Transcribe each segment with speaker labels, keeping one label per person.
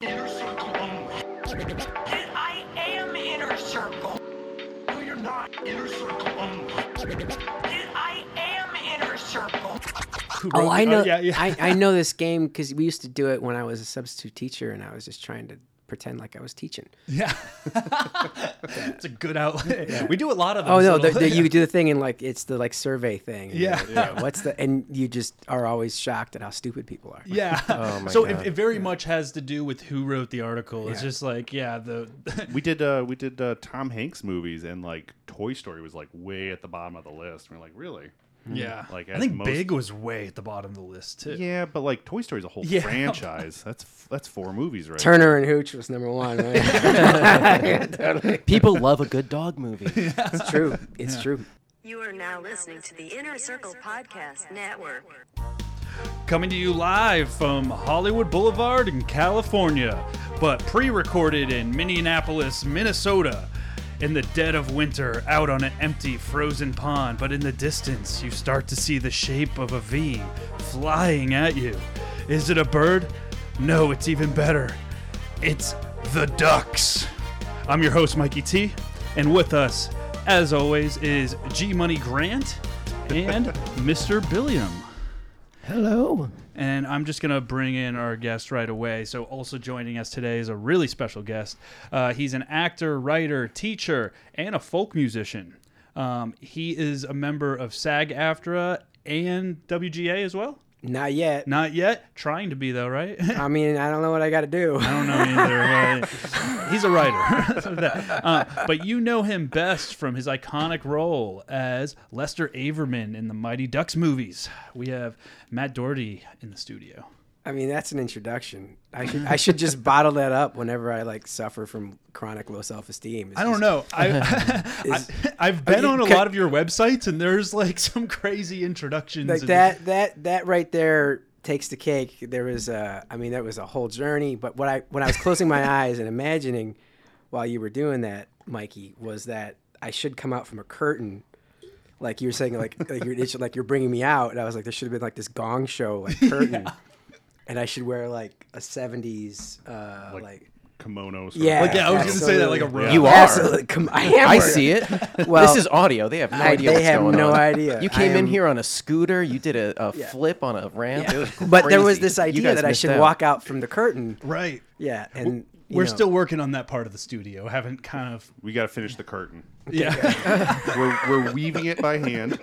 Speaker 1: inner circle. And I am inner circle. No, you're not inner circle. And I am inner circle.
Speaker 2: Who
Speaker 3: Oh,
Speaker 2: wrote-
Speaker 3: I know.
Speaker 2: yeah, yeah.
Speaker 3: I, I know this game because we used to do it when I was a substitute teacher, and I was just trying to pretend like I was teaching.
Speaker 2: yeah. it's a good outlet. We do a lot of.
Speaker 3: Oh
Speaker 2: those
Speaker 3: no, the,
Speaker 2: little-
Speaker 3: the, you do the thing and like it's the like survey thing. and you're
Speaker 2: Yeah.
Speaker 3: like, yeah, What's the and you just are always shocked at how stupid people are.
Speaker 2: Yeah.
Speaker 4: Oh, my
Speaker 2: so it,
Speaker 4: God.
Speaker 2: it very much has to do with who wrote the article. It's
Speaker 3: Yeah.
Speaker 2: just like, yeah, the
Speaker 4: we did uh, we did uh, Tom Hanks movies, and like Toy Story was like way at the bottom of the list. And we're like, really?
Speaker 2: yeah.
Speaker 4: Like,
Speaker 2: I
Speaker 4: as
Speaker 2: think
Speaker 4: most-
Speaker 2: Big was way at the bottom of the list too.
Speaker 4: Yeah, but like Toy Story's a whole
Speaker 2: Yeah.
Speaker 4: franchise. That's that's four movies, right?
Speaker 3: Turner and Hooch was number one. Right? Yeah, totally.
Speaker 5: People love a good dog movie.
Speaker 3: It's true. It's true.
Speaker 6: You are now listening to the Inner Circle Podcast Network.
Speaker 2: Coming to you live from Hollywood Boulevard in California, but pre recorded in Minneapolis, Minnesota. In the dead of winter, out on an empty, frozen pond, but in the distance, you start to see the shape of a V flying at you. Is it a bird? No, it's even better. It's the Ducks. I'm your host, Mikey T, and with us, as always, is G Money Grant and Mr. Billiam.
Speaker 5: Hello.
Speaker 2: And I'm just going to bring in our guest right away. So, also joining us today is a really special guest. Uh, he's an actor, writer, teacher, and a folk musician. Um, he is a member of SAG AFTRA and WGA as well.
Speaker 3: Not yet.
Speaker 2: Not yet. Trying to be, though, right? I
Speaker 3: I mean, I don't know what I got to do.
Speaker 2: don't know either. but he's a writer. So that- uh, but you know him best from his iconic role as Lester Averman in the Mighty Ducks movies. We have Matt Doherty in the studio.
Speaker 3: I mean, that's an introduction. I should I should just bottle that up whenever I like suffer from chronic low self esteem.
Speaker 2: I don't know. I,
Speaker 3: Is-
Speaker 2: I have been
Speaker 3: Okay,
Speaker 2: on a
Speaker 3: okay.
Speaker 2: lot of your websites, and there's like some crazy introductions.
Speaker 3: Like
Speaker 2: and-
Speaker 3: that that that right there takes the cake. There was a I mean, that was a whole journey. But what I when I was closing my eyes and imagining while you were doing that, Mikey, was that I should come out from a curtain. Like you were saying, like like you're it's like you're bringing me out, and I was like, there should have been like this gong show like curtain, and I should wear like a '70s uh,
Speaker 4: Like,
Speaker 3: like
Speaker 4: Kimono. sort of-
Speaker 3: Yeah.
Speaker 2: Like, yeah, I was going to say that like a
Speaker 3: absolutely.
Speaker 2: row.
Speaker 5: You are.
Speaker 3: Absolutely. Come, I, am
Speaker 5: I
Speaker 3: wearing-
Speaker 5: see it.
Speaker 3: Well,
Speaker 5: this is audio. They have no
Speaker 3: I-
Speaker 5: idea
Speaker 3: they
Speaker 5: what's
Speaker 3: have
Speaker 5: going
Speaker 3: no
Speaker 5: on.
Speaker 3: idea.
Speaker 5: You
Speaker 3: I
Speaker 5: came in
Speaker 3: am-
Speaker 5: here on a scooter. You did a, a
Speaker 3: Yeah.
Speaker 5: flip on a ramp. It was
Speaker 3: But there was
Speaker 5: crazy.
Speaker 3: this
Speaker 5: You
Speaker 3: idea
Speaker 5: guys
Speaker 3: that I
Speaker 5: missed
Speaker 3: should
Speaker 5: out.
Speaker 3: walk out from the curtain.
Speaker 2: right.
Speaker 3: Yeah, and you
Speaker 2: We're
Speaker 3: know,
Speaker 2: still working on that part of the studio. Haven't kind of
Speaker 4: We got to finish the curtain.
Speaker 2: yeah.
Speaker 4: We're, we're weaving it by hand.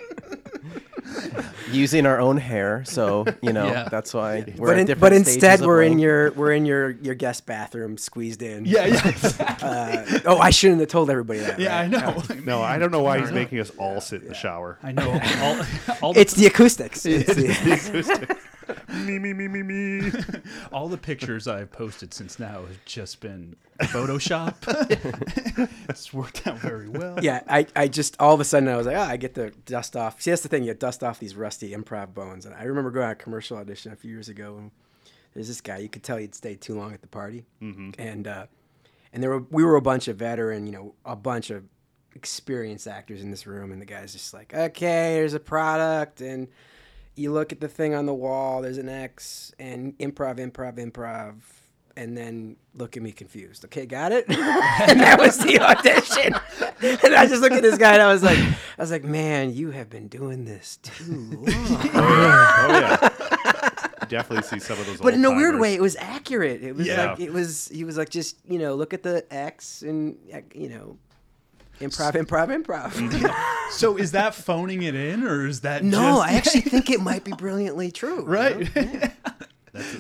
Speaker 5: using our own hair. So you know
Speaker 2: Yeah.
Speaker 5: that's why we're
Speaker 3: But,
Speaker 5: at
Speaker 3: in,
Speaker 5: different
Speaker 3: but
Speaker 5: stages
Speaker 3: instead,
Speaker 5: of
Speaker 3: we're in
Speaker 5: life.
Speaker 3: your we're in your your guest bathroom, squeezed in.
Speaker 2: yeah, yeah,
Speaker 3: Uh, oh, I shouldn't have told everybody that.
Speaker 2: yeah. I
Speaker 3: right?
Speaker 2: know.
Speaker 4: No, I don't know why he's making us all sit in the shower.
Speaker 2: I know. All, all the
Speaker 3: It's the acoustics. It's the,
Speaker 4: me me me me me.
Speaker 2: all the pictures I've posted since now have just been Photoshop. it's worked out very well.
Speaker 3: yeah, I, I just all of a sudden I was like, oh, I get to dust off. See, that's the thing. You dust off these rusty improv bones. And I remember going on a commercial audition a few years ago, and there's this guy. You could tell he'd stayed too long at the party,
Speaker 2: Mm-hmm.
Speaker 3: and uh, and there were we were a bunch of veteran, you know, a bunch of experienced actors in this room, and the guy's just like, okay, here's a product, and you look at the thing on the wall. There's an X, and improv, improv, improv. And then look at me confused. Okay, got it. and that was the audition. and I just looked at this guy and I was like, I was like, man, you have been doing this too long.
Speaker 4: Oh yeah. Definitely see some of those.
Speaker 3: but in a weird
Speaker 4: old-timers.
Speaker 3: way, it was accurate. It was
Speaker 4: Yeah.
Speaker 3: like it was. He was like, just you know, look at the X and like, you know, improv, improv,
Speaker 2: Mm-hmm.
Speaker 3: improv.
Speaker 2: So is that phoning it in, or is that
Speaker 3: no,
Speaker 2: just-
Speaker 3: I actually think it might be brilliantly true. you know?
Speaker 2: right?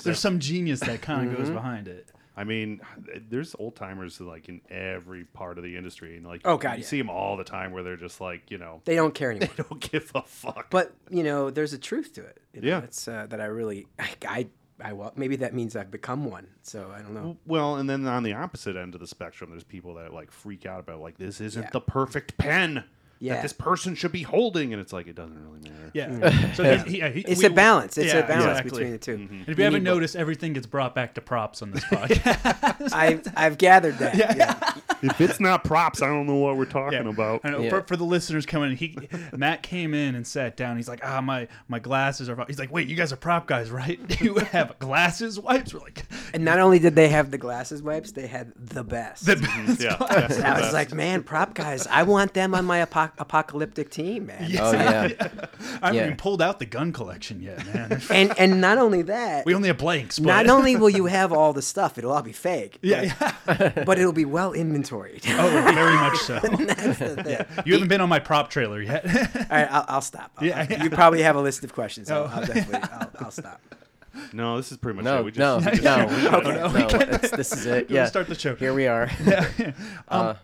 Speaker 2: There's some genius that kind of
Speaker 3: Mm-hmm.
Speaker 2: goes behind it.
Speaker 4: I mean, there's old timers like in every part of the industry, and like,
Speaker 3: Oh, God,
Speaker 4: you
Speaker 3: yeah.
Speaker 4: see them all the time where they're just like, you know,
Speaker 3: They don't care anymore.
Speaker 4: don't give a fuck.
Speaker 3: But you know, there's a truth to it. you know,
Speaker 4: Yeah.
Speaker 3: it's uh, that I really, I, I, I wa- maybe that means I've become one. So I don't know.
Speaker 4: well, and then on the opposite end of the spectrum, there's people that like freak out about like this isn't
Speaker 3: Yeah.
Speaker 4: the perfect pen.
Speaker 3: Yeah.
Speaker 4: that this person should be holding, and it's like it doesn't really matter.
Speaker 2: Yeah. So he- he- yeah, he-
Speaker 3: It's
Speaker 2: we-
Speaker 3: a balance. It's
Speaker 2: yeah,
Speaker 3: a balance
Speaker 2: exactly. Mm-hmm.
Speaker 3: between the 2
Speaker 2: And if you haven't noticed, everything gets brought back to props on this podcast.
Speaker 3: I've I've gathered that. Yeah.
Speaker 4: if it's not props, I don't know what we're talking about.
Speaker 2: I know,
Speaker 5: Yeah.
Speaker 2: for, for the listeners coming in, he Matt came in and sat down. He's like, ah, my my glasses are. He's like, wait, you guys are prop guys, right? You have glasses wipes. We're like,
Speaker 3: And not only did they have the glasses wipes, they had the best.
Speaker 2: the
Speaker 5: Mm-hmm.
Speaker 2: best
Speaker 4: Yeah,
Speaker 2: glasses.
Speaker 4: that's the
Speaker 3: I was
Speaker 4: best.
Speaker 3: like, man, prop guys, I want them on my apo- apocalyptic team, man.
Speaker 5: Oh yeah.
Speaker 2: I haven't
Speaker 5: Yeah.
Speaker 2: even pulled out the gun collection yet, man.
Speaker 3: And and not only that,
Speaker 2: we only have blanks. But
Speaker 3: not only will you have all the stuff, it'll all be fake,
Speaker 2: yeah, yeah.
Speaker 3: but, but it'll be well inventoried.
Speaker 2: Oh, very much so.
Speaker 3: That's the thing.
Speaker 2: You haven't been on my prop trailer yet.
Speaker 3: All right, I'll, I'll stop. I'll-
Speaker 2: Yeah,
Speaker 3: I'll-
Speaker 2: yeah. Oh.
Speaker 3: You probably have a list of questions. I'll, I'll definitely, I'll, I'll stop.
Speaker 4: No, this is pretty much
Speaker 5: No,
Speaker 4: it. We
Speaker 5: no,
Speaker 4: just,
Speaker 5: no,
Speaker 4: we just-
Speaker 5: no,
Speaker 4: Okay.
Speaker 5: no. it's- This is it.
Speaker 2: We'll
Speaker 5: Yeah.
Speaker 2: start the show.
Speaker 5: Here we Uh, are.
Speaker 2: Um,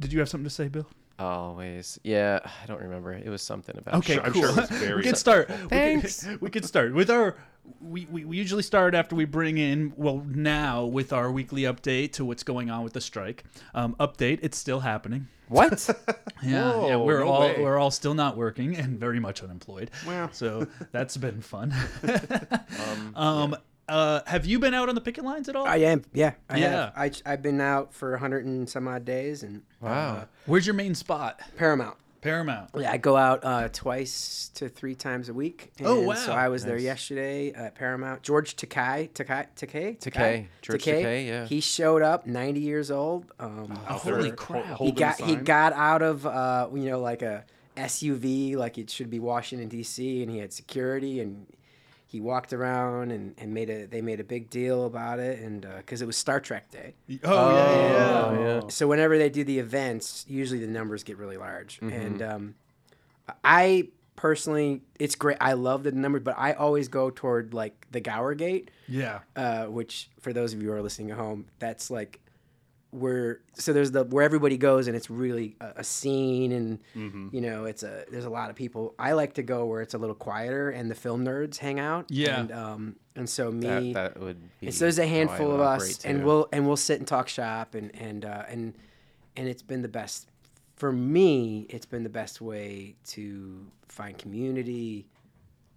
Speaker 2: did you have something to say, Bill?
Speaker 5: Always. Yeah. I don't remember. It was something about.
Speaker 2: Okay,
Speaker 4: sure- I'm
Speaker 2: cool.
Speaker 4: sure it's very
Speaker 2: we can start.
Speaker 5: Thanks.
Speaker 2: We could, we could start with our. We, we, we usually start after we bring in well now with our weekly update to what's going on with the strike. Um, update: It's still happening.
Speaker 5: What?
Speaker 2: Yeah, yeah,
Speaker 4: Whoa,
Speaker 2: we're
Speaker 4: no
Speaker 2: all
Speaker 4: way.
Speaker 2: we're all still not working and very much unemployed.
Speaker 4: Wow.
Speaker 2: So that's been fun. um, uh, have you been out on the picket lines at all?
Speaker 3: I am. Yeah. I
Speaker 2: Yeah.
Speaker 3: Have. I, I've been out for 100 and some odd days and Uh,
Speaker 5: Wow.
Speaker 2: Where's your main spot?
Speaker 3: Paramount.
Speaker 2: Paramount.
Speaker 3: Yeah, I go out uh, twice to three times a week. And
Speaker 2: Oh,
Speaker 3: So
Speaker 2: wow.
Speaker 3: I was there yesterday at Paramount. George Takai, Takai, Takai,
Speaker 5: Takei, George Takei, yeah.
Speaker 3: He showed up, ninety years old. Um,
Speaker 2: Holy
Speaker 4: They're
Speaker 2: crap.
Speaker 4: hol-
Speaker 3: he
Speaker 4: holding the
Speaker 3: got he
Speaker 4: sign.
Speaker 3: got out of uh, you know like a SUV, like it should be Washington D.C., and he had security and. He walked around and, and made a they made a big deal about it and because it was Star Trek Day,
Speaker 2: Oh, yeah, yeah, yeah.
Speaker 4: Oh,
Speaker 3: so whenever they do the events, usually the numbers get really large.
Speaker 4: Mm-hmm.
Speaker 3: And um, I personally, it's great. I love the number, but I always go toward like the Gower Gate,
Speaker 2: Yeah.
Speaker 3: uh, which for those of you who are listening at home, that's like where so there's the where everybody goes and it's really a, a scene and you know it's a there's a lot of people. I like to go where it's a little quieter and the film nerds hang out.
Speaker 2: Yeah.
Speaker 3: and um, and so me
Speaker 5: That, that would be.
Speaker 3: and so there's a
Speaker 5: how I
Speaker 3: handful
Speaker 5: would
Speaker 3: of us,
Speaker 5: operate,
Speaker 3: and
Speaker 5: too.
Speaker 3: we'll and we'll sit and talk shop, and and uh, and and it's been the best for me. It's been the best way to find community,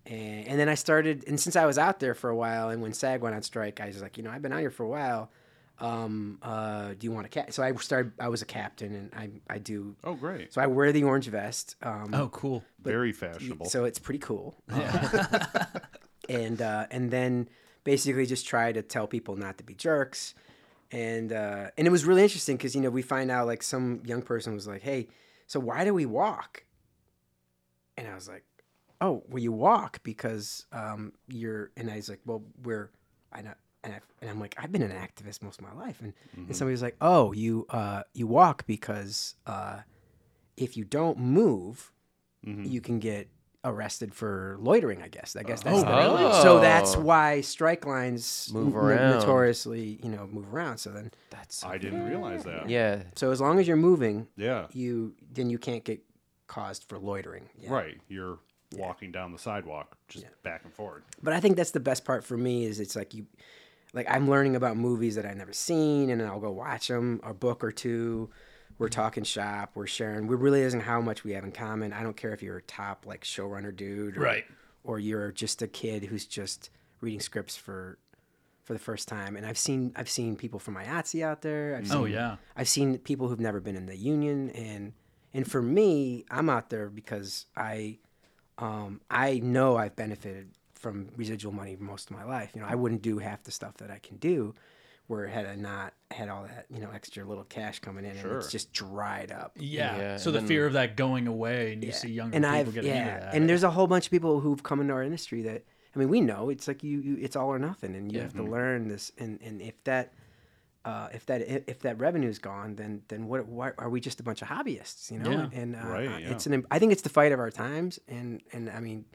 Speaker 3: and and then I started, and since I was out there for a while, and when SAG went on strike, I was like, you know, I've been out here for a while. Um, uh, do you want a cat? So I started. I was a captain, and I I do.
Speaker 4: Oh, great.
Speaker 3: So I wear the orange vest. Um,
Speaker 2: Oh, cool.
Speaker 4: very fashionable.
Speaker 3: so it's pretty cool. Uh, and uh, and then basically just try to tell people not to be jerks. And uh, and it was really interesting because you know we find out like some young person was like, hey, so why do we walk? And I was like, oh, well you walk because um, you're. And I was like, well we're. I know. And, I, and I'm like, I've been an activist most of my life, and,
Speaker 5: Mm-hmm.
Speaker 3: and somebody was like, "Oh, you uh, you walk because uh, if you don't move,
Speaker 5: Mm-hmm.
Speaker 3: you can get arrested for loitering. I guess. I guess that's the,
Speaker 5: really?
Speaker 3: so. That's why strike lines
Speaker 5: Oh. Move
Speaker 3: n-
Speaker 5: around.
Speaker 3: notoriously, you know, move around. So then,
Speaker 5: That's.
Speaker 4: I didn't realize that.
Speaker 5: Yeah.
Speaker 3: so as long as you're moving,
Speaker 4: Yeah.
Speaker 3: you then you can't get caused for loitering. Yeah.
Speaker 4: Right. You're walking down the sidewalk, just back and forth.
Speaker 3: But I think that's the best part for me is it's like you, like I'm learning about movies that I've never seen, and then I'll go watch them, a book or two. We're
Speaker 2: Mm-hmm.
Speaker 3: talking shop. We're sharing. We're realizing how much we have in common. I don't care if you're a top like showrunner dude, or,
Speaker 2: Right.
Speaker 3: Or you're just a kid who's just reading scripts for, for the first time. And I've seen I've seen people from IATSE out there. I've seen,
Speaker 2: Oh, yeah.
Speaker 3: I've seen people who've never been in the union, and and for me, I'm out there because I, um, I know I've benefited from residual money most of my life. You know, I wouldn't do half the stuff that I can do, where had I not had all that you know extra little cash coming in, and it's
Speaker 4: Sure.
Speaker 3: just dried up.
Speaker 2: Yeah.
Speaker 5: Yeah,
Speaker 2: so
Speaker 5: and
Speaker 2: the
Speaker 5: then-
Speaker 2: fear of that going away, and you see younger
Speaker 3: and
Speaker 2: people
Speaker 3: I've
Speaker 2: getting into
Speaker 3: yeah,
Speaker 2: that.
Speaker 3: and there's a whole bunch of people who've come into our industry that I mean, we know it's like you, you it's all or nothing, and you have to learn this. And and if that uh, if that if that revenue's gone, then then what? Why are we just a bunch of hobbyists? You know,
Speaker 2: Yeah.
Speaker 3: and uh,
Speaker 4: Right,
Speaker 3: uh,
Speaker 4: yeah.
Speaker 3: it's an I think it's the fight of our times, and and I mean,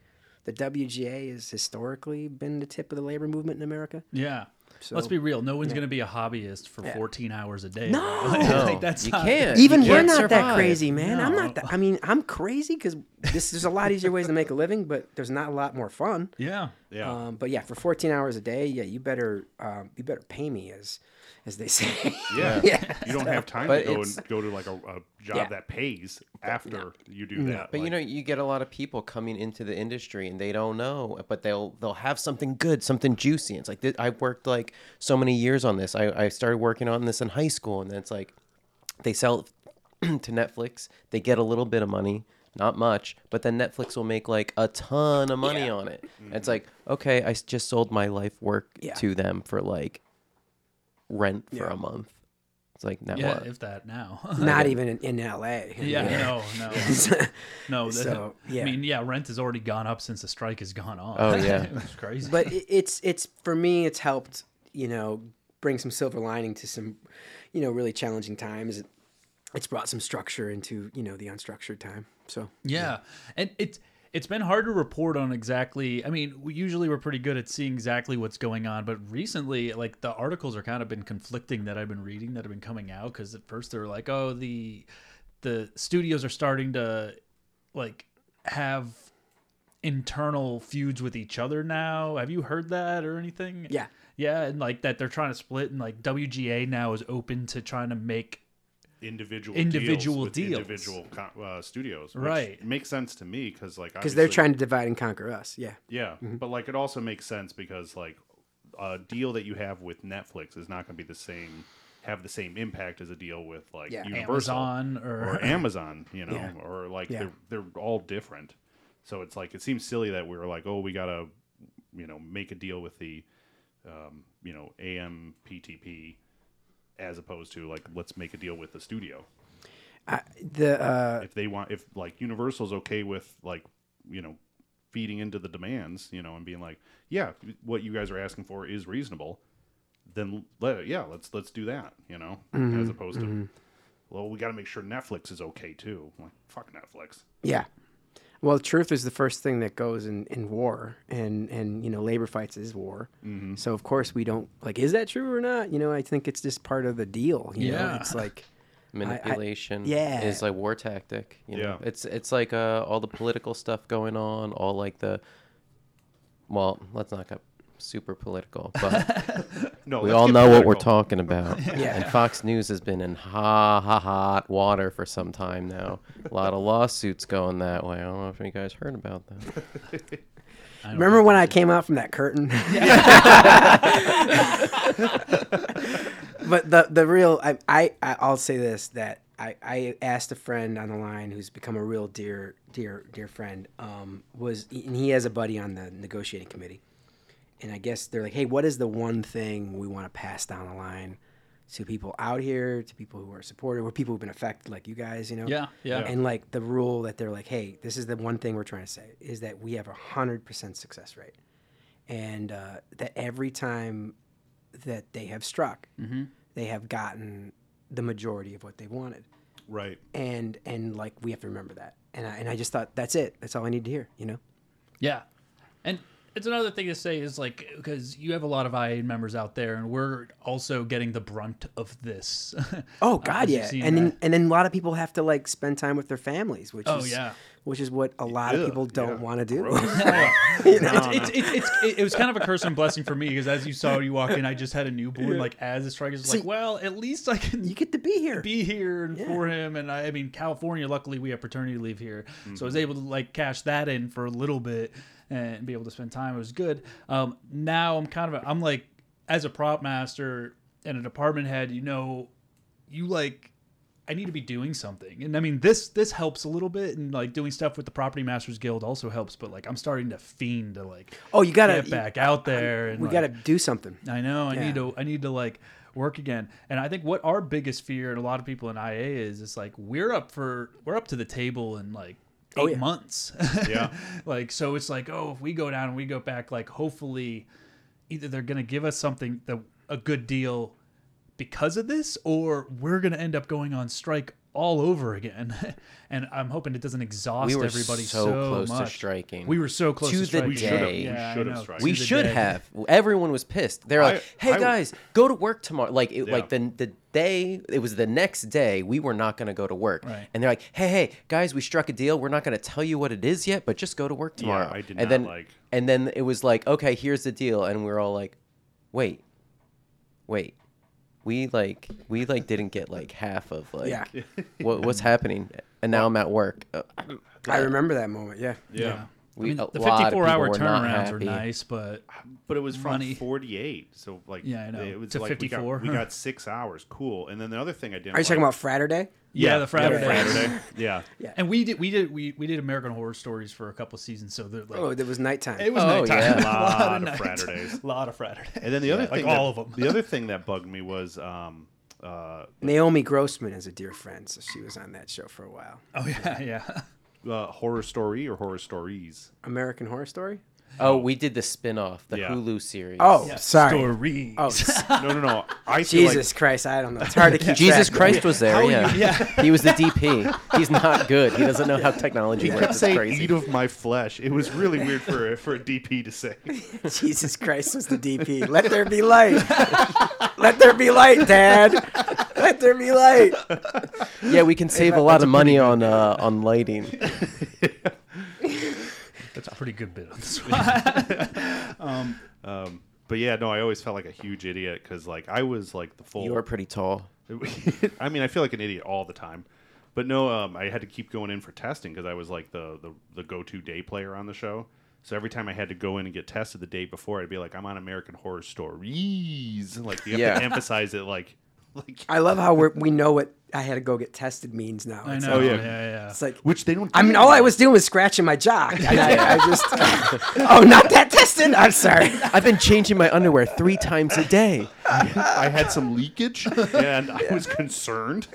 Speaker 3: the WGA has historically been the tip of the labor movement in America.
Speaker 2: Yeah. Let's be real. No one's going to be a hobbyist for 14 hours a day.
Speaker 3: No!
Speaker 2: right?
Speaker 5: No,
Speaker 2: like, that's
Speaker 5: you
Speaker 2: not-
Speaker 5: can't.
Speaker 3: Even
Speaker 5: you
Speaker 3: we're
Speaker 5: can't
Speaker 3: not that
Speaker 5: survive.
Speaker 3: crazy, man. I'm not.
Speaker 2: No.
Speaker 3: That, I mean, I'm crazy because this there's a lot easier ways to make a living, but there's not a lot more fun.
Speaker 2: Yeah.
Speaker 4: Yeah.
Speaker 3: Um, but yeah, for 14 hours a day, yeah, you better um, you better pay me as as they say.
Speaker 4: Yeah.
Speaker 3: yeah.
Speaker 4: You don't have time
Speaker 5: But
Speaker 4: to go
Speaker 5: it's-
Speaker 4: and go to like a, a job
Speaker 3: Yeah.
Speaker 4: that pays after you do that.
Speaker 5: But you
Speaker 4: like-
Speaker 5: know, you get a lot of people coming into the industry and they don't know, but they'll they'll have something good, something juicy. It's like th- I worked like so many years on this. I, I started working on this in high school, and then it's like they sell it to Netflix. They get a little bit of money, not much, but then Netflix will make like a ton of money on it. And It's like okay, I s- just sold my life work
Speaker 3: Yeah.
Speaker 5: to them for like rent for a month. It's like now
Speaker 2: Yeah,
Speaker 5: what?
Speaker 2: if that now.
Speaker 3: Not even in, in LA.
Speaker 2: Oh, yeah, no, no. No, that,
Speaker 3: So,
Speaker 2: I
Speaker 3: yeah.
Speaker 2: mean, yeah, rent has already gone up since the strike has gone on.
Speaker 5: Oh, yeah.
Speaker 2: it's crazy.
Speaker 3: but it, it's it's for me it's helped you know bring some silver lining to some you know really challenging times It- it's brought some structure into you know the unstructured time so
Speaker 2: yeah. and it's it's been hard to report on exactly. I mean, we usually we're pretty good at seeing exactly what's going on, but recently, like the articles are kind of been conflicting that I've been reading that have been coming out because at first they were like, oh, the the studios are starting to like have internal feuds with each other now. Have you heard that or anything?
Speaker 3: Yeah.
Speaker 2: Yeah, and like that they're trying to split and like WGA now is open to trying to make
Speaker 4: individual
Speaker 2: Individual
Speaker 4: deals,
Speaker 2: deals.
Speaker 4: with individual co- uh, studios, which
Speaker 2: Right.
Speaker 4: Makes sense to me because like
Speaker 3: because they're
Speaker 4: obviously-
Speaker 3: trying to divide and conquer us yeah
Speaker 4: yeah, but like it also makes sense because like a deal that you have with Netflix is not going to be the same have the same impact as a deal with like
Speaker 3: Yeah.
Speaker 4: Universal
Speaker 2: Amazon or,
Speaker 4: or Amazon, you know,
Speaker 3: Yeah.
Speaker 4: or like
Speaker 3: Yeah.
Speaker 4: they're they're all different. So it's like it seems silly that we were like, oh, we gotta, you know, make a deal with the, um, you know, AMPTP, as opposed to like let's make a deal with the studio
Speaker 3: the uh
Speaker 4: if they want if like Universal's okay with like you know feeding into the demands, you know, and being like, yeah, what you guys are asking for is reasonable, then let it, yeah, let's let's do that, you know, as opposed to well, we got to make sure Netflix is okay too. I'm like, fuck Netflix.
Speaker 3: yeah well truth is the first thing that goes in in war and and you know labor fights is war so of course we don't like is that true or not you know i think it's just part of the deal you know
Speaker 2: Yeah.
Speaker 3: it's like
Speaker 5: manipulation
Speaker 3: yeah.
Speaker 5: is a war tactic you know?
Speaker 4: Yeah.
Speaker 5: it's it's like uh, all the political stuff going on all like the well let's not get super political but
Speaker 4: No,
Speaker 5: we
Speaker 4: let's
Speaker 5: all
Speaker 4: get
Speaker 5: know what we're
Speaker 4: political.
Speaker 5: talking about and fox news has been in ha ha hot water for some time now a lot of lawsuits going that way i don't know if you guys heard about that
Speaker 3: Remember when I came out from that curtain? but the the real I, I I- I'll say this that I I asked a friend on the line who's become a real dear dear dear friend um was and he has a buddy on the negotiating committee and I guess they're like hey what is the one thing we want to pass down the line to people out here to people who are supportive or people who've been affected like you guys you know
Speaker 2: yeah, yeah,
Speaker 3: and like the rule that they're like, hey, this is the one thing we're trying to say is that we have a hundred percent success rate, and uh, that every time that they have struck,
Speaker 2: Mm-hmm.
Speaker 3: they have gotten the majority of what they wanted,
Speaker 4: right?
Speaker 3: and and like we have to remember that. And I, and I just thought that's it. That's all I need to hear. You know.
Speaker 2: yeah. And it's another thing to say is like because you have a lot of IA members out there, and we're also getting the brunt of this.
Speaker 3: Oh
Speaker 2: have
Speaker 3: God,
Speaker 2: you
Speaker 3: yeah.
Speaker 2: seen
Speaker 3: And then
Speaker 2: that?
Speaker 3: and then a lot of people have to like spend time with their families, which
Speaker 2: Oh,
Speaker 3: is
Speaker 2: yeah.
Speaker 3: which is what a lot
Speaker 4: Ugh,
Speaker 3: of people don't
Speaker 4: yeah.
Speaker 3: want to do.
Speaker 2: it's, it's, it's, it's, it, it was kind of a curse and blessing for me because as you saw you walk in, I just had a newborn. Like as the strike is like,
Speaker 3: See-
Speaker 2: well, at least I can
Speaker 3: you get to be here.
Speaker 2: be here and
Speaker 3: Yeah.
Speaker 2: for him and I, I mean california luckily we have paternity leave here so i
Speaker 3: Mm-hmm.
Speaker 2: was able to like cash that in for a little bit and be able to spend time it was good um, now i'm kind of a, i'm like as a prop master and a department head you know you like I need to be doing something. And I mean this this helps a little bit and like doing stuff with the Property Masters Guild also helps, but like I'm starting to fiend to like
Speaker 3: Oh, you gotta-
Speaker 2: get back out there and
Speaker 3: we
Speaker 2: like,
Speaker 3: got to do something.
Speaker 2: I know. I need
Speaker 3: Yeah.
Speaker 2: to. I need to like work again. And I think what our biggest fear and a lot of people in IA is, it's like we're up for we're up to the table in like eight
Speaker 3: Oh, yeah.
Speaker 2: months.
Speaker 4: Yeah.
Speaker 2: like so, it's like oh, if we go down and we go back, like hopefully, either they're gonna give us something that a good deal because of this, or we're gonna end up going on strike all over again. and I'm hoping it doesn't exhaust
Speaker 5: We were
Speaker 2: everybody so,
Speaker 5: so close to
Speaker 2: much.
Speaker 5: striking.
Speaker 2: We were so close
Speaker 5: To
Speaker 2: to
Speaker 5: the
Speaker 2: striking.
Speaker 5: We should've- day. we
Speaker 2: Yeah, I
Speaker 4: should've
Speaker 2: know.
Speaker 4: striked.
Speaker 2: To
Speaker 5: We
Speaker 2: the
Speaker 5: should
Speaker 2: day.
Speaker 5: have. Everyone was pissed. They're like,
Speaker 4: I-
Speaker 5: "Hey
Speaker 4: I-
Speaker 5: guys, go to work tomorrow." Like, it,
Speaker 4: Yeah.
Speaker 5: like the the day it was the next day, we were not going to go to work.
Speaker 2: Right.
Speaker 5: And they're like, "Hey, hey guys, we struck a deal. We're not going to tell you what it is yet, but just go to work tomorrow."
Speaker 4: I did
Speaker 5: and
Speaker 4: not
Speaker 5: then,
Speaker 4: like-
Speaker 5: And then it was like, "Okay, here's the deal," and we are all like, "Wait, wait." We like we like didn't get like half of like
Speaker 3: Yeah.
Speaker 5: what, what's happening, and now I'm at work. Uh,
Speaker 3: I remember that moment. Yeah.
Speaker 4: Yeah.
Speaker 2: I mean,
Speaker 5: we, a
Speaker 2: the
Speaker 5: lot of
Speaker 2: 54 hour
Speaker 5: people were not
Speaker 2: turnarounds are
Speaker 5: happy.
Speaker 2: nice, but
Speaker 4: But it was from
Speaker 2: Money.
Speaker 4: 48. So, like,
Speaker 2: Yeah, I know.
Speaker 4: It was
Speaker 2: To
Speaker 4: like
Speaker 2: 54.
Speaker 4: We got, we got six hours. Cool. And then the other thing I didn't
Speaker 3: Are you talking about Fratterday?
Speaker 2: yeah, the Friday.
Speaker 4: Friday. yeah.
Speaker 2: And we did we did we, we did American Horror Stories for a couple seasons, so they're like
Speaker 3: Oh, it was nighttime.
Speaker 2: it was
Speaker 5: Oh,
Speaker 2: nighttime.
Speaker 5: yeah.
Speaker 2: a
Speaker 4: Lot of
Speaker 2: nighttime.
Speaker 4: Fridays.
Speaker 2: a lot of Friday.
Speaker 4: And then the other
Speaker 2: like
Speaker 4: thing,
Speaker 2: all
Speaker 4: that-
Speaker 2: of 'em.
Speaker 4: The other thing that bugged me was, um, uh,
Speaker 3: Naomi Grossman is a dear friend, so she was on that show for a while.
Speaker 2: Oh yeah, yeah.
Speaker 4: uh, horror story or horror stories.
Speaker 3: American Horror Story?
Speaker 5: Oh, we did the spin-off, the
Speaker 4: Yeah.
Speaker 5: Hulu series.
Speaker 3: Oh, sorry.
Speaker 2: Stories.
Speaker 3: Oh, s-
Speaker 4: No, no, no. I feel like-
Speaker 3: Jesus Christ. I don't know. It's hard to keep
Speaker 5: Jesus
Speaker 3: track.
Speaker 5: Christ was there.
Speaker 4: How you-
Speaker 5: yeah. he was the DP. He's not good. He doesn't know how technology
Speaker 4: He
Speaker 5: works.
Speaker 4: kept
Speaker 5: It's
Speaker 4: saying
Speaker 5: crazy.
Speaker 4: "eat of my flesh." It was really weird for a, for a DP to say.
Speaker 3: Jesus Christ was the DP. Let there be light. Let there be light, Dad. Let there be light.
Speaker 5: yeah, we can save a lot of money on uh, on lighting.
Speaker 2: That's a pretty good bit on this one.
Speaker 4: But yeah, no, I always felt like a huge idiot because like I was like the full.
Speaker 5: You are pretty tall.
Speaker 4: I mean, I feel like an idiot all the time. But no, um, I had to keep going in for testing because I was like the, the the go-to day player on the show. So every time I had to go in and get tested the day before, I'd be like, "I'm on American Horror Stories," and like you have to
Speaker 5: Yeah.
Speaker 4: emphasize it, like, like
Speaker 3: I love how we're, we know what I had to go get tested means now.
Speaker 2: I
Speaker 3: It's
Speaker 2: know.
Speaker 4: Oh, yeah.
Speaker 2: yeah, yeah.
Speaker 3: It's like,
Speaker 4: which they don't.
Speaker 3: I mean,
Speaker 4: do.
Speaker 3: all I was doing was scratching my jock. And I, I just, oh, not that tested. I'm sorry.
Speaker 5: I've been changing my underwear three times a day.
Speaker 4: I had some leakage, and I was concerned.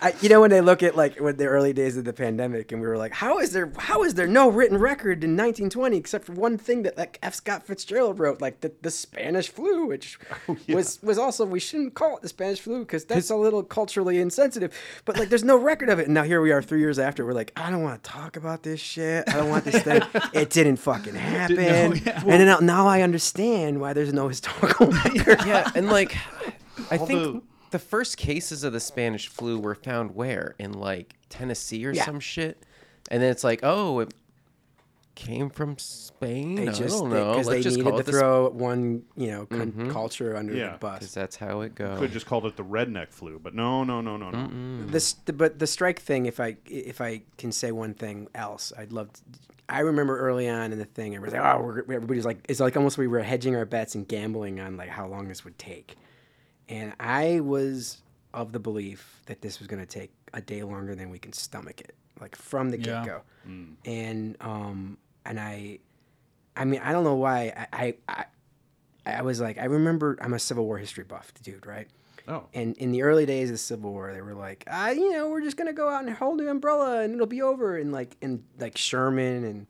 Speaker 3: I, you know when they look at like when the early days of the pandemic, and we were like, how is there how is there no written record in 1920 except for one thing that like F. Scott Fitzgerald wrote, like the, the Spanish flu, which was was also we shouldn't call it the Spanish flu because that's a little culturally insensitive. But like, there's no record of it. And now here we are, three years after, we're like, I don't want to talk about this shit. I don't want this thing. It didn't fucking happen.
Speaker 2: yeah.
Speaker 3: And then now, now I understand why there's no historical record.
Speaker 5: Yeah, and like, I
Speaker 4: Although-
Speaker 5: think the first cases of the Spanish flu were found where in like Tennessee or
Speaker 3: Yeah.
Speaker 5: some shit, and then it's like, oh, it came from Spain.
Speaker 3: They
Speaker 5: I
Speaker 3: just
Speaker 5: don't know.
Speaker 3: because
Speaker 5: Let's
Speaker 3: they
Speaker 5: just
Speaker 3: needed to
Speaker 5: call it Mm-hmm. the Sp-
Speaker 3: throw one, you know, con- culture under
Speaker 4: Yeah.
Speaker 3: the bus.
Speaker 5: 'Cause that's how it goes.
Speaker 4: Could have just called it the redneck flu, but no, no, no, no, no.
Speaker 3: This, the, but the strike thing. If I if I can say one thing else, I'd love. To, I remember early on in the thing, everybody's like, "Oh, we're, everybody's like, it's like almost we were hedging our bets and gambling on like how long this would take." And I was of the belief that this was going to take a day longer than we can stomach it, like from the
Speaker 2: Yeah.
Speaker 3: get go. And um, and I, I mean, I don't know why I, I, I, I was like, I remember I'm a Civil War history buff, dude, right?
Speaker 4: Oh,
Speaker 3: And in the early days of the Civil War, they were like, ah, you know, we're just gonna go out and hold an umbrella and it'll be over. And like, and like Sherman and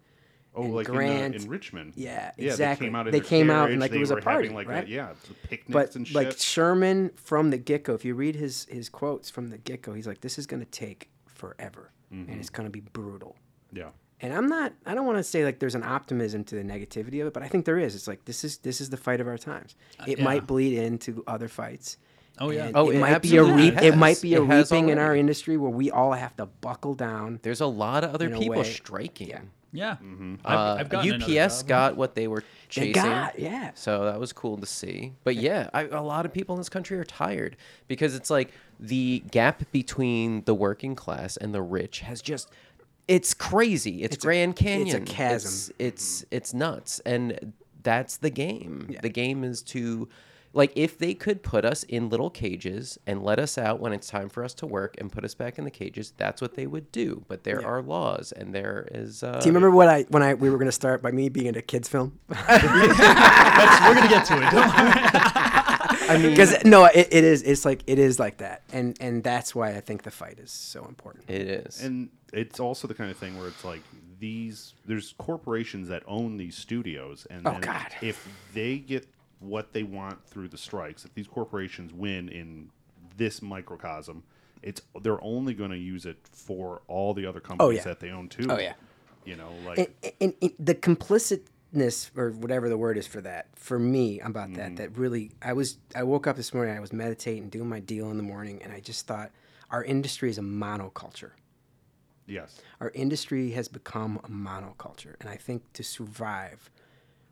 Speaker 4: oh,
Speaker 3: and
Speaker 4: like in, uh,
Speaker 3: Grant.
Speaker 4: in Richmond.
Speaker 3: Yeah,
Speaker 4: They
Speaker 3: exactly.
Speaker 4: came out. In
Speaker 3: They
Speaker 4: their
Speaker 3: came out and,
Speaker 4: carriage,
Speaker 3: like, it
Speaker 4: they
Speaker 3: was a
Speaker 4: were
Speaker 3: party,
Speaker 4: having, like,
Speaker 3: right?
Speaker 4: A, yeah, the picnics
Speaker 3: but
Speaker 4: and shit.
Speaker 3: like Sherman from the get go. If you read his his quotes from the get go, he's like, this is gonna take forever
Speaker 5: Mm-hmm.
Speaker 3: and it's gonna be brutal.
Speaker 4: yeah,
Speaker 3: and I'm not I don't want to say like there's an optimism to the negativity of it, but I think there is. It's like this is this is the fight of our times. It
Speaker 2: yeah.
Speaker 3: might bleed into other fights.
Speaker 2: Oh, yeah.
Speaker 3: And
Speaker 5: Uh, Oh,
Speaker 3: it,
Speaker 5: it
Speaker 3: might be a
Speaker 5: absolutely
Speaker 3: reap, it might
Speaker 5: has.
Speaker 3: be a
Speaker 5: It has
Speaker 3: reaping in our
Speaker 5: already.
Speaker 3: industry where we all have to buckle down.
Speaker 5: There's a lot of other
Speaker 3: In a
Speaker 5: people
Speaker 3: way,
Speaker 5: striking.
Speaker 3: yeah.
Speaker 2: Yeah.
Speaker 5: Uh,
Speaker 2: I've, I've gotten another
Speaker 5: UPS
Speaker 2: job.
Speaker 5: got what they were
Speaker 3: They
Speaker 5: chasing.
Speaker 3: got yeah.
Speaker 5: So that was cool to see. But yeah, I, a lot of people in this country are tired because it's like the gap between the working class and the rich has just it's crazy. It's, Grand Canyon.
Speaker 3: chasm.
Speaker 5: It's it's, it's nuts and that's the game. The game is to like if they could put us in little cages and let us out when it's time for us to work and put us back in the cages, that's what they would do. But there are laws and there is uh,
Speaker 3: Do you remember what I when I we were gonna start by me being in a kids film?
Speaker 2: That's- we're gonna get to it. Don't worry.
Speaker 3: Because no, it, it is it's like it is like that, and and that's why I think the fight is so important.
Speaker 5: it is.
Speaker 4: and it's also the kind of thing where it's like these. There's corporations that own these studios, and
Speaker 3: Oh,
Speaker 4: then
Speaker 3: God.
Speaker 4: if they get what they want through the strikes, if these corporations win in this microcosm, it's they're only going to use it for all the other companies
Speaker 3: yeah.
Speaker 4: that they own too.
Speaker 3: Oh, yeah.
Speaker 4: you know, like
Speaker 3: and, and, and the complicitness or whatever the word is for that for me about
Speaker 5: Mm-hmm.
Speaker 3: that that really i was i woke up this morning i was meditating doing my deal in the morning and i just thought our industry is a monoculture
Speaker 4: yes,
Speaker 3: our industry has become a monoculture and i think to survive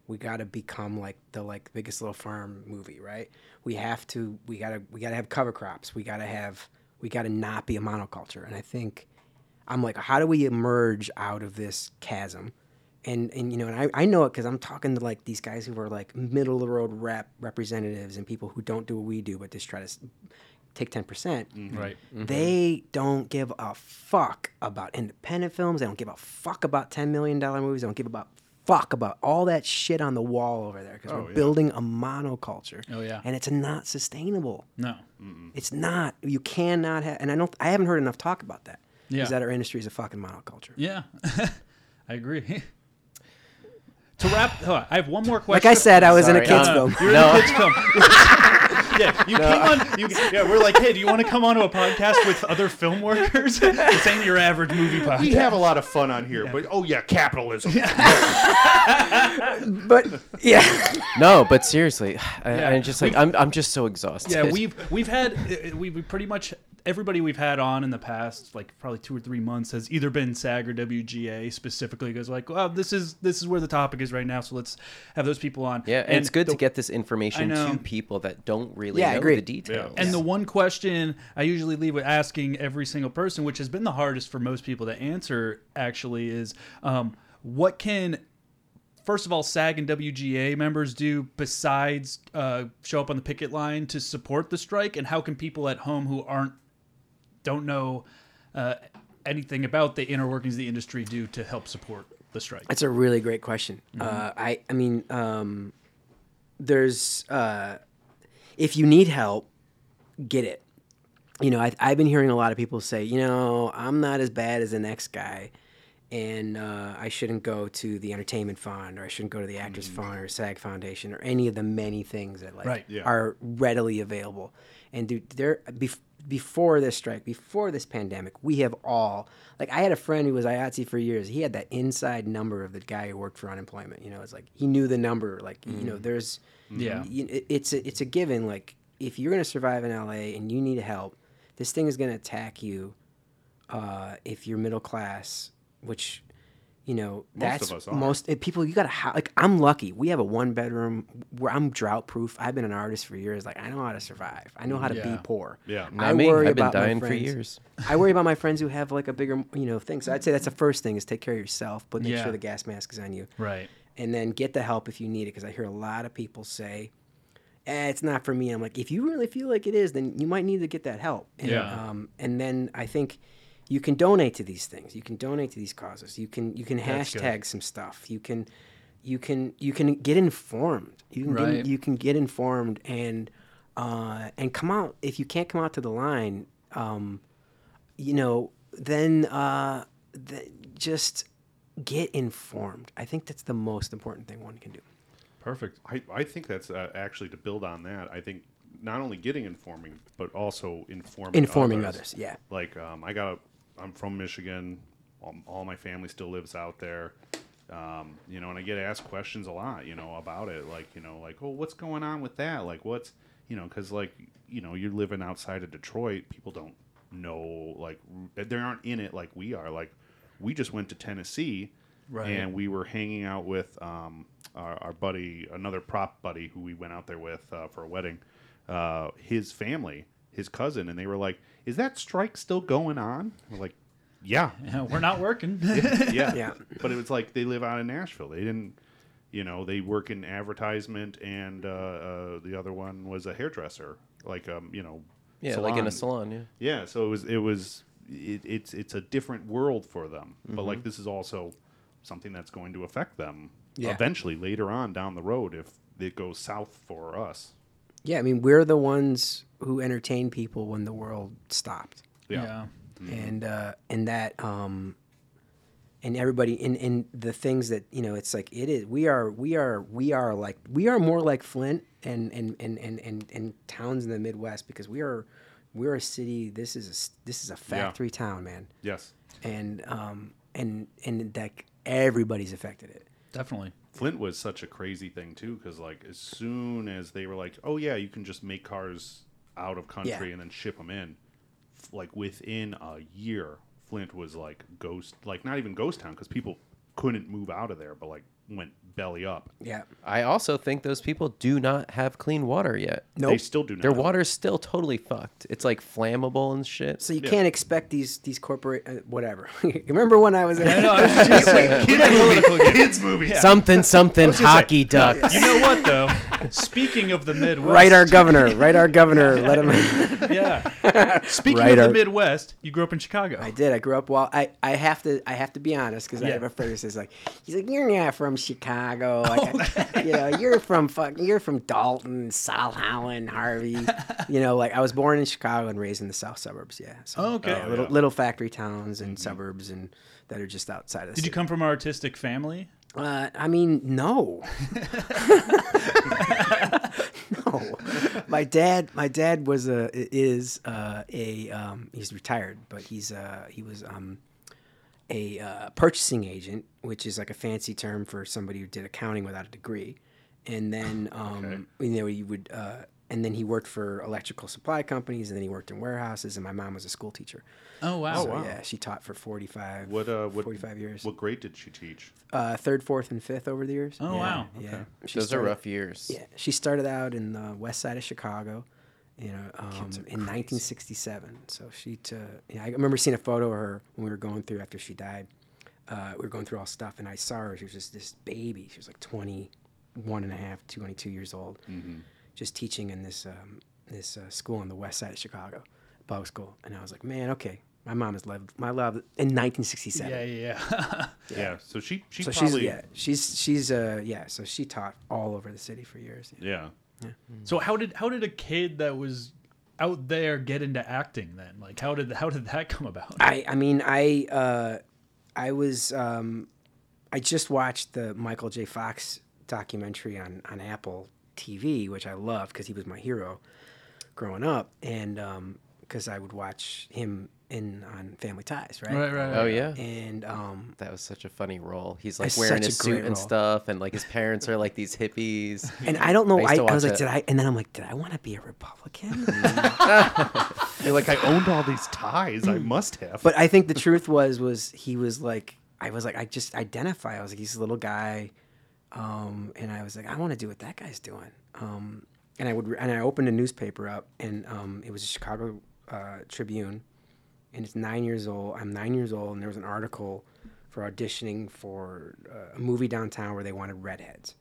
Speaker 3: we got to become like the like biggest little farm movie right we have to we got to we got to have cover crops we got to have we got to not be a monoculture and i think i'm like how do we emerge out of this chasm and and you know and i, I know it because i'm talking to like these guys who are like middle of the road rep representatives and people who don't do what we do but just try to s- take 10% percent
Speaker 2: Right.
Speaker 3: they don't give a fuck about independent films. They don't give a fuck about $10 million movies. They don't give a fuck about all that shit on the wall over there because we're building a monoculture.
Speaker 2: Oh, yeah. Hmm.
Speaker 3: And it's not sustainable.
Speaker 2: No.
Speaker 3: It's not. You cannot have, and I don't, I haven't heard enough talk about that.
Speaker 2: Yeah.
Speaker 3: Is that our industry is a fucking monoculture.
Speaker 2: Yeah. I agree. to wrap, hold on, I have one more
Speaker 3: Like
Speaker 2: question.
Speaker 3: I said, I was in a
Speaker 5: Sorry,
Speaker 3: kid's
Speaker 5: uh,
Speaker 3: film.
Speaker 2: You're in a kids film. yeah, you came on. You, yeah, we're like, hey, do you want to come onto a podcast with other film workers? this ain't your average movie podcast.
Speaker 4: we have a lot of fun on here. But oh yeah, capitalism.
Speaker 3: But yeah.
Speaker 5: No, but seriously, I,
Speaker 2: Yeah.
Speaker 5: I just like I'm, I'm just so exhausted.
Speaker 2: Yeah, we've we've had uh, we've pretty much everybody we've had on in the past, like probably two or three months, has either been SAG or WGA specifically. Goes like, well, this is this is where the topic is right now, so let's have those people on.
Speaker 5: yeah, and, it's good
Speaker 2: the-
Speaker 5: to get this information
Speaker 2: I know.
Speaker 5: to people that don't really
Speaker 3: Yeah, I
Speaker 5: know
Speaker 3: agree.
Speaker 5: the details.
Speaker 2: And the one question I usually leave with asking every single person, which has been the hardest for most people to answer, actually, is um, what can first of all SAG and WGA members do besides uh, show up on the picket line to support the strike, and how can people at home who aren't don't know uh, anything about the inner workings of the industry do to help support the strike?
Speaker 3: That's a really great question. Uh, I I mean, um, there's uh, if you need help, get it. You know, I, I've been hearing a lot of people say, you know, I'm not as bad as the next guy, and uh, I shouldn't go to the entertainment fund, or I shouldn't go to the actors fund, or SAG Foundation, or any of the many things that like
Speaker 2: Mm. Right, yeah.
Speaker 3: are readily available. And dude, there bef- before this strike, before this pandemic, we have all like I had a friend who was IATSE for years. He had that inside number of the guy who worked for unemployment. You know, it's like he knew the number. Like you know, there's
Speaker 2: Mm. Yeah.
Speaker 3: you, it- it's a, it's a given. Like if you're gonna survive in LA and you need help, this thing is gonna attack you. Uh, if you're middle class, which you know that's
Speaker 4: of us are.
Speaker 3: most and people. You got to how like I'm lucky. We have a one bedroom where I'm drought proof. I've been an artist for years. Like I know how to survive. I know how to
Speaker 2: Yeah.
Speaker 3: be poor.
Speaker 4: Yeah. Not
Speaker 3: I
Speaker 5: me.
Speaker 3: worry
Speaker 5: I've been
Speaker 3: about my
Speaker 5: dying for
Speaker 3: friends-
Speaker 5: years.
Speaker 3: I worry about my friends who have like a bigger you know thing. So I'd say that's the first thing is take care of yourself, but make
Speaker 2: Yeah.
Speaker 3: sure the gas mask is on you
Speaker 2: Right.
Speaker 3: and then get the help if you need it. Because I hear a lot of people say, eh, "It's not for me." I'm like, if you really feel like it is, then you might need to get that help. And,
Speaker 2: Yeah.
Speaker 3: Um, and then I think you can donate to these things. You can donate to these causes. You can you can
Speaker 2: good.
Speaker 3: hashtag some stuff. You can you can you can get informed. You can
Speaker 2: Right.
Speaker 3: get, you can get informed and uh, and come out if you can't come out to the line. Um, you know, then uh, th- just get informed. I think that's the most important thing one can do.
Speaker 2: Perfect.
Speaker 4: I, I think that's uh, actually to build on that. I think not only getting informing, but also informing
Speaker 3: Informing others, yeah.
Speaker 4: Like um, I got, a, I'm from Michigan. All, all my family still lives out there. Um, you know, and I get asked questions a lot. You know about it, like you know, like oh, what's going on with that? Like what's you know, because like you know, you're living outside of Detroit. People don't know like r- they aren't in it like we are. Like we just went to Tennessee,
Speaker 2: Right.
Speaker 4: And we were hanging out with um, our, our buddy, another prop buddy who we went out there with uh, for a wedding, uh, his family, his cousin, and they were like, "Is that strike still going on?" We're like, "Yeah,
Speaker 2: Yeah, we're not working.
Speaker 4: yeah.
Speaker 3: Yeah.
Speaker 4: But it was like they live out in Nashville. They didn't, you know, they work in advertisement, and uh, uh, the other one was a hairdresser, like um, you know,
Speaker 5: Yeah, like in a salon. Yeah.
Speaker 4: yeah, so it was it was it, it's it's a different world for them. But
Speaker 5: Mm-hmm.
Speaker 4: like this is also something that's going to affect them
Speaker 3: Yeah.
Speaker 4: eventually later on down the road if it goes south for us.
Speaker 3: Yeah, I mean, we're the ones who entertained people when the world stopped,
Speaker 4: Yeah.
Speaker 3: and uh, and that um, and everybody and and the things that you know, it's like it is. We are we are we are like we are more like Flint and and and and and, and towns in the Midwest because we are we're a city. This is a s- this is a factory town, man,
Speaker 4: Yes.
Speaker 3: and um and and that everybody's affected it.
Speaker 2: Definitely.
Speaker 4: Flint was such a crazy thing too, because like as soon as they were like, "Oh yeah, you can just make cars out of country
Speaker 3: Yeah.
Speaker 4: and then ship them in," f- like within a year, Flint was like ghost, like not even ghost town, because people couldn't move out of there, but like went belly up.
Speaker 3: Yeah.
Speaker 5: I also think those people do not have clean water yet.
Speaker 4: They
Speaker 3: Nope.
Speaker 4: still do now.
Speaker 5: Their water's still totally fucked. It's like flammable and shit.
Speaker 3: So you can't expect these these corporate uh, whatever. Remember when I was at
Speaker 4: kids movie.
Speaker 5: Something, something, hockey ducks.
Speaker 2: You know what though? Speaking of the Midwest,
Speaker 3: write our governor, write our governor, let him.
Speaker 2: yeah. Speaking
Speaker 3: Right
Speaker 2: of
Speaker 3: our-
Speaker 2: the Midwest, you grew up in Chicago.
Speaker 3: I did. I grew up well. I, I have to I have to be honest because I
Speaker 2: Yeah.
Speaker 3: have a friend who says like he's like you're not from Chicago, like, you know you're from fuck you're from Dalton, South Holland, Harvey, you know like I was born in Chicago and raised in the south suburbs. Yeah. So,
Speaker 2: Oh, okay.
Speaker 3: yeah,
Speaker 2: Oh,
Speaker 3: little
Speaker 4: yeah.
Speaker 3: little factory towns and suburbs and that are just outside of. The
Speaker 2: Did you
Speaker 3: city.
Speaker 2: come from an artistic family?
Speaker 3: Uh, I mean, no. no, my dad. My dad was a is uh, a um, he's retired, but he's uh, he was um, a uh, purchasing agent, which is like a fancy term for somebody who did accounting without a degree, and then um, you know he would uh, and then he worked for electrical supply companies, and then he worked in warehouses, and my mom was a school teacher.
Speaker 2: Oh wow.
Speaker 3: so, Yeah, she taught for 45,
Speaker 4: What uh? What
Speaker 3: 45 years
Speaker 4: What grade did she teach?
Speaker 3: uh, third, fourth, and fifth over the years.
Speaker 2: Oh,
Speaker 3: yeah,
Speaker 2: wow.
Speaker 3: Yeah, she
Speaker 5: Those are
Speaker 3: started-
Speaker 5: rough years.
Speaker 3: Yeah, she started out in the west side of Chicago, you know, um, in 1967. So she, t- yeah, I remember seeing a photo of her when we were going through after she died. Uh, we were going through all stuff, and I saw her. She was just this baby. She was like 21 and a half, 22 years old,
Speaker 5: Mm-hmm.
Speaker 3: just teaching in this um, this uh, school on the west side of Chicago, public school. And I was like, man, okay, my mom has loved my love in 1967.
Speaker 2: Yeah, yeah, yeah.
Speaker 4: Yeah. So she she
Speaker 3: So she's
Speaker 4: probably
Speaker 3: yeah, she's she's uh yeah, so she taught all over the city for years. Yeah.
Speaker 4: yeah.
Speaker 2: so how did how did a kid that was out there get into acting then? Like how did how did that come about?
Speaker 3: I I mean I uh I was um I just watched the Michael J. Fox documentary on on Apple TV, which I love because he was my hero growing up, and um because I would watch him in on Family Ties, right?
Speaker 2: right.
Speaker 5: Oh yeah.
Speaker 3: And um
Speaker 5: That was such a funny role. He's like
Speaker 3: It's
Speaker 5: wearing
Speaker 3: such
Speaker 5: his
Speaker 3: a
Speaker 5: suit
Speaker 3: great
Speaker 5: and
Speaker 3: role.
Speaker 5: stuff, and like his parents are like these hippies.
Speaker 3: and I don't know,
Speaker 5: I used
Speaker 3: I, I,
Speaker 5: to
Speaker 3: was
Speaker 5: watch
Speaker 3: like,
Speaker 5: it.
Speaker 3: did I? And then I'm like, did I want to be a Republican?
Speaker 4: You're like I owned all these ties. I must have.
Speaker 3: But I think the truth was was he was like I was like I just identify. I was like he's a little guy, um, and I was like I want to do what that guy's doing. Um, and I would re- and I opened a newspaper up, and um, it was a Chicago uh, Tribune, and it's nine years old. I'm nine years old, and there was an article for auditioning for uh, a movie downtown where they wanted redheads.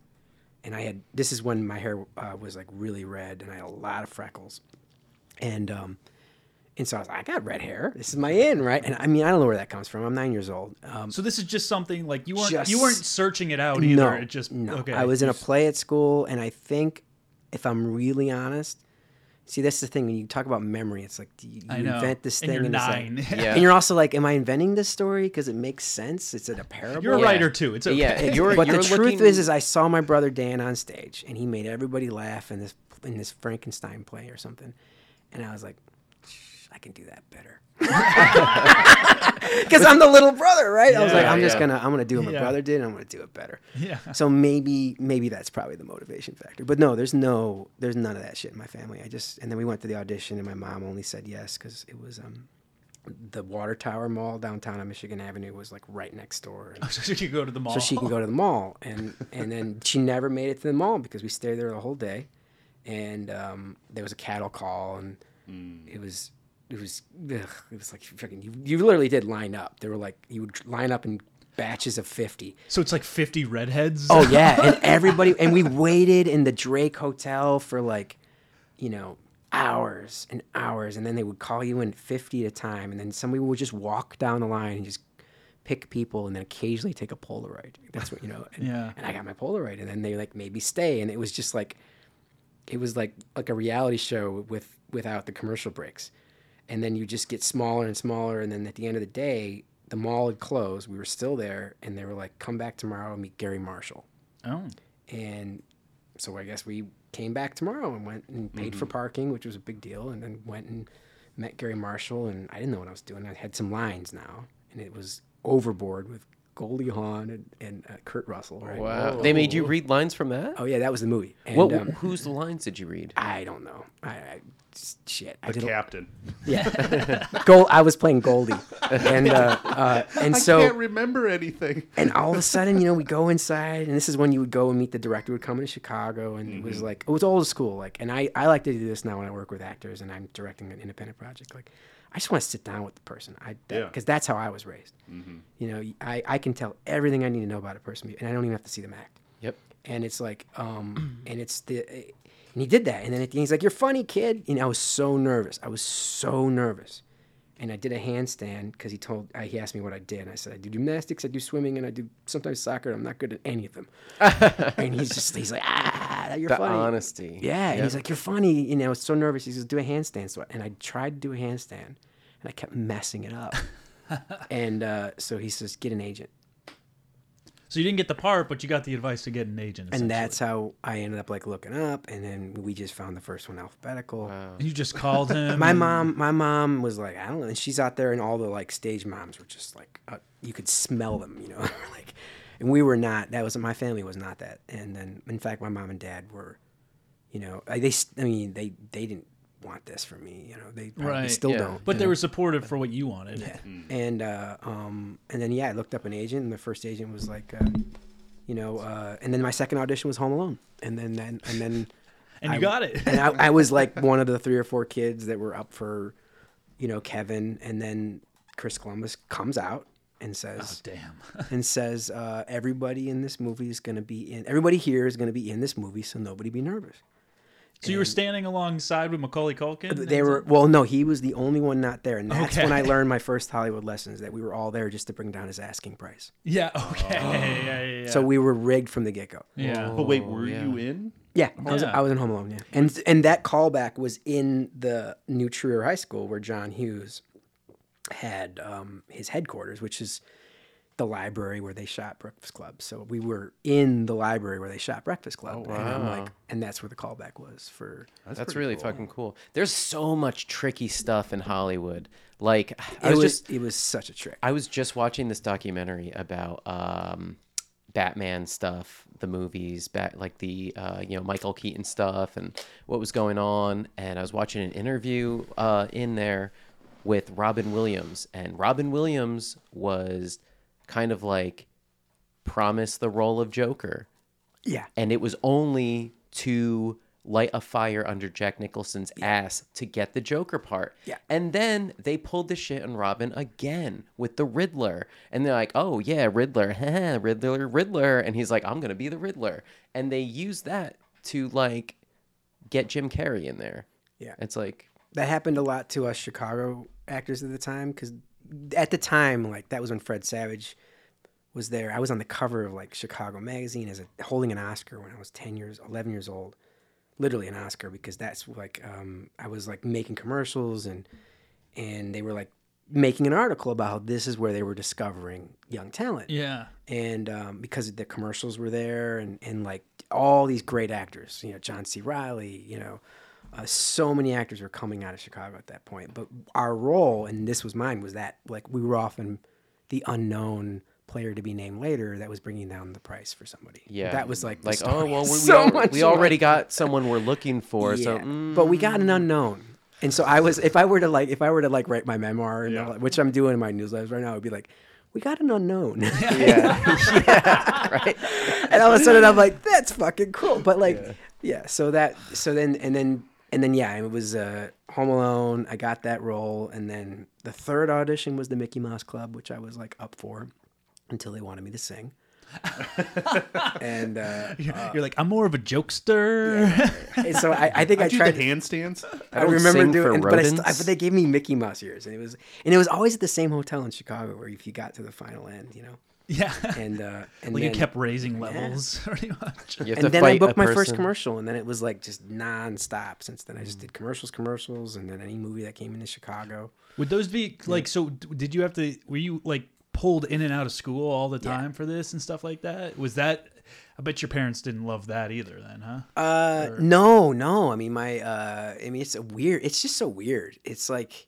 Speaker 3: And I had this is when my hair uh, was like really red, and I had a lot of freckles, and um, and so I was like, I got red hair. This is my in, right? And I mean, I don't know where that comes from. I'm nine years old. Um,
Speaker 2: So this is just something like you weren't
Speaker 3: Just-
Speaker 2: you weren't searching it out either.
Speaker 3: no,
Speaker 2: it just
Speaker 3: no.
Speaker 2: okay.
Speaker 3: I was in a play at school, and I think, if I'm really honest, see, that's the thing. When you talk about memory, it's like do you,
Speaker 2: I
Speaker 3: you
Speaker 2: know.
Speaker 3: invent this thing,
Speaker 2: and you're
Speaker 3: it's like-
Speaker 2: nine.
Speaker 5: Yeah.
Speaker 3: and you're also like, am I inventing this story because it makes sense? It's in a parable.
Speaker 2: You're a writer too. It's okay.
Speaker 5: Yeah, you're,
Speaker 3: but
Speaker 5: you're
Speaker 3: the truth
Speaker 5: looking-
Speaker 3: is, is I saw my brother Dan on stage, and he made everybody laugh in this in this Frankenstein play or something, and I was like, "Shh, I can do that better, because I'm the little brother, right? I was like,
Speaker 2: Yeah,
Speaker 3: I'm just
Speaker 5: yeah.
Speaker 3: gonna I'm gonna do what my
Speaker 2: Yeah.
Speaker 3: brother did, and I'm gonna do it better.
Speaker 2: Yeah.
Speaker 3: So maybe maybe that's probably the motivation factor. But no, there's no there's none of that shit in my family. I just and then we went to the audition, and my mom only said yes because it was um. The Water Tower Mall downtown on Michigan Avenue was like right next door. and-
Speaker 2: so you could go to the mall.
Speaker 3: so she can go to the mall. And and then she never made it to the mall because we stayed there the whole day, and um, there was a cattle call, and it was it was ugh, it was like fucking you, you literally did line up. There were like you would line up in batches of fifty.
Speaker 2: So it's like 50 redheads.
Speaker 3: Oh yeah, and everybody and we waited in the Drake Hotel for like, you know, hours and hours, and then they would call you in fifty at a time, and then somebody would just walk down the line and just pick people, and then occasionally take a Polaroid. That's what you know. And,
Speaker 2: Yeah.
Speaker 3: And I got my Polaroid, and then they like made me stay, and it was just like, it was like like a reality show with without the commercial breaks, and then you just get smaller and smaller, and then at the end of the day. The mall had closed. We were still there, and they were like, "Come back tomorrow and meet Gary Marshall."
Speaker 2: Oh.
Speaker 3: and
Speaker 5: Mm-hmm.
Speaker 3: so I guess we came back tomorrow and went and paid for parking, which was a big deal, and then went and met Gary Marshall, and I didn't know what I was doing. I had some lines now, and it was overboard with Goldie Hawn and, and uh, Kurt Russell. Right?
Speaker 5: Wow. They made you read lines from that?
Speaker 3: Oh Ah, yeah, that was the movie. And,
Speaker 5: what,
Speaker 3: um,
Speaker 5: whose lines did you read?
Speaker 3: I don't know. I, I just, shit. I
Speaker 4: The
Speaker 3: did a-
Speaker 4: captain.
Speaker 3: Yeah. Gold. I was playing Goldie, and uh, uh, and
Speaker 4: I
Speaker 3: so
Speaker 4: can't remember anything.
Speaker 3: and all of a sudden, you know, we go inside, and this is when you would go and meet the director would come into Chicago, and it was like it was old school, like. And I I like to do this now when I work with actors and I'm directing an independent project, like. I just want to sit down with the person, I because
Speaker 4: Yeah.
Speaker 3: that's how I was raised. You know, I, I can tell everything I need to know about a person, and I don't even have to see them act
Speaker 5: Yep.
Speaker 3: and it's like um and it's the and he did that and then at the end he's like you're funny kid and i was so nervous i was so nervous and i did a handstand because he told uh, he asked me what i did and i said i do gymnastics i do swimming and i do sometimes soccer i'm not good at any of them and he's just he's like ah you're
Speaker 5: The
Speaker 3: funny
Speaker 5: honesty.
Speaker 3: yeah, and he's like, "You're funny," and I was so nervous. He says, "Do a handstand," so and I tried to do a handstand, and I kept messing it up. and uh, so he says, "Get an agent,"
Speaker 2: So you didn't get the part, but you got the advice to get an agent.
Speaker 3: and
Speaker 2: essentially.
Speaker 3: that's how I ended up like looking up, and then we just found the first one alphabetical.
Speaker 2: you just called him.
Speaker 3: My
Speaker 2: and-
Speaker 3: mom, my mom was like, I don't know, and she's out there, and all the like stage moms were just like, uh, you could smell them, you know, like, and we were not. That was my family was not that, and then in fact, my mom and dad were, you know, I, they, s- I mean, they they didn't want this for me, you know, they probably
Speaker 2: Right,
Speaker 3: still
Speaker 5: yeah.
Speaker 3: don't,
Speaker 2: But
Speaker 3: you
Speaker 2: they
Speaker 3: know?
Speaker 2: were supportive for what you wanted.
Speaker 3: Yeah. And uh, um, and then yeah, I looked up an agent, and the first agent was like, uh, you know, uh, and then my second audition was Home Alone, and then then and then,
Speaker 2: And you
Speaker 3: I-
Speaker 2: got it.
Speaker 3: and I, I was like one of the three or four kids that were up for, you know, Kevin, and then Chris Columbus comes out and says,
Speaker 2: Oh, Damn.
Speaker 3: and says uh, everybody in this movie is going to be in everybody here is going to be in this movie, so nobody be nervous.
Speaker 2: So you were standing alongside with Macaulay Culkin.
Speaker 3: They were well, no, he was the only one not there, and that's when
Speaker 2: Okay.
Speaker 3: I learned my first Hollywood lessons that we were all there just to bring down his asking price.
Speaker 2: Yeah. Okay. yeah, yeah, yeah.
Speaker 3: So we were rigged from the get go. Yeah,
Speaker 2: yeah.
Speaker 4: But wait, were you in?
Speaker 3: I, was,
Speaker 2: Yeah.
Speaker 3: I was in Home Alone. Yeah, and and that callback was in the new Trier High School where John Hughes had um, his headquarters, which is the library where they shot Breakfast Club. So we were in the library where they shot Breakfast Club, and I'm like, and that's where the callback was for.
Speaker 5: That's, really fucking cool. There's so much tricky stuff in Hollywood. Like
Speaker 3: it
Speaker 5: I was
Speaker 3: was
Speaker 5: just
Speaker 3: it was such a trick.
Speaker 5: I was just watching this documentary about um, Batman stuff, the movies, bat like the uh, you know Michael Keaton stuff, and what was going on. And I was watching an interview uh, in there with Robin Williams, and Robin Williams was kind of like promised the role of Joker,
Speaker 3: yeah,
Speaker 5: and it was only to light a fire under Jack Nicholson's ass to get the Joker part.
Speaker 3: Yeah.
Speaker 5: And then they pulled the shit on Robin again with the Riddler. And they're like, oh yeah, Riddler, heh, Riddler, Riddler. And he's like, I'm gonna be the Riddler. And they use that to like get Jim Carrey in there.
Speaker 3: Yeah.
Speaker 5: It's like
Speaker 3: that happened a lot to us Chicago actors at the time because at the time, like that was when Fred Savage was there. I was on the cover of like Chicago magazine as a holding an Oscar when I was ten years, eleven years old, literally an Oscar because that's like um, I was like making commercials and and they were like making an article about how this is where they were discovering young talent
Speaker 2: yeah.
Speaker 3: and um, because the commercials were there and, and like all these great actors you know john c riley you know uh, so many actors were coming out of chicago at that point but our role and this was mine was that like we were often the unknown player to be named later that was bringing down the price for somebody
Speaker 5: yeah.
Speaker 3: that was like the
Speaker 5: like oh
Speaker 3: story.
Speaker 5: well we, we
Speaker 3: So
Speaker 5: al-
Speaker 3: much
Speaker 5: we already got someone we're looking for. So
Speaker 3: yeah.
Speaker 5: mm,
Speaker 3: but we got an unknown and so i was if i were to like if i were to like write my memoir and
Speaker 4: Yeah.
Speaker 3: all that, which i'm doing in my newsletters right now it would be like we got an unknown right and all of a sudden i'm like that's fucking cool but like yeah, so that so then and then and then yeah it was uh home alone i got that role and then the third audition was the mickey mouse club which i was like up for until they wanted me to sing and uh,
Speaker 2: You're, you're like, I'm more of a jokester.
Speaker 3: and so I, I think I,
Speaker 4: I, do
Speaker 3: tried
Speaker 4: the handstands.
Speaker 3: I,
Speaker 5: don't
Speaker 3: remember
Speaker 5: sing
Speaker 3: doing,
Speaker 5: for
Speaker 3: and- but I st-
Speaker 5: rodents.
Speaker 3: but they gave me Mickey Mouse ears, and it was, and it was always at the same hotel in Chicago where if you got to the final end, you know,
Speaker 2: yeah.
Speaker 3: and uh, and
Speaker 2: Well,
Speaker 3: then,
Speaker 2: you kept raising levels pretty much.
Speaker 5: you have to
Speaker 3: and then
Speaker 5: fight
Speaker 3: I
Speaker 5: a
Speaker 3: booked my first
Speaker 5: person. Hmm.
Speaker 3: commercial, and then it was like just nonstop. Since then, I just did commercials, commercials, and then any movie that came into Chicago.
Speaker 2: Would those be like? So d- did you have to? Were you like pulled in and out of school all the time for this and stuff like that? Was that I bet your parents didn't love that either, then, huh?
Speaker 3: Uh,
Speaker 5: er.
Speaker 3: no, no. I mean, my, uh, I mean, it's a weird, it's just so weird. It's like,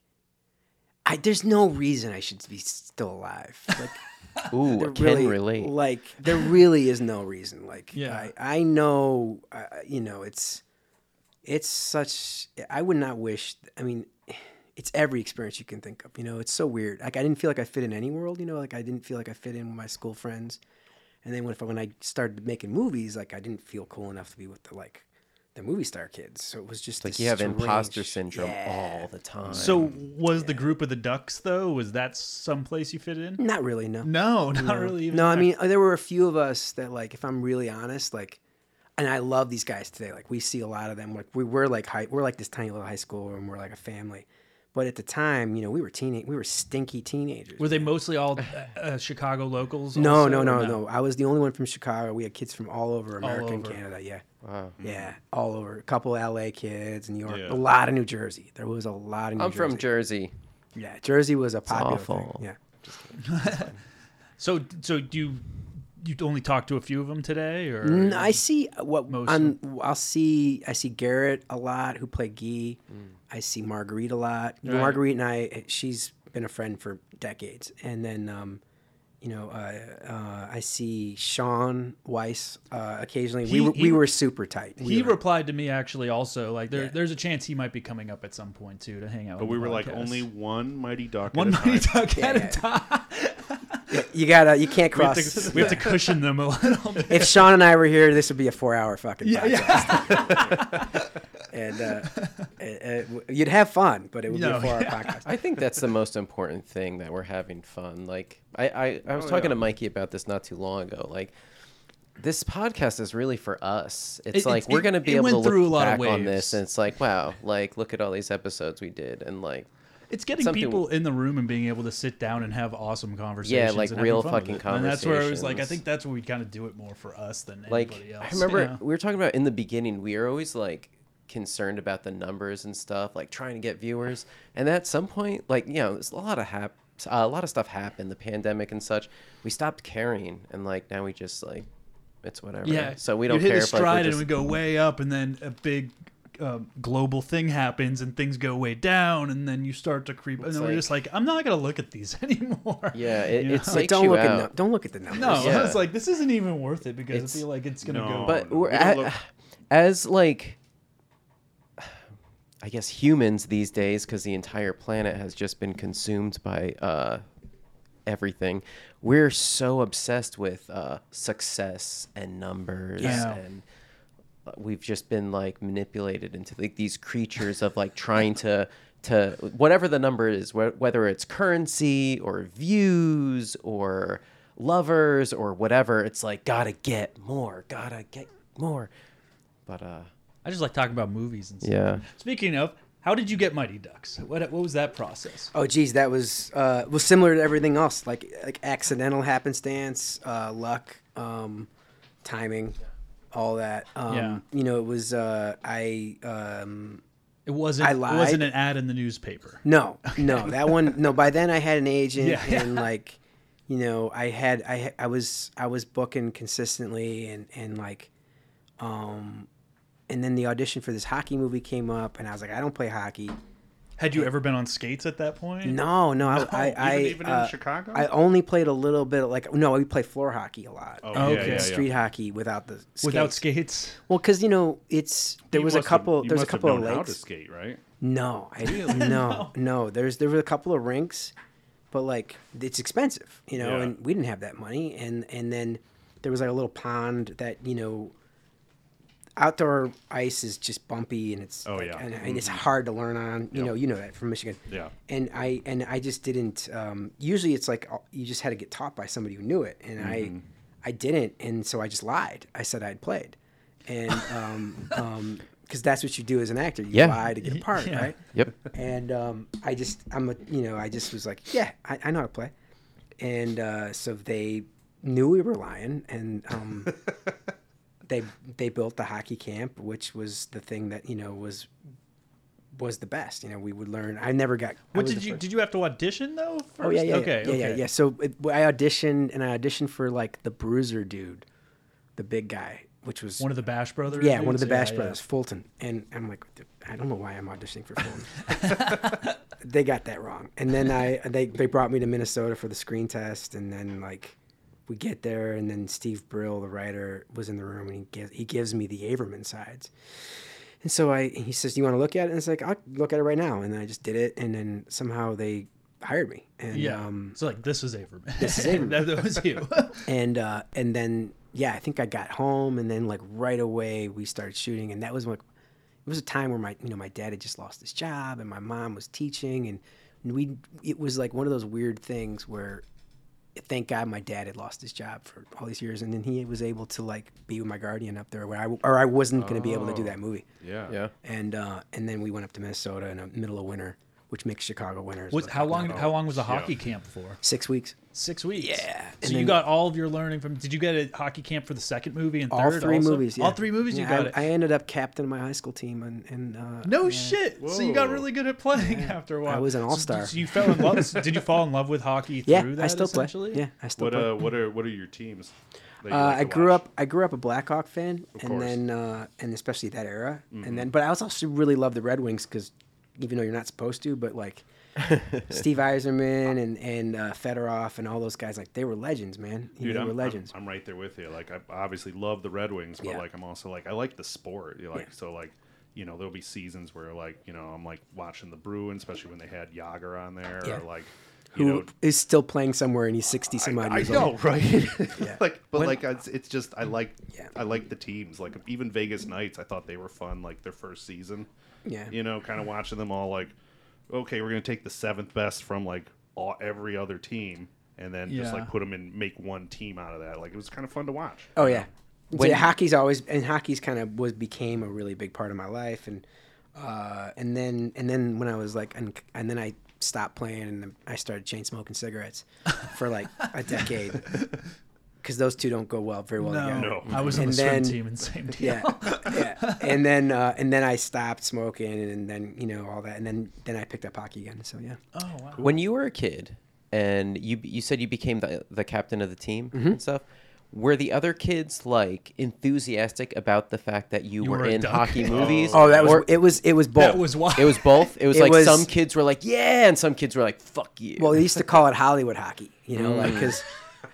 Speaker 3: I, there's no reason I should be still alive. Like,
Speaker 5: Ooh, I
Speaker 3: there
Speaker 5: can
Speaker 3: really,
Speaker 5: relate.
Speaker 3: Like, there really is no reason. Like,
Speaker 2: Yeah.
Speaker 3: I, I know, uh, you know, it's, it's such, I would not wish, I mean, it's every experience you can think of. You know, it's so weird. Like, I didn't feel like I fit in any world, you know, like, I didn't feel like I fit in with my school friends. And then when, when I started making movies, like I didn't feel cool enough to be with the like the movie star kids. So it was just
Speaker 5: Like
Speaker 3: this
Speaker 5: you have imposter
Speaker 3: strange-
Speaker 5: syndrome
Speaker 3: Yeah.
Speaker 5: all the time.
Speaker 2: So was the group of the ducks though? Was that someplace you fit in?
Speaker 3: Not really, no.
Speaker 2: No, not really. Even
Speaker 3: No, I
Speaker 2: there.
Speaker 3: mean uh, there were a few of us that like, if I'm really honest, like, and I love these guys today. Like we see a lot of them. Like we were like high, we're like this tiny little high school, and we're like a family. But at the time, you know, we were teenage, we were stinky teenagers.
Speaker 2: were they mostly all uh, uh, Chicago locals?
Speaker 3: no,
Speaker 2: also,
Speaker 3: no,
Speaker 2: or
Speaker 3: no, no. I was the only one from Chicago. We had kids from all over America and
Speaker 2: over.
Speaker 3: Canada. Yeah.
Speaker 5: Wow. Mm-hmm.
Speaker 3: Yeah, all over. A couple LA kids, New York,
Speaker 4: Yeah.
Speaker 3: a lot of New Jersey. There was a lot of New
Speaker 5: I'm
Speaker 3: Jersey.
Speaker 5: from Jersey.
Speaker 3: Yeah, Jersey was a popular
Speaker 5: awful.
Speaker 3: thing. Yeah.
Speaker 2: So, so do you you only talk to a few of them today, or
Speaker 3: Mm, I see what
Speaker 2: Most
Speaker 3: on, I'll see. I see Garrett a lot, who played Guy. I see Marguerite a lot. You know,
Speaker 2: Mm. Right.
Speaker 3: Marguerite and I, eh, she's been a friend for decades. And then, um, you know, uh, uh, I see Sean Weiss uh, occasionally.
Speaker 2: He-
Speaker 3: we were,
Speaker 2: he-
Speaker 3: we were super tight. We
Speaker 2: he
Speaker 3: were-
Speaker 2: replied to me actually also like there,
Speaker 3: Yeah.
Speaker 2: there's a chance he might be coming up at some point too to hang out.
Speaker 4: But
Speaker 2: on
Speaker 4: we
Speaker 2: the
Speaker 4: were like
Speaker 2: podcast.
Speaker 4: only one mighty duck.
Speaker 2: one
Speaker 4: at a
Speaker 2: mighty
Speaker 4: time.
Speaker 2: duck at
Speaker 3: Yeah.
Speaker 2: a time.
Speaker 3: you gotta. You can't
Speaker 2: We have,
Speaker 3: cross.
Speaker 2: to, we have to cushion them a little bit.
Speaker 3: if Sean and I were here, this would be a four-hour fucking podcast.
Speaker 2: yeah.
Speaker 3: and uh, it, it, w- you'd have fun, but it would be
Speaker 2: No,
Speaker 3: a four-hour podcast.
Speaker 5: I think that's the most important thing that we're having fun. Like I, I,
Speaker 3: Oh,
Speaker 5: I was talking to Mikey about this not too long ago. Like this podcast is really for us.
Speaker 2: It-
Speaker 5: It's like
Speaker 2: it's-
Speaker 5: we're
Speaker 2: it-
Speaker 5: gonna be
Speaker 2: it
Speaker 5: able
Speaker 2: went
Speaker 5: to look
Speaker 2: through a lot
Speaker 5: back
Speaker 2: of
Speaker 5: on
Speaker 2: waves.
Speaker 5: this, and it's like wow, like look at all these episodes we did, and like
Speaker 2: It's getting
Speaker 5: Something-
Speaker 2: people in the room and being able to sit down and have awesome conversations.
Speaker 5: like
Speaker 2: and having
Speaker 5: real
Speaker 2: fun with
Speaker 5: fucking
Speaker 2: it. And that's where I was like, I
Speaker 5: conversations.
Speaker 2: think that's where we kind of do it more for us than
Speaker 5: like
Speaker 2: anybody else.
Speaker 5: I remember
Speaker 2: you know?
Speaker 5: we were talking about in the beginning. We were always like concerned about the numbers and stuff, like trying to get viewers. And at some point, like you know, there's a lot of hap- uh, a lot of stuff happened, the pandemic and such. We stopped caring, and like now we just like it's whatever.
Speaker 2: Yeah.
Speaker 5: So we don't
Speaker 2: you hit
Speaker 5: care.
Speaker 2: a
Speaker 5: if, like,
Speaker 2: stride
Speaker 5: we're
Speaker 2: and
Speaker 5: just-
Speaker 2: we go way up, and then a big um, global thing happens, and things go way down, and then you start to creep. And
Speaker 5: It's
Speaker 2: then we're
Speaker 5: like-
Speaker 2: just like, I'm not gonna look at these anymore.
Speaker 5: Yeah, it,
Speaker 2: You
Speaker 5: it
Speaker 2: know?
Speaker 5: takes
Speaker 3: But don't
Speaker 5: you
Speaker 3: look at
Speaker 5: out.
Speaker 3: no, don't look at the numbers.
Speaker 2: no, I
Speaker 5: Yeah.
Speaker 2: was like, this isn't even worth it because
Speaker 5: It's-
Speaker 2: I feel like it's gonna
Speaker 4: No.
Speaker 2: go.
Speaker 4: But-
Speaker 5: but we're
Speaker 4: we don't
Speaker 5: at-
Speaker 4: look-
Speaker 5: as like i guess humans these days because the entire planet has just been consumed by uh, everything we're so obsessed with uh, success and numbers
Speaker 2: Yeah.
Speaker 5: and uh, we've just been like manipulated into like these creatures of like trying to to whatever the number is wh- whether it's currency or views or lovers or whatever it's like gotta get more gotta get more but uh
Speaker 2: I just like talking about movies and stuff.
Speaker 5: yeah
Speaker 2: Speaking of, how did you get Mighty Ducks? What what was that process?
Speaker 3: Oh geez, that was uh, was similar to everything else, like like accidental happenstance, uh, luck, um, timing, all that. Um,
Speaker 2: Yeah.
Speaker 3: You know, it was uh, I um,
Speaker 2: It wasn't.
Speaker 3: I
Speaker 2: It
Speaker 3: lied.
Speaker 2: wasn't an ad in the newspaper.
Speaker 3: no no that one no. By then I had an agent
Speaker 2: Yeah, yeah.
Speaker 3: and like you know I had I ha- I was I was booking consistently and and like um, and then the audition for this hockey movie came up and I was like I don't play hockey.
Speaker 2: Had you ever been on skates at that point?
Speaker 3: No, no,
Speaker 2: Oh,
Speaker 3: I, I,
Speaker 4: even,
Speaker 3: I,
Speaker 4: even
Speaker 3: uh,
Speaker 4: in Chicago.
Speaker 3: I only played a little bit. Like, no, we play floor hockey a lot.
Speaker 4: oh,
Speaker 2: okay.
Speaker 4: yeah, yeah, yeah.
Speaker 3: Street hockey without the skates.
Speaker 2: Without skates,
Speaker 3: Well, because you know it's there
Speaker 4: You
Speaker 3: was a
Speaker 4: must have-
Speaker 3: couple.
Speaker 4: you
Speaker 3: There's a
Speaker 4: must have
Speaker 3: couple of
Speaker 4: known How to
Speaker 3: lakes.
Speaker 4: skate, right?
Speaker 3: No, I no, no. There's there were a couple of rinks, but like it's expensive, you know,
Speaker 4: Yeah.
Speaker 3: and we didn't have that money, and and then there was like a little pond that you know. Outdoor ice is just bumpy and it's
Speaker 4: Oh,
Speaker 3: like-
Speaker 4: yeah.
Speaker 3: and, and it's hard to learn on. You know, you know that from Michigan.
Speaker 4: Yeah.
Speaker 3: And I and I just didn't. Um, usually, it's like uh, you just had to get taught by somebody who knew it, and
Speaker 4: Mm-hmm.
Speaker 3: I, I didn't, and so I just lied. I said I'd played, and um, um 'cause because that's what you do as an actor. You
Speaker 5: Yeah.
Speaker 3: lie to get a part,
Speaker 2: Yeah.
Speaker 3: right?
Speaker 5: yep
Speaker 3: and um, I just I'm a you know I just was like yeah I, I know how to play, and uh, so they knew we were lying, and um, they they built the hockey camp, which was the thing that you know was was the best. You know we would learn. I never got. I
Speaker 2: what
Speaker 3: was
Speaker 2: did
Speaker 3: the
Speaker 2: you
Speaker 3: first-
Speaker 2: did you have to audition though? First?
Speaker 3: Oh yeah, yeah, yeah,
Speaker 2: okay,
Speaker 3: yeah,
Speaker 2: okay.
Speaker 3: yeah, yeah. So it, I auditioned, and I auditioned for like the Bruiser dude, the big guy, which was
Speaker 2: One of the Bash Brothers.
Speaker 3: yeah, one of the
Speaker 2: dudes?
Speaker 3: Bash
Speaker 2: yeah.
Speaker 3: Brothers, Fulton. And I'm like, I don't know why I'm auditioning for Fulton. they got that wrong. And then I they they brought me to Minnesota for the screen test, and then like we get there, and then Steve Brill, the writer, was in the room, and he gives he gives me the Averman sides. And so I he says, "Do you want to look at it?" And it's like, "I'll look at it right now." And I just did it, and then somehow they hired me. And
Speaker 2: Yeah.
Speaker 3: um,
Speaker 2: so like this is Averman. This is Averman. that, that was you.
Speaker 3: and uh, and then yeah, I think I got home, and then like right away we started shooting, and that was like it was a time where my you know my dad had just lost his job, and my mom was teaching, and we it was like one of those weird things where thank God my dad had lost his job for all these years, and then he was able to like be with my guardian up there where I or I wasn't going to be able to do that movie,
Speaker 4: Yeah.
Speaker 5: Yeah.
Speaker 3: and uh, and then we went up to Minnesota in the middle of winter, which makes Chicago winter. is
Speaker 2: Was,
Speaker 3: what-
Speaker 2: how long? How long was the hockey camp for?
Speaker 3: Six weeks.
Speaker 2: Six weeks.
Speaker 3: Yeah.
Speaker 2: So
Speaker 3: And
Speaker 2: you
Speaker 3: then-
Speaker 2: got all of your learning from. Did you get a hockey camp for the second movie and
Speaker 3: all
Speaker 2: third?
Speaker 3: three
Speaker 2: also?
Speaker 3: movies. Yeah.
Speaker 2: All three movies. you
Speaker 3: Yeah,
Speaker 2: got
Speaker 3: I,
Speaker 2: it.
Speaker 3: I ended up captain of my high school team, and, and uh,
Speaker 2: no shit. So you got
Speaker 4: Whoa.
Speaker 2: really good at playing after a while.
Speaker 3: was an
Speaker 2: So-
Speaker 3: all-star.
Speaker 2: So, you fell in love. so did you fall in love with hockey
Speaker 3: yeah,
Speaker 2: through that?
Speaker 3: I still play.
Speaker 2: essentially?
Speaker 3: Yeah, I still
Speaker 4: What
Speaker 3: play.
Speaker 4: uh what are what are your teams? that you
Speaker 3: Uh,
Speaker 4: like
Speaker 3: I
Speaker 4: to
Speaker 3: grew
Speaker 4: watch?
Speaker 3: up. I grew up a Blackhawk fan, and
Speaker 4: course. Mm-hmm.
Speaker 3: then uh, and especially that era, and then. But I was also really loved the Red Wings because, even though you're not supposed to, but like Steve Eiserman and and uh, Fedorov and all those guys, like they were legends, man. You know,
Speaker 4: Dude,
Speaker 3: they
Speaker 4: I'm,
Speaker 3: were
Speaker 4: I'm-
Speaker 3: legends.
Speaker 4: I'm, right there with you. Like, I obviously love the Red Wings, but
Speaker 3: Yeah.
Speaker 4: like, I'm also like, I like the sport. You know, Like,
Speaker 3: Yeah.
Speaker 4: so like, you know, there'll be seasons where like, you know, I'm like watching the Bruins, especially when they had Yager on there,
Speaker 3: Yeah.
Speaker 4: or like,
Speaker 3: Who
Speaker 4: you
Speaker 3: is
Speaker 4: know,
Speaker 3: still playing somewhere and he's sixty some odd
Speaker 4: I
Speaker 3: years
Speaker 4: know,
Speaker 3: old?
Speaker 4: right? like, but
Speaker 3: When-
Speaker 4: like, it's, it's just I like,
Speaker 3: Yeah.
Speaker 4: I like the teams. Like, even Vegas Knights, I thought they were fun. Like their first season,
Speaker 3: Yeah.
Speaker 4: you know, kind of watching them all. Like, okay, we're gonna take the seventh best from like all, every other team, and then just
Speaker 2: Yeah.
Speaker 4: like put them in, make one team out of that. Like, it was kind of fun to watch.
Speaker 3: Oh yeah. yeah, hockey's always and hockey's kind of was became a really big part of my life and uh, and then and then when I was like and, and then I stopped playing and I started chain smoking cigarettes for like a decade because those two don't go well very well
Speaker 2: No,
Speaker 3: together.
Speaker 4: No.
Speaker 2: I was on
Speaker 3: Oh, And
Speaker 2: the swim
Speaker 3: then-
Speaker 2: team and same team.
Speaker 3: Yeah, yeah. And then uh, and then I stopped smoking and then you know all that and then then I picked up hockey again. So yeah.
Speaker 2: Oh wow.
Speaker 5: When you were a kid and you you said you became the the captain of the team and stuff, were the other kids like enthusiastic about the fact that you, were,
Speaker 2: were a
Speaker 5: in
Speaker 2: duck.
Speaker 5: hockey movies?
Speaker 3: Oh, that was
Speaker 5: Or-
Speaker 3: it. Was it was both.
Speaker 2: That was wild.
Speaker 5: it was both. It was
Speaker 3: It
Speaker 5: like
Speaker 3: was-
Speaker 5: some kids were like, "Yeah," and some kids were like, "Fuck you."
Speaker 3: Well, they used to call it Hollywood hockey, you know, like
Speaker 4: Mm.
Speaker 3: because.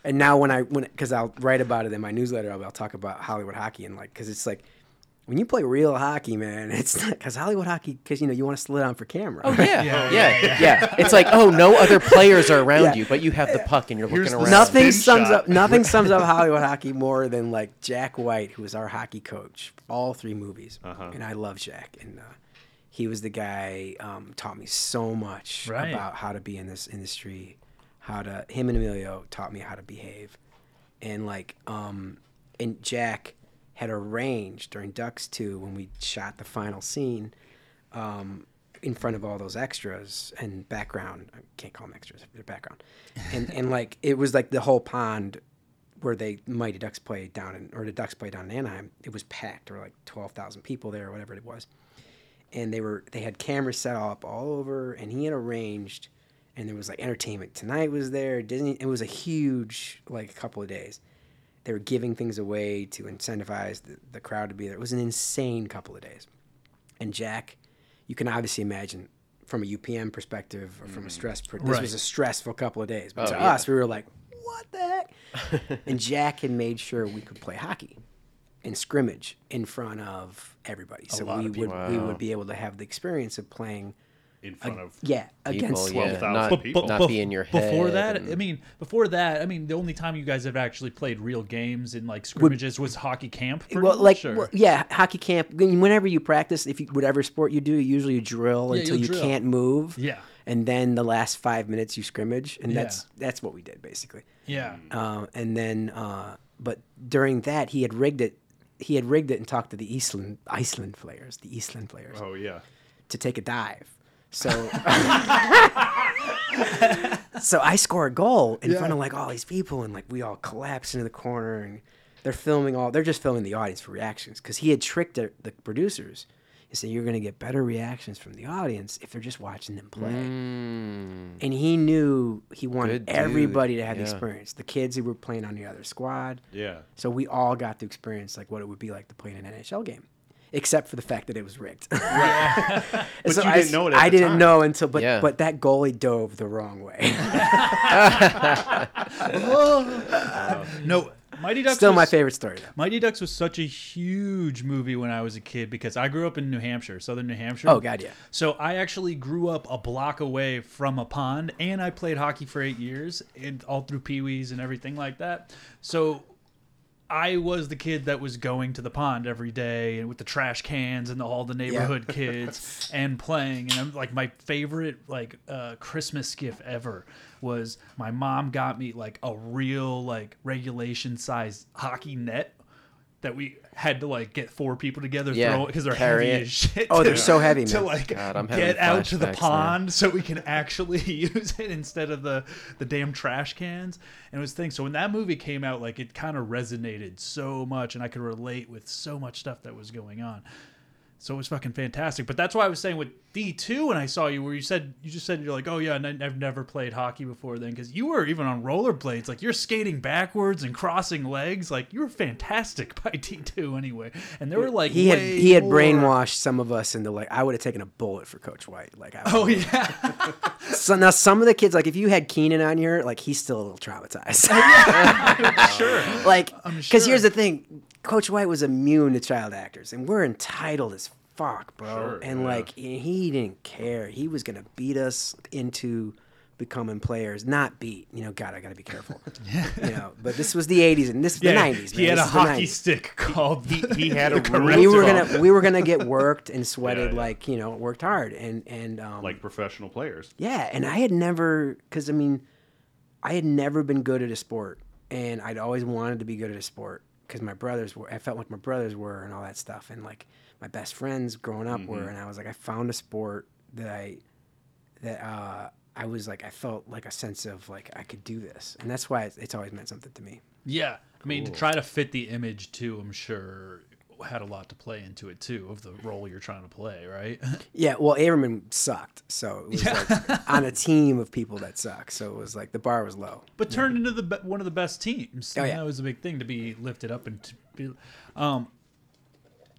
Speaker 3: And now when I when because I'll write about it in my newsletter, I'll, I'll talk about Hollywood hockey and like because it's like when you play real hockey, man, it's not because Hollywood hockey because you know you want to slow down for camera. Oh
Speaker 5: yeah, yeah, yeah, It's like, oh, no other players are around
Speaker 3: Yeah.
Speaker 5: you, but you have the puck and you're
Speaker 4: Here's
Speaker 5: looking
Speaker 4: the
Speaker 5: around.
Speaker 4: nothing-
Speaker 3: Nothing
Speaker 4: Spin
Speaker 3: sums
Speaker 4: shot.
Speaker 3: up nothing sums up Hollywood hockey more than like Jack White, who was our hockey coach, all three movies,
Speaker 4: Uh-huh.
Speaker 3: and I love Jack, and uh, he was the guy um, taught me so much
Speaker 2: Right.
Speaker 3: about how to be in this industry, how to him and Emilio taught me how to behave, and like um, and Jack had arranged during Ducks Two when we shot the final scene um, in front of all those extras and background. I can't call them extras; they're background. And and like it was like the whole pond where they Mighty Ducks play down in or the Ducks play down in Anaheim. It was packed. There were like twelve thousand people there, or whatever it was. And they were they had cameras set up all over, and he had arranged. And there was like Entertainment Tonight was there. Disney. It was a huge like couple of days. They were giving things away to incentivize the, the crowd to be there. It was an insane couple of days and Jack, you can obviously imagine from a UPM perspective or from a stress. Per- this
Speaker 2: Right.
Speaker 3: was a stressful couple of days, but to
Speaker 5: yeah.
Speaker 3: us, we were like, "What the heck?" and Jack had made sure we could play hockey and scrimmage in front of everybody, so
Speaker 2: lot
Speaker 3: we
Speaker 2: of
Speaker 3: would
Speaker 2: people.
Speaker 3: we would be able to have the experience of playing.
Speaker 4: In front of
Speaker 3: Yeah, against
Speaker 5: People, yeah,
Speaker 4: 12,000
Speaker 5: not,
Speaker 4: people.
Speaker 5: not
Speaker 2: bef-
Speaker 5: be in your head.
Speaker 2: Before that,
Speaker 5: and-
Speaker 2: I mean, before that, I mean, the only time you guys have actually played real games in like scrimmages was hockey camp. pretty
Speaker 3: well,
Speaker 2: much,
Speaker 3: like
Speaker 2: or-
Speaker 3: well, yeah, hockey camp. I mean, Whenever you practice, if you whatever sport you do, usually you drill
Speaker 2: Yeah,
Speaker 3: until
Speaker 2: you'll
Speaker 3: you
Speaker 2: drill.
Speaker 3: can't move.
Speaker 2: Yeah.
Speaker 3: and then the last five minutes you scrimmage, and
Speaker 2: Yeah.
Speaker 3: that's that's what we did basically.
Speaker 2: yeah,
Speaker 3: Uh, and then, uh, but during that, he had rigged it. He had rigged it and talked to the Iceland Iceland players, the Iceland players,
Speaker 4: Oh yeah.
Speaker 3: to take a dive. So, so I score a goal in front of like all these people, and like we all collapse into the corner, and they're filming all. They're just filming the audience for reactions because he had tricked the, the producers. is that you're going to get better reactions from the audience if they're just watching them play. And he knew he wanted
Speaker 5: Mm. Good dude.
Speaker 3: everybody to have the
Speaker 5: Yeah.
Speaker 3: experience. The kids who were playing on the other squad.
Speaker 4: Yeah.
Speaker 3: So we all got to experience like what it would be like to play in an NHL game, except for the fact that it was rigged. but
Speaker 4: you didn't know it at
Speaker 3: I
Speaker 4: the
Speaker 3: didn't
Speaker 4: time.
Speaker 3: know until, but
Speaker 5: Yeah.
Speaker 3: but that goalie dove the wrong way.
Speaker 2: No, Mighty Ducks.
Speaker 3: Still my
Speaker 2: was-
Speaker 3: favorite story though.
Speaker 2: Mighty Ducks was such a huge movie when I was a kid because I grew up in New Hampshire, southern New Hampshire.
Speaker 3: Oh, God, yeah.
Speaker 2: So I actually grew up a block away from a pond, and I played hockey for eight years, and all through Pee Wees and everything like that. So I was the kid that was going to the pond every day and with the trash cans and all the neighborhood kids and playing. And I'm like, my favorite like uh, Christmas gift ever was my mom got me like a real like regulation sized hockey net that we had to like get four people together
Speaker 5: Yeah,
Speaker 2: throw because they're
Speaker 5: carry
Speaker 2: heavy
Speaker 5: it.
Speaker 2: as shit.
Speaker 3: Oh,
Speaker 2: to-
Speaker 3: they're so heavy,
Speaker 2: To
Speaker 3: man.
Speaker 2: like
Speaker 5: God, I'm having
Speaker 2: get out to the
Speaker 5: flashbacks now.
Speaker 2: pond so we can actually use it instead of the the damn trash cans and it was things so when that movie came out like it kind of resonated so much and i could relate with so much stuff that was going on so it was fucking fantastic but that's why i was saying with d2 when i saw you where you said you just said you're like oh yeah and I- i've never played hockey before then because you were even on rollerblades like you're skating backwards and crossing legs like you were fantastic by d2 anyway and there were like
Speaker 3: He had
Speaker 2: way
Speaker 3: he had
Speaker 2: more-
Speaker 3: brainwashed some of us into like I would have taken a bullet for Coach White. Like I
Speaker 2: oh yeah
Speaker 3: so, now some of the kids like if you had Keenan on here like he's still a little traumatized.
Speaker 2: Oh, sure
Speaker 3: like
Speaker 2: I'm
Speaker 3: because
Speaker 2: sure.
Speaker 3: here's the thing coach white was immune to child actors and we're entitled as fuck bro
Speaker 4: Sure,
Speaker 3: and
Speaker 4: yeah.
Speaker 3: like he didn't care he was gonna beat us into becoming players not beat you know god i gotta be careful you know but this was the 80s and this is the 90s man.
Speaker 2: He
Speaker 3: This
Speaker 2: had a
Speaker 3: is the
Speaker 2: hockey
Speaker 3: 90s.
Speaker 2: stick called
Speaker 4: He,
Speaker 2: the.
Speaker 4: he had a
Speaker 2: correct
Speaker 4: room
Speaker 3: we
Speaker 2: That's
Speaker 3: were
Speaker 2: all.
Speaker 3: gonna we were gonna get worked and sweated
Speaker 4: yeah.
Speaker 3: like you know worked hard and and um
Speaker 4: like professional players.
Speaker 3: yeah, and I had never, because I mean, I had never been good at a sport, and I'd always wanted to be good at a sport because my brothers were. I felt like my brothers were, and all that stuff, and like my best friends growing up were, and I was like, I found a sport that I that uh, I was like, I felt like a sense of like I could do this, and that's why it's, it's always meant something to me.
Speaker 2: Yeah, I mean to try to fit the image too. I'm sure had a lot to play into it too of the role you're trying to play, right?
Speaker 3: Yeah, well, Averman sucked, so it was like on a team of people that suck, so it was like the bar was low.
Speaker 2: But turned into the be- one of the best teams.
Speaker 3: Oh,
Speaker 2: And
Speaker 3: yeah.
Speaker 2: that was a big thing to be lifted up and to be. Um,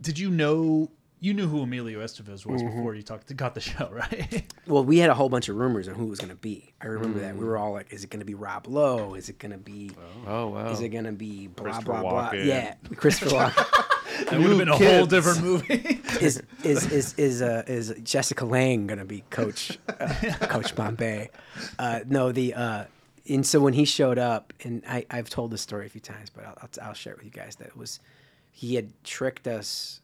Speaker 2: did you know? You knew who Emilio Estevez was
Speaker 3: Mm-hmm.
Speaker 2: before you talked got the show, right?
Speaker 3: Well, we had a whole bunch of rumors on who it was going to be. I remember that we
Speaker 4: Mm.
Speaker 3: were all like, "Is it going to be Rob Lowe? Is it going to be?
Speaker 5: Oh wow.
Speaker 3: Is it going to be blah
Speaker 4: Christopher
Speaker 3: blah blah?"
Speaker 4: Walken.
Speaker 3: Yeah, Christopher Walken.
Speaker 2: that would have been a whole different movie.
Speaker 3: is is is is, uh, is Jessica Lang going to be Coach uh, Coach Bombay? Uh, no, the uh, and so when he showed up, and I I've told this story a few times, but I'll I'll, I'll share it with you guys. That it was he had tricked us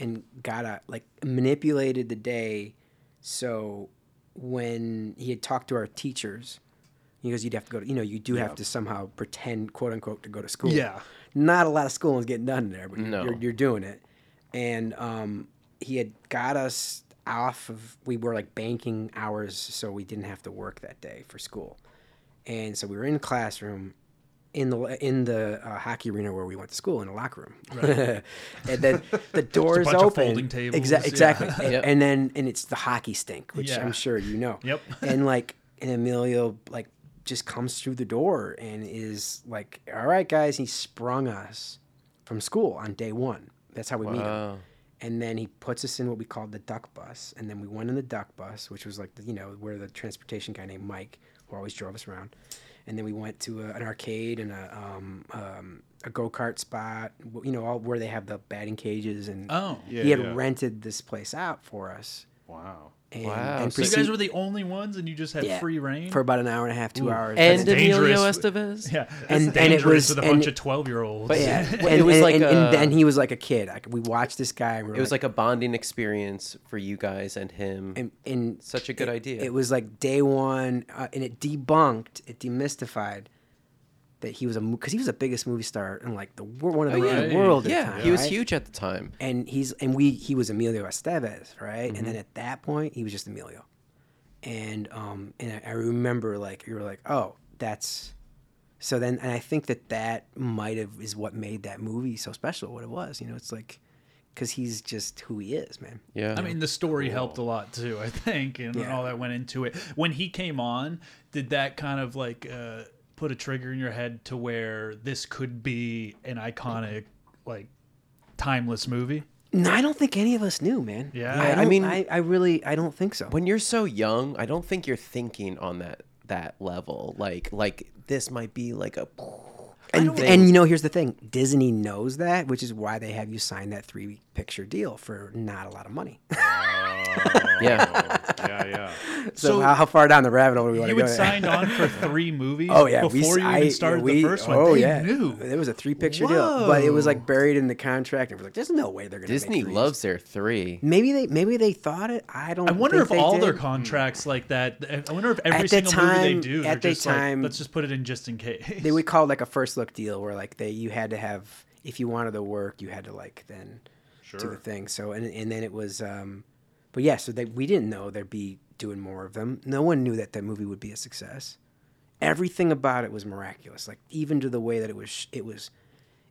Speaker 3: and got a like manipulated the day so when he had talked to our teachers he goes you'd have to go to you know you do have to somehow pretend quote unquote to go to school
Speaker 2: Yeah.
Speaker 3: not a lot of schooling is getting done there but
Speaker 5: No.
Speaker 3: you're, you're doing it and um, he had got us off of we were like banking hours so we didn't have to work that day for school and so we were in the classroom in the in the uh, hockey arena where we went to school in the locker room and then the doors
Speaker 2: bunch of
Speaker 3: open
Speaker 2: folding tables,
Speaker 3: Exa-
Speaker 2: yeah.
Speaker 3: exactly and,
Speaker 5: Yep.
Speaker 3: and then and it's the hockey stink which
Speaker 2: Yeah.
Speaker 3: i'm sure you know
Speaker 2: Yep.
Speaker 3: and like and emilio like just comes through the door and is like all right guys he sprung us from school on day one that's how we meet him
Speaker 5: Wow.
Speaker 3: and then he puts us in what we called the duck bus and then we went in the duck bus which was like the, you know where the transportation guy named mike who always drove us around and then we went to a, an arcade and a, um, um, a go-kart spot w- you know all where they have the batting cages and
Speaker 2: Oh,
Speaker 4: Yeah,
Speaker 3: he had
Speaker 4: yeah.
Speaker 3: rented this place out for us
Speaker 4: Wow.
Speaker 3: and,
Speaker 5: Wow,
Speaker 3: and
Speaker 5: so
Speaker 2: so you
Speaker 3: proceed-
Speaker 2: guys were the only ones, and you just had
Speaker 3: yeah,
Speaker 2: free reign
Speaker 3: for about an hour and a half two hours
Speaker 5: And
Speaker 2: That's
Speaker 5: Emilio
Speaker 2: dangerous.
Speaker 5: Estevez.
Speaker 2: yeah,
Speaker 3: and-
Speaker 2: and,
Speaker 3: and it
Speaker 2: dangerous
Speaker 3: was-
Speaker 2: with a
Speaker 3: and-
Speaker 2: bunch of twelve year olds.
Speaker 5: But
Speaker 3: yeah,
Speaker 5: It
Speaker 3: and, it
Speaker 5: was
Speaker 3: was
Speaker 5: like
Speaker 3: and, and
Speaker 5: a-
Speaker 3: then he was like a kid. Like we watched this guy. And we were
Speaker 5: It was like a bonding experience for you guys and him.
Speaker 3: and, and
Speaker 5: Such a good
Speaker 3: it-
Speaker 5: idea.
Speaker 3: It was like day one, uh, and it debunked, it demystified that he was a because he was the biggest movie star in like the wor- one of the, in the world. at the
Speaker 5: Oh, yeah,
Speaker 3: time,
Speaker 5: he was
Speaker 3: right?
Speaker 5: huge at the time.
Speaker 3: and he's and we he was Emilio Estevez, right? And then at that point, he was just Emilio. And um and I- I remember like you were like, "Oh, that's so then and I think that that might have is what made that movie so special what it was, you know, it's like because he's just who he is, man.
Speaker 5: Yeah.
Speaker 2: I mean, the story helped a lot too, I think, and
Speaker 3: Yeah.
Speaker 2: all that went into it. When he came on, did that kind of like uh, put a trigger in your head to where this could be an iconic, like, timeless movie?
Speaker 3: No, I don't think any of us knew, man.
Speaker 2: Yeah.
Speaker 3: I,
Speaker 2: I
Speaker 3: don't-
Speaker 5: mean-
Speaker 3: I, I really, I don't think so.
Speaker 5: when you're so young, I don't think you're thinking on that that level. Like like this might be like a
Speaker 3: and, and you know, here's the thing: Disney knows that, which is why they have you sign that three picture deal for not a lot of money.
Speaker 5: yeah.
Speaker 4: yeah, yeah.
Speaker 3: so, how, how far down the rabbit hole do we want to
Speaker 2: You
Speaker 3: go?
Speaker 2: had
Speaker 3: there?
Speaker 2: signed on for three movies
Speaker 3: Oh yeah,
Speaker 2: before
Speaker 3: we,
Speaker 2: you
Speaker 3: I,
Speaker 2: even started
Speaker 3: we-
Speaker 2: the first one.
Speaker 3: Oh
Speaker 2: they
Speaker 3: yeah,
Speaker 2: knew.
Speaker 3: there was a three picture deal, but it was like buried in the contract. And we're like, there's no way they're gonna. make
Speaker 5: Disney
Speaker 3: threes.
Speaker 5: loves their three.
Speaker 3: Maybe they maybe they thought it. I don't.
Speaker 2: I wonder
Speaker 3: think
Speaker 2: if
Speaker 3: they
Speaker 2: all
Speaker 3: did. Hmm.
Speaker 2: their contracts like that. I wonder if every
Speaker 3: At that
Speaker 2: single movie
Speaker 3: time-
Speaker 2: they do,
Speaker 3: at
Speaker 2: they're
Speaker 3: that
Speaker 2: just
Speaker 3: time,
Speaker 2: like, let's just put it in just in case.
Speaker 3: they would call it like a first look deal where like they you had to have if you wanted the work you had to like then do the thing so and and then it was um but yeah so they we didn't know there'd be doing more of them no one knew that the movie would be a success everything about it was miraculous like even to the way that it was sh- it was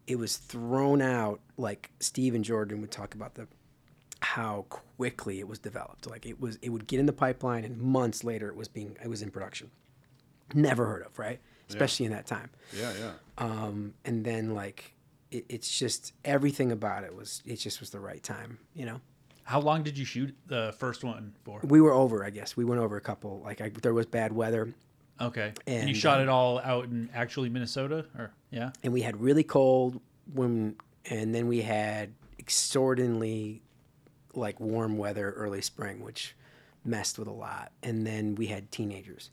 Speaker 3: it was thrown out like steve and jordan would talk about the how quickly it was developed like it was it would get in the pipeline and months later it was being it was in production never heard of right especially in that time
Speaker 4: Yeah, yeah.
Speaker 3: um, and then like it, it's just everything about it was it just was the right time you know
Speaker 2: How long did you shoot the first one for?
Speaker 3: we were over i guess we went over a couple like I, there was bad weather
Speaker 2: Okay, and, you
Speaker 3: And,
Speaker 5: uh,
Speaker 2: shot it all out in actually Minnesota, or yeah,
Speaker 3: and we had really cold when and then we had extraordinarily like warm weather early spring which messed with a lot and then we had teenagers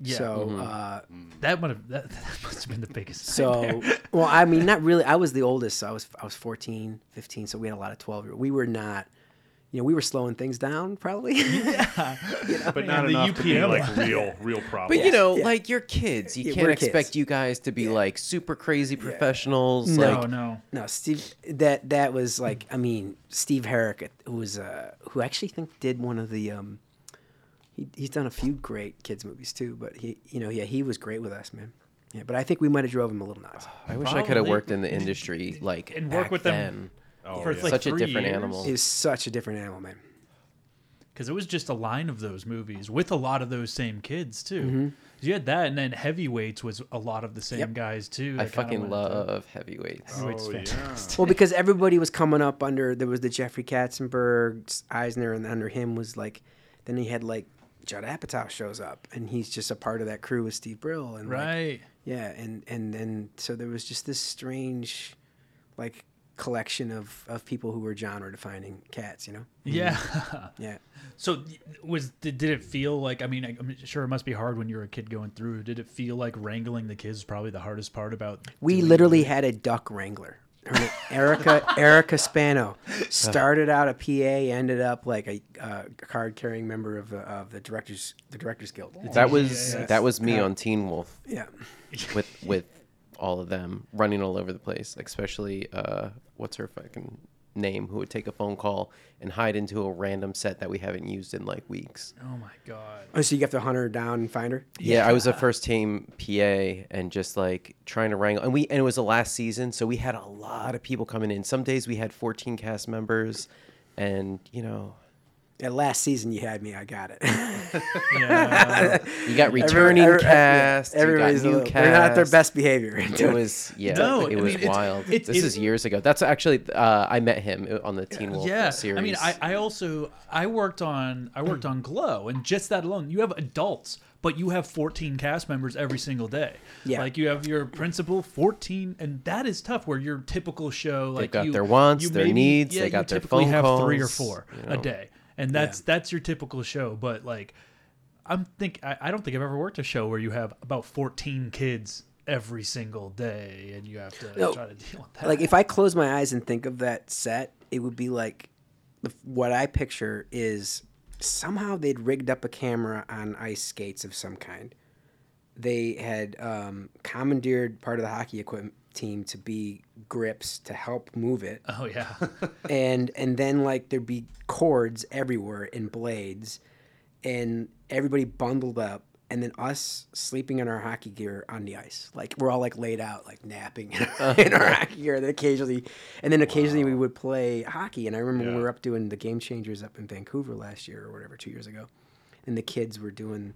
Speaker 2: yeah.
Speaker 3: so uh
Speaker 2: that would have that, that must have been the biggest.
Speaker 3: So, well, I mean, not really. I was the oldest, so I was I was 14, 15, so we had a lot of 12 year. We were not, you know, we were slowing things down probably.
Speaker 4: But not
Speaker 2: the
Speaker 4: enough to be
Speaker 2: UPM.
Speaker 4: like real, real problems.
Speaker 5: But you know,
Speaker 3: yeah.
Speaker 5: like you're kids. You
Speaker 3: Yeah,
Speaker 5: can't
Speaker 3: we're kids.
Speaker 5: expect you guys to be like super crazy professionals.
Speaker 2: no,
Speaker 5: Like,
Speaker 2: no.
Speaker 3: no, Steve, that that was like, I mean, Steve Herrick, who was uh, who I actually think did one of the um, he, he's done a few great kids movies too, but he, you know, yeah, he was great with us, man. Yeah, but I think we might have drove him a little nuts.
Speaker 5: Oh, I wish I could have
Speaker 2: Probably.
Speaker 5: worked in the industry like
Speaker 2: And work
Speaker 5: back
Speaker 2: with them
Speaker 5: then.
Speaker 2: for
Speaker 4: Oh, yeah.
Speaker 2: like
Speaker 5: Such a
Speaker 2: three
Speaker 5: different
Speaker 2: years.
Speaker 5: animal.
Speaker 3: He was such a different animal, man.
Speaker 2: because it was just a line of those movies with a lot of those same kids too.
Speaker 5: Mm-hmm.
Speaker 2: You had that, and then Heavyweights was a lot of the same guys too.
Speaker 5: I
Speaker 2: that kinda
Speaker 5: fucking
Speaker 2: went-
Speaker 5: love heavyweights.
Speaker 2: Heavyweight's
Speaker 4: Oh, yeah.
Speaker 2: fantastic.
Speaker 3: Well, because everybody was coming up under there was the Jeffrey Katzenberg, Eisner, and under him was like, then he had like Judd Apatow shows up, and he's just a part of that crew with Steve Brill, and like,
Speaker 2: Right.
Speaker 3: yeah, and and then so there was just this strange, like collection of of people who were genre defining cats, you know?
Speaker 5: Mm-hmm.
Speaker 2: Yeah.
Speaker 3: Yeah.
Speaker 2: So was did, did it feel like I mean I- I'm sure it must be hard when you're a kid going through. Did it feel like wrangling the kids is probably the hardest part about
Speaker 3: We literally had a duck wrangler. Her name- Erica Erica Spano started out a PA, ended up like a, uh card carrying member of the, of the directors the directors guild.
Speaker 5: That was that was me on Teen Wolf
Speaker 3: Yeah.
Speaker 5: with with all of them running all over the place, like especially uh, what's her fucking name, who would take a phone call and hide into a random set that we haven't used in like weeks.
Speaker 2: Oh my god.
Speaker 3: Oh, so you have to hunt her down and find her.
Speaker 5: Yeah, I was a first team PA and just like trying to wrangle. And we and it was the last season, so we had a lot of people coming in. Some days we had 14 cast members, and you know,
Speaker 3: That last season you had me, I got it.
Speaker 2: Yeah.
Speaker 5: you got returning
Speaker 3: Every- every-
Speaker 5: cast, you got
Speaker 3: Everybody's a
Speaker 5: new
Speaker 3: little- they're not at their
Speaker 5: cast.
Speaker 3: best behavior.
Speaker 5: It was yeah,
Speaker 2: No,
Speaker 5: it
Speaker 2: I
Speaker 5: was
Speaker 2: mean, it's-
Speaker 5: wild.
Speaker 2: it's-
Speaker 5: this
Speaker 2: it's-
Speaker 5: is years ago. That's actually uh, I met him on the Teen Wolf
Speaker 2: yeah.
Speaker 5: series.
Speaker 2: I mean I, I also I worked on I worked on Glow and just that alone you have adults but you have 14 cast members every single day.
Speaker 3: Yeah.
Speaker 2: Like you have your principal 14 and that is tough where your typical show like
Speaker 5: got
Speaker 2: you,
Speaker 5: their wants,
Speaker 2: you
Speaker 5: their
Speaker 2: maybe-
Speaker 5: needs,
Speaker 2: yeah,
Speaker 5: they
Speaker 2: you
Speaker 5: got their
Speaker 2: typically
Speaker 5: phone
Speaker 2: have 3 or
Speaker 5: calls,
Speaker 2: 4
Speaker 5: you
Speaker 2: a
Speaker 5: know.
Speaker 2: day. And that's that's your typical show but like I'm think I, I don't think I've ever worked a show where you have about 14 kids every single day and you have to
Speaker 3: No.
Speaker 2: try to deal with that.
Speaker 3: like if I close my eyes and think of that set, it would be like the, what I picture is somehow they'd rigged up a camera on ice skates of some kind. They had um, commandeered part of the hockey equipment team to be grips to help move it.
Speaker 2: oh yeah.
Speaker 3: and and then like there'd be cords everywhere and blades and everybody bundled up and then us sleeping in our hockey gear on the ice. Like we're all like laid out, like napping in our hockey gear. And then occasionally, and then occasionally we would play hockey. And I remember when we
Speaker 4: Yeah.
Speaker 3: were up doing the Game Changers up in Vancouver last year or whatever, two years ago, and the kids were doing,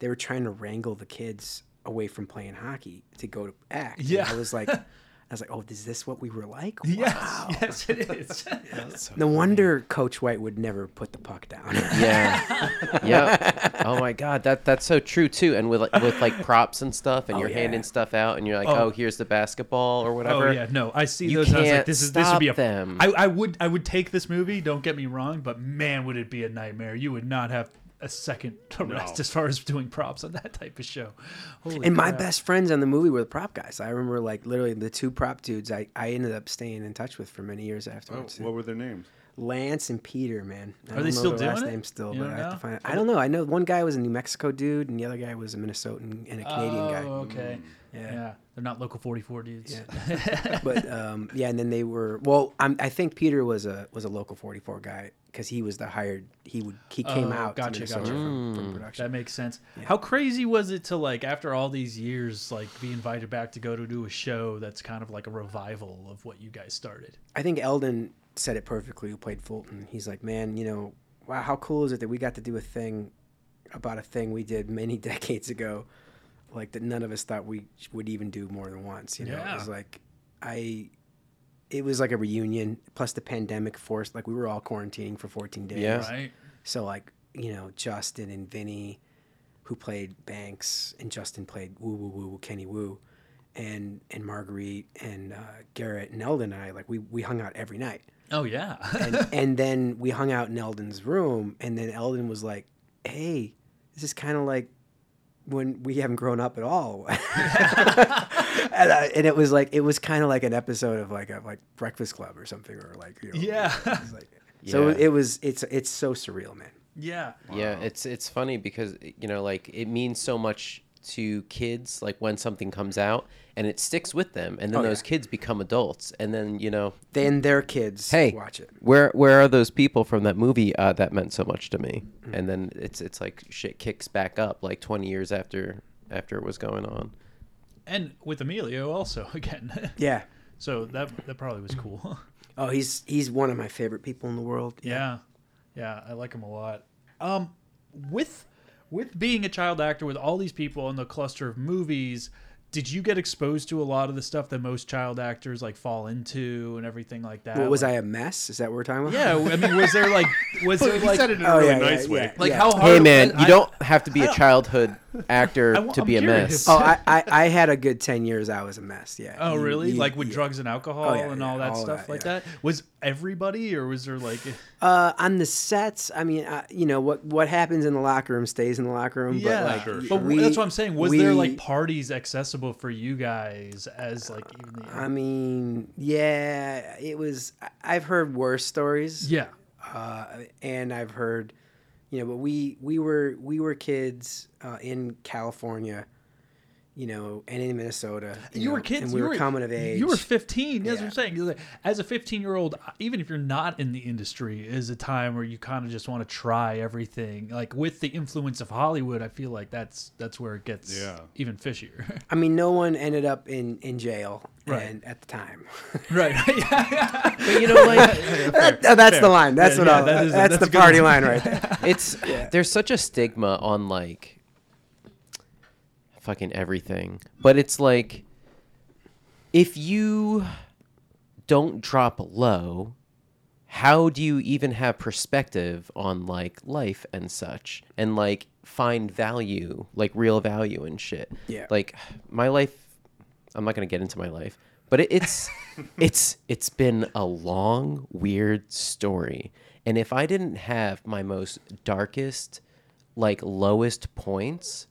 Speaker 3: they were trying to wrangle the kids away from playing hockey to go to act. And
Speaker 2: Yeah.
Speaker 3: I was like, I was like, oh, is this what we were like?
Speaker 2: Yes,
Speaker 3: Wow.
Speaker 2: yes, it is.
Speaker 3: No wonder Coach White would never put the puck down.
Speaker 5: Yeah. yeah. Oh my God, that that's so true too. And with like, with like props and stuff, and you're
Speaker 3: yeah.
Speaker 5: handing stuff out, and you're like,
Speaker 2: Oh.
Speaker 5: oh, here's the basketball or whatever.
Speaker 2: Oh yeah, no, I see
Speaker 5: You
Speaker 2: those. and I was like,
Speaker 5: can't
Speaker 2: this is this would be a.
Speaker 5: stop them.
Speaker 2: I, I would I would take this movie. Don't get me wrong, but man, would it be a nightmare. You would not have a second to rest as far as doing props on that type of show. Holy
Speaker 3: And my
Speaker 2: crap.
Speaker 3: best friends on the movie were the prop guys. I remember like literally the two prop dudes I, I ended up staying in touch with for many years
Speaker 4: Oh,
Speaker 3: afterwards.
Speaker 4: what were their names?
Speaker 3: Lance and Peter, man. I
Speaker 2: they
Speaker 3: don't know
Speaker 2: still
Speaker 3: their
Speaker 2: doing
Speaker 3: last
Speaker 2: it?
Speaker 3: name still,
Speaker 2: You
Speaker 3: but
Speaker 2: don't
Speaker 3: I have
Speaker 2: know?
Speaker 3: to find it. I don't know. I know one guy was a New Mexico dude and the other guy was a Minnesotan and a Canadian
Speaker 2: Oh,
Speaker 3: guy. Mm,
Speaker 2: okay. Yeah.
Speaker 3: Yeah.
Speaker 2: they're not local 44 dudes.
Speaker 3: But um, yeah, and then they were well, I'm, I think Peter was a was a local 44 guy cuz he was the hired he would he came
Speaker 2: Oh,
Speaker 3: out to
Speaker 2: gotcha,
Speaker 3: Minnesota
Speaker 2: Mm. gotcha.
Speaker 3: From, from production.
Speaker 2: That makes sense. How crazy was it to like after all these years, like be invited back to go to do a show that's kind of like a revival of what you guys started?
Speaker 3: I think Eldon said it perfectly, who played Fulton. He's like, man, you know, wow, how cool is it that we got to do a thing about a thing we did many decades ago, like that none of us thought we would even do more than once. You know,
Speaker 2: Yeah.
Speaker 3: it was like, I, it was like a reunion. Plus the pandemic forced, like we were all quarantining for 14 days.
Speaker 5: Yeah.
Speaker 2: Right.
Speaker 3: So like, you know, Justin and Vinny, who played Banks, and Justin played Woo Woo Woo Woo Kenny Woo, and and Marguerite and uh, Garrett and Eldon and I like we we hung out every night,
Speaker 2: Oh yeah.
Speaker 3: and, and then we hung out in Eldon's room, and then Eldon was like, "Hey, this is kind of like." When we haven't grown up at all, and, I, and it was like it was kind of like an episode of like a like Breakfast Club or something, or like you know,
Speaker 2: Yeah.
Speaker 3: it was like- so
Speaker 5: Yeah.
Speaker 3: it was it's it's so surreal, man.
Speaker 2: yeah.
Speaker 5: Yeah, it's it's funny because you know, like it means so much to kids, like when something comes out and it sticks with them, and then
Speaker 2: Oh,
Speaker 3: yeah.
Speaker 5: those kids become adults, and then you know,
Speaker 3: then their kids
Speaker 5: hey,
Speaker 3: watch it.
Speaker 5: Where where are those people from that movie uh, that meant so much to me?
Speaker 2: Mm-hmm.
Speaker 5: And then it's it's like shit kicks back up like twenty years after after it was going on.
Speaker 2: And with Emilio also again.
Speaker 3: Yeah.
Speaker 2: so that that probably was cool.
Speaker 3: Oh, he's he's one of my favorite people in the world.
Speaker 2: Yeah, yeah, I like him a lot. Um, with with being a child actor with all these people in the cluster of movies, did you get exposed to a lot of the stuff that most child actors like fall into and everything like that?
Speaker 3: What, was
Speaker 2: Like-
Speaker 3: I a mess? Is that what we're talking about?
Speaker 2: Yeah, I mean, was there like was there
Speaker 4: he
Speaker 2: like
Speaker 4: said it in a
Speaker 3: Oh,
Speaker 4: really
Speaker 3: yeah,
Speaker 4: nice
Speaker 3: yeah,
Speaker 4: way.
Speaker 3: yeah.
Speaker 2: like how hard?
Speaker 5: Hey man,
Speaker 2: I-
Speaker 5: you don't have to be a childhood actor
Speaker 2: wa-
Speaker 5: to
Speaker 2: I'm
Speaker 5: be a
Speaker 2: curious.
Speaker 5: mess.
Speaker 3: Oh, I, I, I had a good ten years. I was a mess. Yeah.
Speaker 2: Oh
Speaker 3: You-
Speaker 2: really?
Speaker 3: you-
Speaker 2: like with
Speaker 3: yeah.
Speaker 2: drugs and alcohol
Speaker 3: Oh, yeah,
Speaker 2: and
Speaker 3: yeah,
Speaker 2: all that
Speaker 3: all
Speaker 2: stuff
Speaker 3: that,
Speaker 2: like
Speaker 3: yeah.
Speaker 2: that. Was everybody or was there like
Speaker 3: Uh, on the sets, I mean, I, you know what what happens in the locker room stays in the locker room.
Speaker 2: yeah?
Speaker 3: but, like,
Speaker 4: Sure,
Speaker 3: y-
Speaker 2: But
Speaker 3: we-
Speaker 2: that's what I'm saying. Was there
Speaker 3: we-
Speaker 2: like parties accessible for you guys as like even the
Speaker 3: I mean, yeah, it was. I- I've heard worse stories.
Speaker 2: yeah
Speaker 3: uh, and I've heard, you know, but we we were we were kids uh, in California, you know, and in Minnesota.
Speaker 2: you were
Speaker 3: know,
Speaker 2: kids.
Speaker 3: and we
Speaker 2: you
Speaker 3: were, coming of age.
Speaker 2: You were 15. That's what
Speaker 3: Yeah.
Speaker 2: I'm saying. You're like- As a 15 year old, even if you're not in the industry, is a time where you kind of just want to try everything. Like with the influence of Hollywood, I feel like that's that's where it gets
Speaker 4: Yeah.
Speaker 2: even fishier.
Speaker 3: I mean, no one ended up in in jail,
Speaker 2: Right.
Speaker 3: and at the time,
Speaker 2: right. yeah.
Speaker 5: but you know, like
Speaker 3: That- that's the line. That's
Speaker 2: Yeah,
Speaker 3: what
Speaker 2: yeah,
Speaker 3: I'll,
Speaker 2: that is-
Speaker 3: that's,
Speaker 2: that's a
Speaker 3: the
Speaker 2: good
Speaker 3: party line
Speaker 2: one.
Speaker 3: right there.
Speaker 5: it's there's such a stigma on like fucking everything but it's like if you don't drop low how do you even have perspective on like life and such and like find value like real value and shit
Speaker 3: Yeah.
Speaker 5: like my life i'm not gonna get into my life but it, it's it's it's been a long weird story and if i didn't have my most darkest like lowest points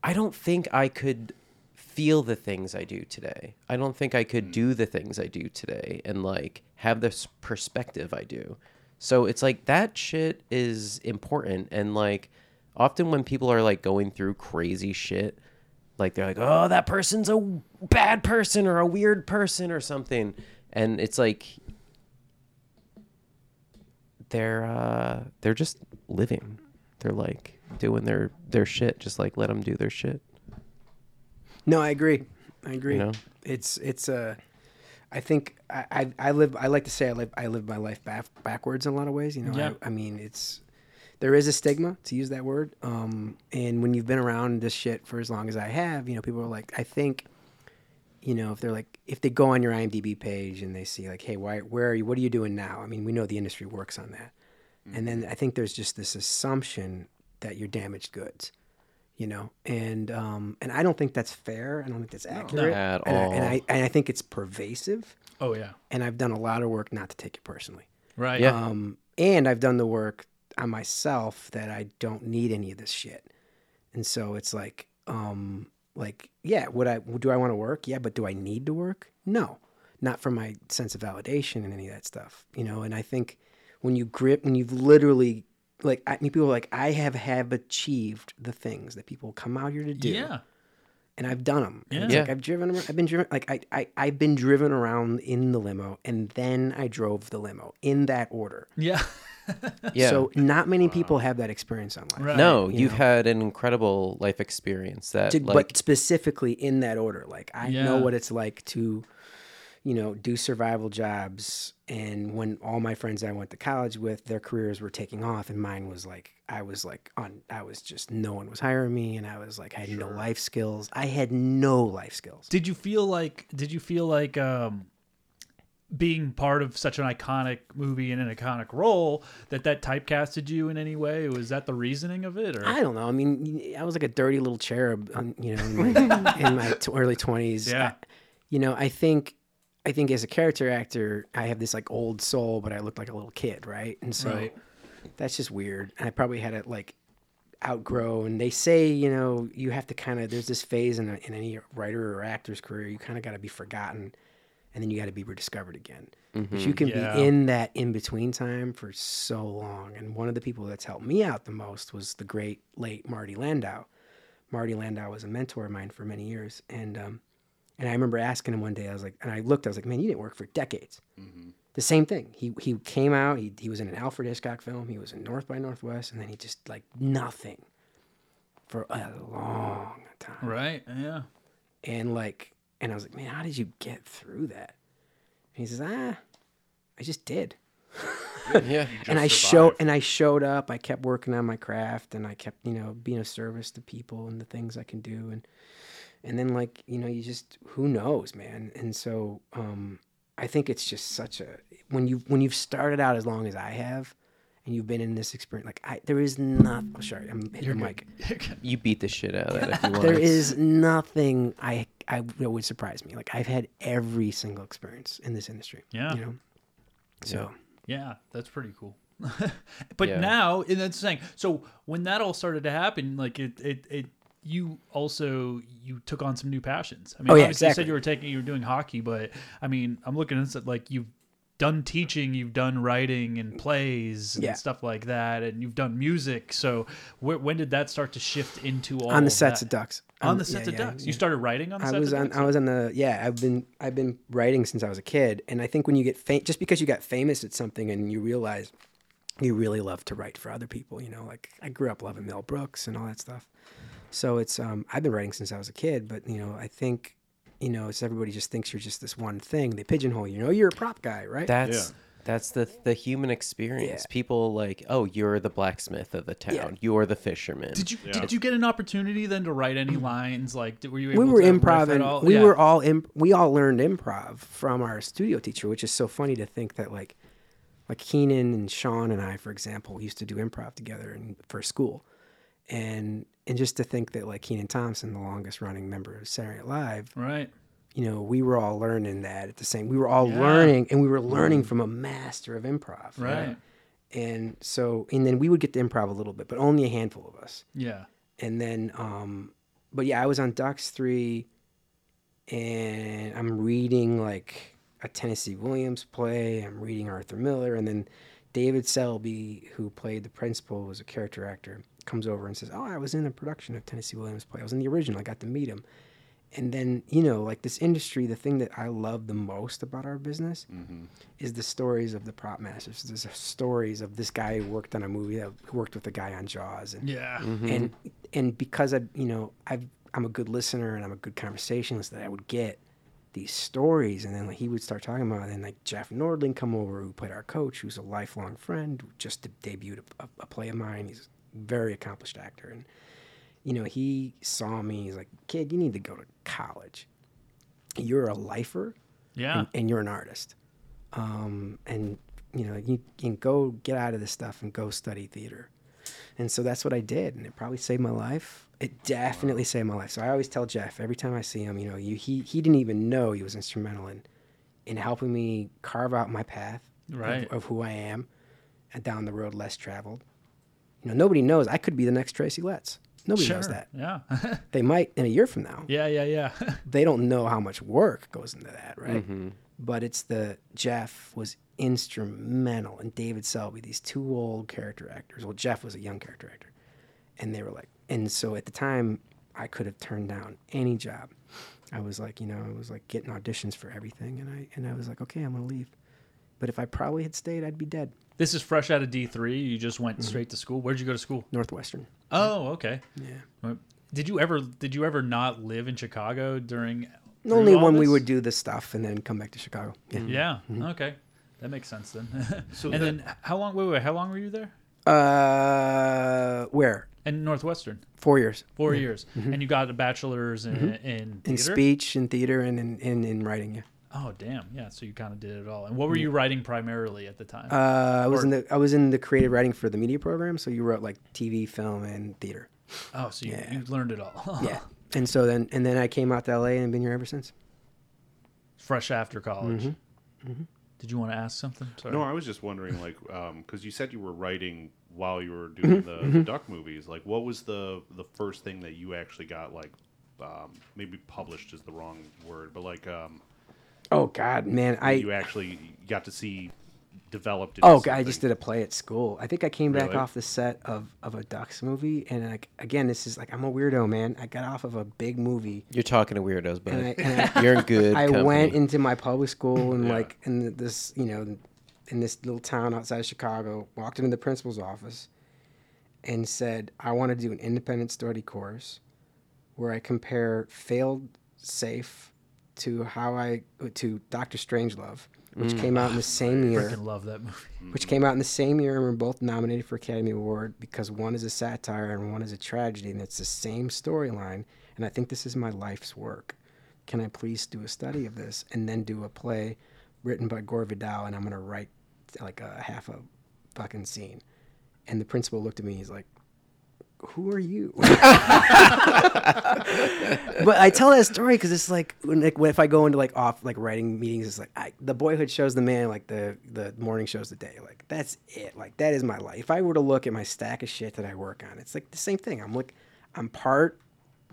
Speaker 5: I don't think I could feel the things I do today. I don't think I could do the things I do today and like have this perspective I do. So it's like that shit is important and like often when people are like going through crazy shit like they're like oh that person's a bad person or a weird person or something and it's like they're uh they're just living. They're like doing their their shit. Just like let them do their shit.
Speaker 3: No, I agree. I agree.
Speaker 5: know?
Speaker 3: It's it's uh, I think I, I I live. I like to say I live. I live my life back, backwards in a lot of ways. You know.
Speaker 2: Yeah.
Speaker 3: I, I mean, it's there is a stigma to use that word. Um, and when you've been around this shit for as long as I have, you know, people are like, I think, you know, if they're like, if they go on your IMDb page and they see like, hey, why, where are you? What are you doing now? I mean, we know the industry works on that. And then I think there's just this assumption that you're damaged goods you know and um and i don't think that's fair i don't think that's accurate
Speaker 5: At
Speaker 3: and,
Speaker 5: all.
Speaker 3: I, and i and i think it's pervasive
Speaker 2: Oh yeah.
Speaker 3: and i've done a lot of work not to take it personally
Speaker 2: Right.
Speaker 5: Yeah.
Speaker 3: um and i've done the work on myself that i don't need any of this shit and so it's like um like yeah would i do i want to work yeah but do i need to work no not for my sense of validation and any of that stuff you know and i think when you grip when you've literally like i mean people are like i have have achieved the things that people come out here to do
Speaker 2: Yeah.
Speaker 3: and I've done them.
Speaker 2: Yeah.
Speaker 3: It's like
Speaker 5: Yeah.
Speaker 3: I've driven. ar- I've been driven. Like I, I, I've been driven around in the limo, and then I drove the limo in that order.
Speaker 2: Yeah.
Speaker 5: Yeah.
Speaker 3: So not many people have that experience on life.
Speaker 2: Right.
Speaker 5: no, you have had an incredible life experience that
Speaker 3: To-
Speaker 5: like
Speaker 3: but specifically in that order, like I know
Speaker 2: Yeah.
Speaker 3: what it's like to, you know, do survival jobs. And when all my friends I went to college with, their careers were taking off, and mine was like, I was like on, I was just no one was hiring me, and I was like, I had no life skills. I had no life skills.
Speaker 2: Did you feel like did you feel like um being part of such an iconic movie and an iconic role that that typecasted you in any way? Was that the reasoning of it or
Speaker 3: I don't know. I mean, I was like a dirty little cherub, on, you know, in my, in my t- early twenties.
Speaker 2: Yeah.
Speaker 3: you know, I think, I think as a character actor, I have this like old soul, but I look like a little kid, right? And so
Speaker 2: Right.
Speaker 3: that's just weird. And I probably had it like outgrow. And they say, you know, you have to kind of there's this phase in, a, in any writer or actor's career, you kind of got to be forgotten, and then you got to be rediscovered again. But you can
Speaker 2: Mm-hmm. Yeah.
Speaker 3: be in that in between time for so long. And one of the people that's helped me out the most was the great late Marty Landau. Marty Landau was a mentor of mine for many years, and um, and I remember asking him one day, I was like, and I looked, I was like, man, you didn't work for decades. The same thing. He he came out. He he was in an Alfred Hitchcock film. He was in North by Northwest, and then he just like nothing for a long time.
Speaker 2: Right. Yeah.
Speaker 3: And like, and I was like, man, how did you get through that? And he says, ah, I just did
Speaker 5: yeah,
Speaker 3: and I
Speaker 4: Just
Speaker 3: show
Speaker 4: survive.
Speaker 3: and I showed up. I kept working on my craft, and I kept you know being of service to people and the things I can do, and and then like you know you just who knows, man. And so um, I think it's just such a when you when you've started out as long as I have, and you've been in this experience, like I there is not. Oh, sorry, I'm hitting the mic.
Speaker 5: you beat the shit out of that if you want.
Speaker 3: There is nothing I I that would surprise me. Like I've had every single experience in this industry.
Speaker 2: Yeah.
Speaker 3: You know. So
Speaker 2: Yeah, that's pretty cool. but
Speaker 5: Yeah.
Speaker 2: now, and that's saying. So when that all started to happen, like it, it, it, you also you took on some new passions. I mean,
Speaker 3: Oh, yeah,
Speaker 2: obviously you
Speaker 3: exactly.
Speaker 2: said you were taking, you were doing hockey, but I mean, I'm looking at it like you've done teaching, you've done writing and plays and
Speaker 3: Yeah.
Speaker 2: stuff like that, and you've done music. So wh- when did that start to shift into all
Speaker 3: on the
Speaker 2: of
Speaker 3: sets
Speaker 2: that?
Speaker 3: of ducks.
Speaker 2: On
Speaker 3: Um,
Speaker 2: the sets
Speaker 3: yeah,
Speaker 2: of
Speaker 3: yeah,
Speaker 2: ducks,
Speaker 3: yeah.
Speaker 2: you started writing on the
Speaker 3: I
Speaker 2: sets
Speaker 3: was
Speaker 2: of
Speaker 3: on.
Speaker 2: ducks.
Speaker 3: I was on the. Yeah, I've been. I've been writing since I was a kid, and I think when you get fam- just because you got famous at something, and you realize you really love to write for other people. You know, like I grew up loving Mel Brooks and all that stuff. So it's. Um, I've been writing since I was a kid, but you know, I think, you know, it's everybody just thinks you're just this one thing. They pigeonhole you. You know, you're a prop guy, right?
Speaker 5: That's that's the the human experience. People like, oh, you're the blacksmith of the town. You're the fisherman.
Speaker 2: did you did you get an opportunity then to write any lines? Like, did, were you able
Speaker 3: Mm-hmm. we were
Speaker 2: to riff
Speaker 3: improv
Speaker 2: at
Speaker 3: and
Speaker 2: all?
Speaker 3: we
Speaker 2: Yeah.
Speaker 3: were all imp- we all learned improv from our studio teacher which is so funny to think that like like keenan and sean and i for example used to do improv together in, for school and and just to think that like keenan thompson the longest running member of saturday Night live
Speaker 2: right.
Speaker 3: you know we were all learning that at the same we were all
Speaker 2: Yeah.
Speaker 3: learning and we were learning from a master of improv
Speaker 2: Right.
Speaker 3: and so and then we would get to improv a little bit but only a handful of us
Speaker 2: Yeah.
Speaker 3: and then um but yeah i was on ducks three and i'm reading like a tennessee williams play i'm reading arthur miller and then david selby who played the principal was a character actor comes over and says oh i was in a production of tennessee williams play i was in the original i got to meet him and then you know like this industry the thing that i love the most about our business is the stories of the prop masters there's the stories of this guy who worked on a movie that who worked with the guy on jaws and
Speaker 2: Yeah.
Speaker 3: and and because I you know I've I'm a good listener and I'm a good conversationalist that I would get these stories and then like, he would start talking about it and like Jeff Nordling come over who played our coach who's a lifelong friend who just de- debuted a, a, a play of mine he's a very accomplished actor and you know he saw me he's like kid you need to go to college you're a lifer
Speaker 2: Yeah.
Speaker 3: and, and you're an artist. Um, and you know, you can go get out of this stuff and go study theater. And so that's what I did, and it probably saved my life. It definitely saved my life. So I always tell Jeff every time I see him, you know, you, he he didn't even know he was instrumental in in helping me carve out my path of-
Speaker 2: Right.
Speaker 3: of, who I am and down the road less traveled. You know, nobody knows. I could be the next Tracy Letts. Nobody
Speaker 2: sure.
Speaker 3: knows that.
Speaker 2: Yeah.
Speaker 3: They might in a year from now
Speaker 2: yeah. Yeah. Yeah.
Speaker 3: they don't know how much work goes into that, right?
Speaker 2: Mm-hmm.
Speaker 3: But it's the Jeff was instrumental and David Selby, these two old character actors. Well, Jeff was a young character actor, and they were like, and so at the time, I could have turned down any job. I was like, you know, I was like getting auditions for everything, and I and I was like, okay, I'm gonna leave. But if I probably had stayed, I'd be dead.
Speaker 2: this is fresh out of D three. You just went
Speaker 3: Mm-hmm.
Speaker 2: straight to school. Where'd you go to school?
Speaker 3: Northwestern.
Speaker 2: Oh, okay.
Speaker 3: Yeah.
Speaker 2: Uh, Did you ever did you ever not live in Chicago during through
Speaker 3: Only
Speaker 2: all
Speaker 3: when we
Speaker 2: this? Mm-hmm.
Speaker 3: would do Mm-hmm. this stuff and then come back to Chicago. Yeah.
Speaker 2: Yeah. Okay. That makes sense then. and then how long wait wait, how long were you there?
Speaker 3: Uh, where?
Speaker 2: In Northwestern.
Speaker 3: Four years.
Speaker 2: 4 years. And you got a bachelor's in in,
Speaker 3: Mm-hmm. in
Speaker 2: theater?
Speaker 3: speech and theater and in, in, in writing yeah
Speaker 2: Oh damn. Yeah, so you kind of did it all. And what were you writing primarily at the time?
Speaker 3: uh, i was in the i was in the creative writing for the media program so you wrote like tv film and theater
Speaker 2: oh, so you, you learned it all.
Speaker 3: yeah and so then and then i came out to la and been here ever since
Speaker 2: fresh after college.
Speaker 3: Mm-hmm.
Speaker 2: Did you want to ask something? Sorry.
Speaker 4: No, I was just wondering, like, because you said you were writing while you were doing
Speaker 3: Mm-hmm,
Speaker 4: the, the duck movies. Like, what was the the first thing that you actually got like, um, maybe published is the wrong word, but like, um,
Speaker 3: oh god man i
Speaker 4: you actually got to see developed.
Speaker 3: oh god i just did a play at school i think i came back
Speaker 4: Really?
Speaker 3: off the set of of a ducks movie and like again this is like i'm a weirdo man i got off of a big movie
Speaker 5: You're talking to weirdos,
Speaker 3: and i,
Speaker 5: buddy.
Speaker 3: and I
Speaker 5: You're in good.
Speaker 3: I
Speaker 5: company.
Speaker 3: went into my public school and like in th- this, you know, in this little town outside of Chicago, walked into the principal's office and said, "I want to do an independent study course where I compare failed safe to how I to Doctor Strangelove, which
Speaker 5: Mm.
Speaker 3: came out in the same year
Speaker 2: Freaking love that movie.
Speaker 3: which came out in the same year and were both nominated for Academy Award because one is a satire and one is a tragedy, and it's the same storyline. And I think this is my life's work. Can I please do a study of this and then do a play written by Gore Vidal? And I'm going to write like a half a fucking scene. And the principal looked at me. He's like, "Who are you?" but I tell that story because it's like when, like when if I go into like off like writing meetings, it's like I, the boyhood shows the man, like the the morning shows the day. Like that's it. Like that is my life. If I were to look at my stack of shit that I work on, it's like the same thing. I'm like, I'm part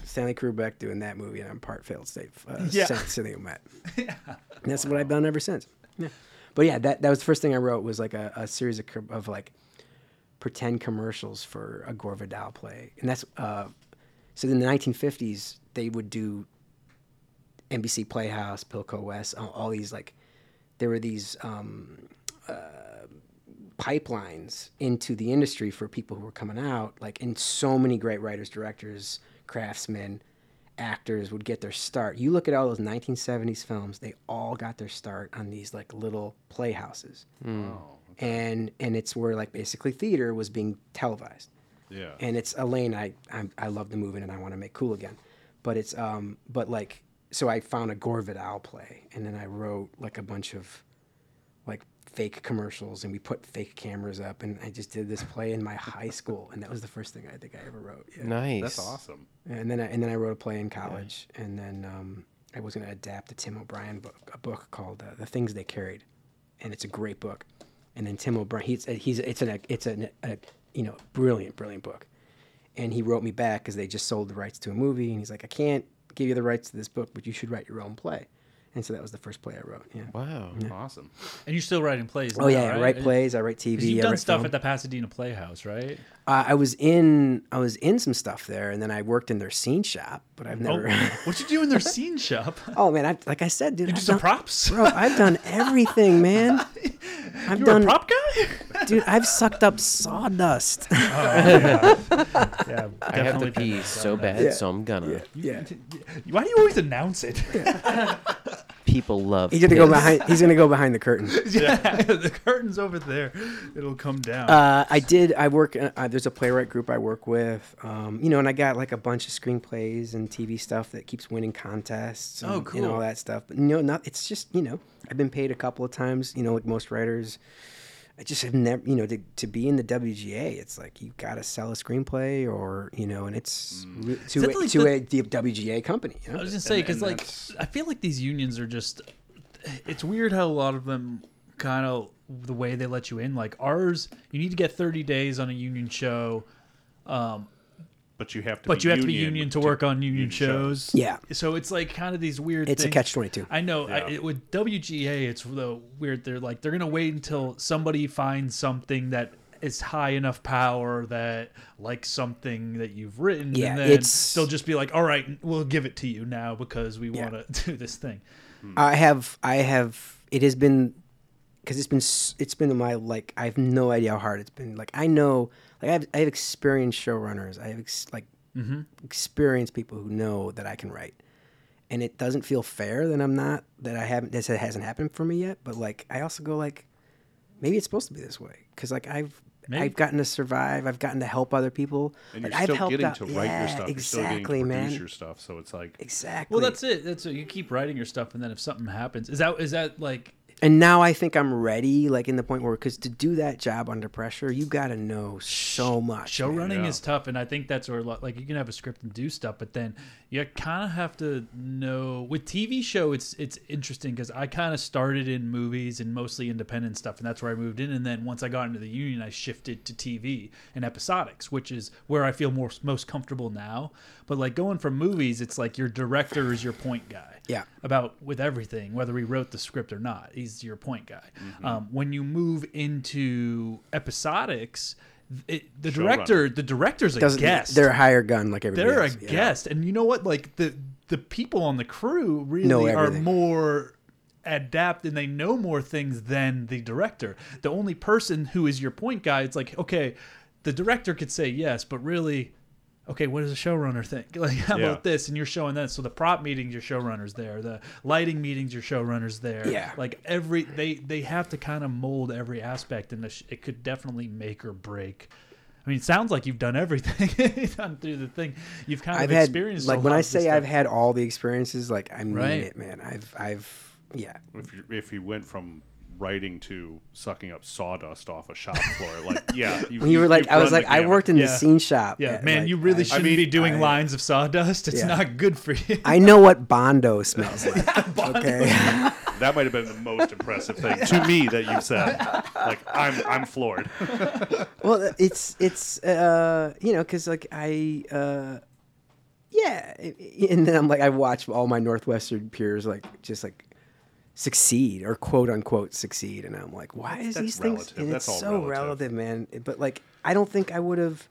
Speaker 3: Stanley Kubrick doing that movie, and I'm part failed state uh,
Speaker 2: Yeah.
Speaker 3: yeah. Stanley Met. And that's what I've done ever since. Yeah. But yeah, that that was the first thing I wrote was like a, a series of com- of like pretend commercials for a Gore Vidal play, and that's uh, so in the 1950s they would do NBC Playhouse, Pilco West, all, all these like there were these um, uh, pipelines into the industry for people who were coming out, like and so many great writers, directors, craftsmen. Actors would get their start. You look at all those 1970s films; they all got their start on these like little playhouses and and it's where like basically theater was being televised
Speaker 4: Yeah.
Speaker 3: and it's a lane i i, I love the movement and i want to make cool again but it's um but like so i found a gore vidal play and then i wrote like a bunch of like fake commercials and we put fake cameras up and i just did this play in my high school and that was the first thing i think i ever wrote yeah.
Speaker 5: Nice.
Speaker 4: That's awesome.
Speaker 3: and then I, and then i wrote a play in college and then um i was going to adapt a tim o'brien book a book called uh, the things they carried and it's a great book. And then Tim O'Brien, he's uh, he's it's an it's an a, you know brilliant brilliant book. And he wrote me back because they just sold the rights to a movie, and he's like, I can't give you the rights to this book, but you should write your own play. And so that was the first play I wrote. Yeah.
Speaker 5: Wow.
Speaker 4: Awesome.
Speaker 2: And you're still writing plays.
Speaker 3: Oh
Speaker 2: now,
Speaker 3: yeah, I
Speaker 2: right?
Speaker 3: write plays. I write TV.
Speaker 2: 'Cause You've
Speaker 3: I
Speaker 2: done
Speaker 3: write
Speaker 2: stuff
Speaker 3: film.
Speaker 2: at the Pasadena Playhouse, right?
Speaker 3: Uh, I was in I was in some stuff there, and then I worked in their scene shop, but I've
Speaker 2: Oh,
Speaker 3: never.
Speaker 2: what you do in their scene shop?
Speaker 3: Oh, man, I, like I said, dude,
Speaker 2: You do
Speaker 3: I've
Speaker 2: some
Speaker 3: done,
Speaker 2: props?
Speaker 3: bro, I've done everything, man. I've
Speaker 2: you were a
Speaker 3: done,
Speaker 2: prop guy?
Speaker 3: dude. I've sucked up sawdust.
Speaker 2: yeah,
Speaker 5: I have to pee so bad,
Speaker 3: Yeah.
Speaker 5: so I'm gonna.
Speaker 3: yeah,
Speaker 2: Why do you always announce it?
Speaker 5: People love.
Speaker 3: he's gonna go
Speaker 5: piss.
Speaker 3: behind. He's gonna go behind the curtain.
Speaker 2: the curtain's over there. It'll come down.
Speaker 3: Uh, I did. I work. Uh, there's a playwright group I work with. Um, you know, and I got like a bunch of screenplays and TV stuff that keeps winning contests. And,
Speaker 2: Oh,
Speaker 3: And all
Speaker 2: cool.
Speaker 3: that stuff. But no, not. It's just you know, I've been paid a couple of times. You know, like most writers, I just have never. You know, to, to be in the WGA, it's like you got to sell a screenplay or you know, and it's re- to
Speaker 2: Mm. that
Speaker 3: a,
Speaker 2: like
Speaker 3: to
Speaker 2: the- Oh,
Speaker 3: a D- WGA company. You know?
Speaker 2: I was gonna say
Speaker 4: and
Speaker 2: because like
Speaker 4: that's-
Speaker 2: I feel like these unions are just. It's weird how a lot of them kind of the way they let you in. Like ours, you need to get 30 days on a union show,
Speaker 4: But you have to.
Speaker 2: but
Speaker 4: be
Speaker 2: you have to be union to work on union shows.
Speaker 3: Yeah.
Speaker 2: So it's like kind of these weird.
Speaker 3: It's a
Speaker 2: things.
Speaker 3: catch-22.
Speaker 2: I know. I, it, with WGA, it's the weird. They're like they're gonna wait until somebody finds something that is high enough power that like something that you've written.
Speaker 3: Yeah,
Speaker 2: and then
Speaker 3: it's-
Speaker 2: they'll just be like, all right, we'll give it to you now because we want to do this thing.
Speaker 3: I have, I have. It has been, because it's been, s- it's been my like. I have no idea how hard it's been. Like I know, like I have, I have experienced showrunners. I have ex, like
Speaker 2: Mm-hmm.
Speaker 3: experienced people who know that I can write, and it doesn't feel fair that I'm not that I haven't. This hasn't happened for me yet. But like, I also go like, maybe it's supposed to be this way because like I've.
Speaker 2: Maybe.
Speaker 3: I've gotten to survive. I've gotten to help other people.
Speaker 4: And you're
Speaker 3: Like, I've
Speaker 4: still
Speaker 3: helped
Speaker 4: getting
Speaker 3: out-
Speaker 4: to write
Speaker 3: Yeah,
Speaker 4: your stuff.
Speaker 3: Exactly,
Speaker 4: you're still getting to
Speaker 3: man.
Speaker 4: produce your stuff. So it's like
Speaker 3: Exactly.
Speaker 2: Well, that's it. That's it. You keep writing your stuff, and then if something happens, is that is that like
Speaker 3: and now I think I'm ready, like in the point where, because to do that job under pressure, you got to know so much.
Speaker 2: show
Speaker 3: man.
Speaker 2: running
Speaker 4: yeah.
Speaker 2: is tough, and I think that's where a lot, like you can have a script and do stuff, but then you kind of have to know. With TV show, it's it's interesting because I kind of started in movies and mostly independent stuff, and that's where I moved in. And then once I got into the union, I shifted to TV and episodics, which is where I feel more most comfortable now. But like going from movies, it's like your director is your point guy.
Speaker 3: Yeah.
Speaker 2: about with everything, whether he wrote the script or not. He's your point guy. Um, when you move into episodics, it, the director, the director's a
Speaker 3: Doesn't,
Speaker 2: guest.
Speaker 3: They're a higher gun, like everybody
Speaker 2: They're a
Speaker 3: else. Yeah.
Speaker 2: guest, and you know what? Like the the people on the crew
Speaker 3: Know
Speaker 2: really are
Speaker 3: everything.
Speaker 2: more adept and they know more things than the director. The only person who is your point guy, it's like okay, the director could say yes, but really. Okay, what does a showrunner think? Like, how
Speaker 4: Yeah.
Speaker 2: about this? And you're showing that. So the prop meetings, your showrunners there. The lighting meetings, your showrunners there.
Speaker 3: Yeah.
Speaker 2: Like every they they have to kind of mold every aspect, and the sh- it could definitely make or break. I mean, it sounds like you've done everything. you've done through the thing. You've kind
Speaker 3: I've
Speaker 2: of
Speaker 3: had
Speaker 2: experienced. a
Speaker 3: like when
Speaker 2: lot
Speaker 3: I
Speaker 2: of this
Speaker 3: say I've
Speaker 2: stuff.
Speaker 3: had all the experiences, like I mean
Speaker 2: Right.
Speaker 3: it, man. I've I've yeah.
Speaker 4: if you, if you went from writing to sucking up sawdust off a shop floor, like yeah, you,
Speaker 3: When you were like, I was like, I worked in the
Speaker 2: Yeah.
Speaker 3: scene shop.
Speaker 2: yeah,
Speaker 3: at,
Speaker 2: man,
Speaker 3: like,
Speaker 2: you really
Speaker 3: I,
Speaker 2: shouldn't be doing lines of sawdust. It's
Speaker 3: Yeah.
Speaker 2: not good for you.
Speaker 3: I know what bondo smells like. Okay,
Speaker 4: That might have been the most impressive thing to me that you said. Like I'm I'm floored.
Speaker 3: well, it's it's uh you know because like I uh yeah, i- i- and then I'm like I watch all my Northwestern peers like just like succeed or quote unquote succeed, and I'm like, why is
Speaker 4: that's
Speaker 3: these
Speaker 4: relative.
Speaker 3: things? And
Speaker 4: That's
Speaker 3: it's
Speaker 4: all
Speaker 3: so
Speaker 4: relative.
Speaker 3: relative, man. But like I don't think I would have.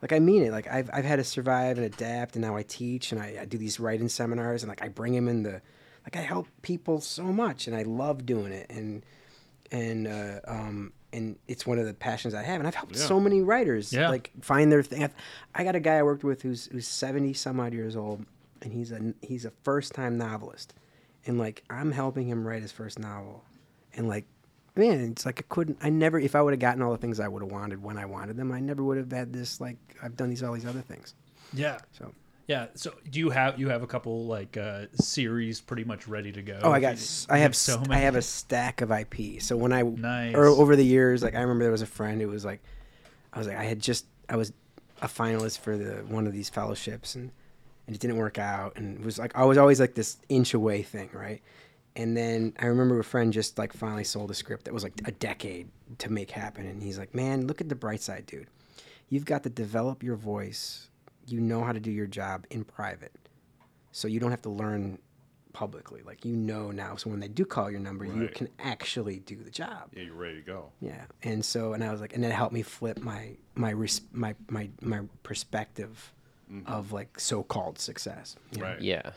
Speaker 3: Like I mean it. Like I've I've had to survive and adapt, and now I teach and I, I do these writing seminars, and like I bring them in the, like I help people so much, and I love doing it, and and uh, um and it's one of the passions I have, and I've helped so mmany writers
Speaker 2: Yeah.
Speaker 3: like find their thing. I've, I got a guy I worked with who's who's seventy some odd years old, and he's a he's a first time novelist, and like I'm helping him write his first novel, and like man, it's like I couldn't. I never if I would have gotten all the things I would have wanted when I wanted them, I never would have had this. Like I've done these all these other things.
Speaker 2: yeah,
Speaker 3: So
Speaker 2: yeah. So do you have you have a couple like uh series pretty much ready to go?
Speaker 3: oh, I got
Speaker 2: You-
Speaker 3: s-
Speaker 2: you
Speaker 3: I have
Speaker 2: so
Speaker 3: so
Speaker 2: many.
Speaker 3: I have a stack of IP. So when I
Speaker 2: Nice.
Speaker 3: or over the years, like I remember there was a friend who was like, I was like I had just I was a finalist for the one of these fellowships and and it didn't work out and it was like I was always like this inch away thing, right? And then I remember a friend just like finally sold a script that was like a decade to make happen and he's like, "Man, look at the bright side, dude. You've got to develop your voice. You know how to do your job in private." so you don't have to learn publicly. Like you know now, so when they do call your number, you
Speaker 4: Right.
Speaker 3: can actually do the job.
Speaker 4: Yeah, you're ready to go.
Speaker 3: Yeah, and so and I was like, and it helped me flip my my res- my my my perspective of like so-called success. you know?
Speaker 4: Right.
Speaker 5: Yeah.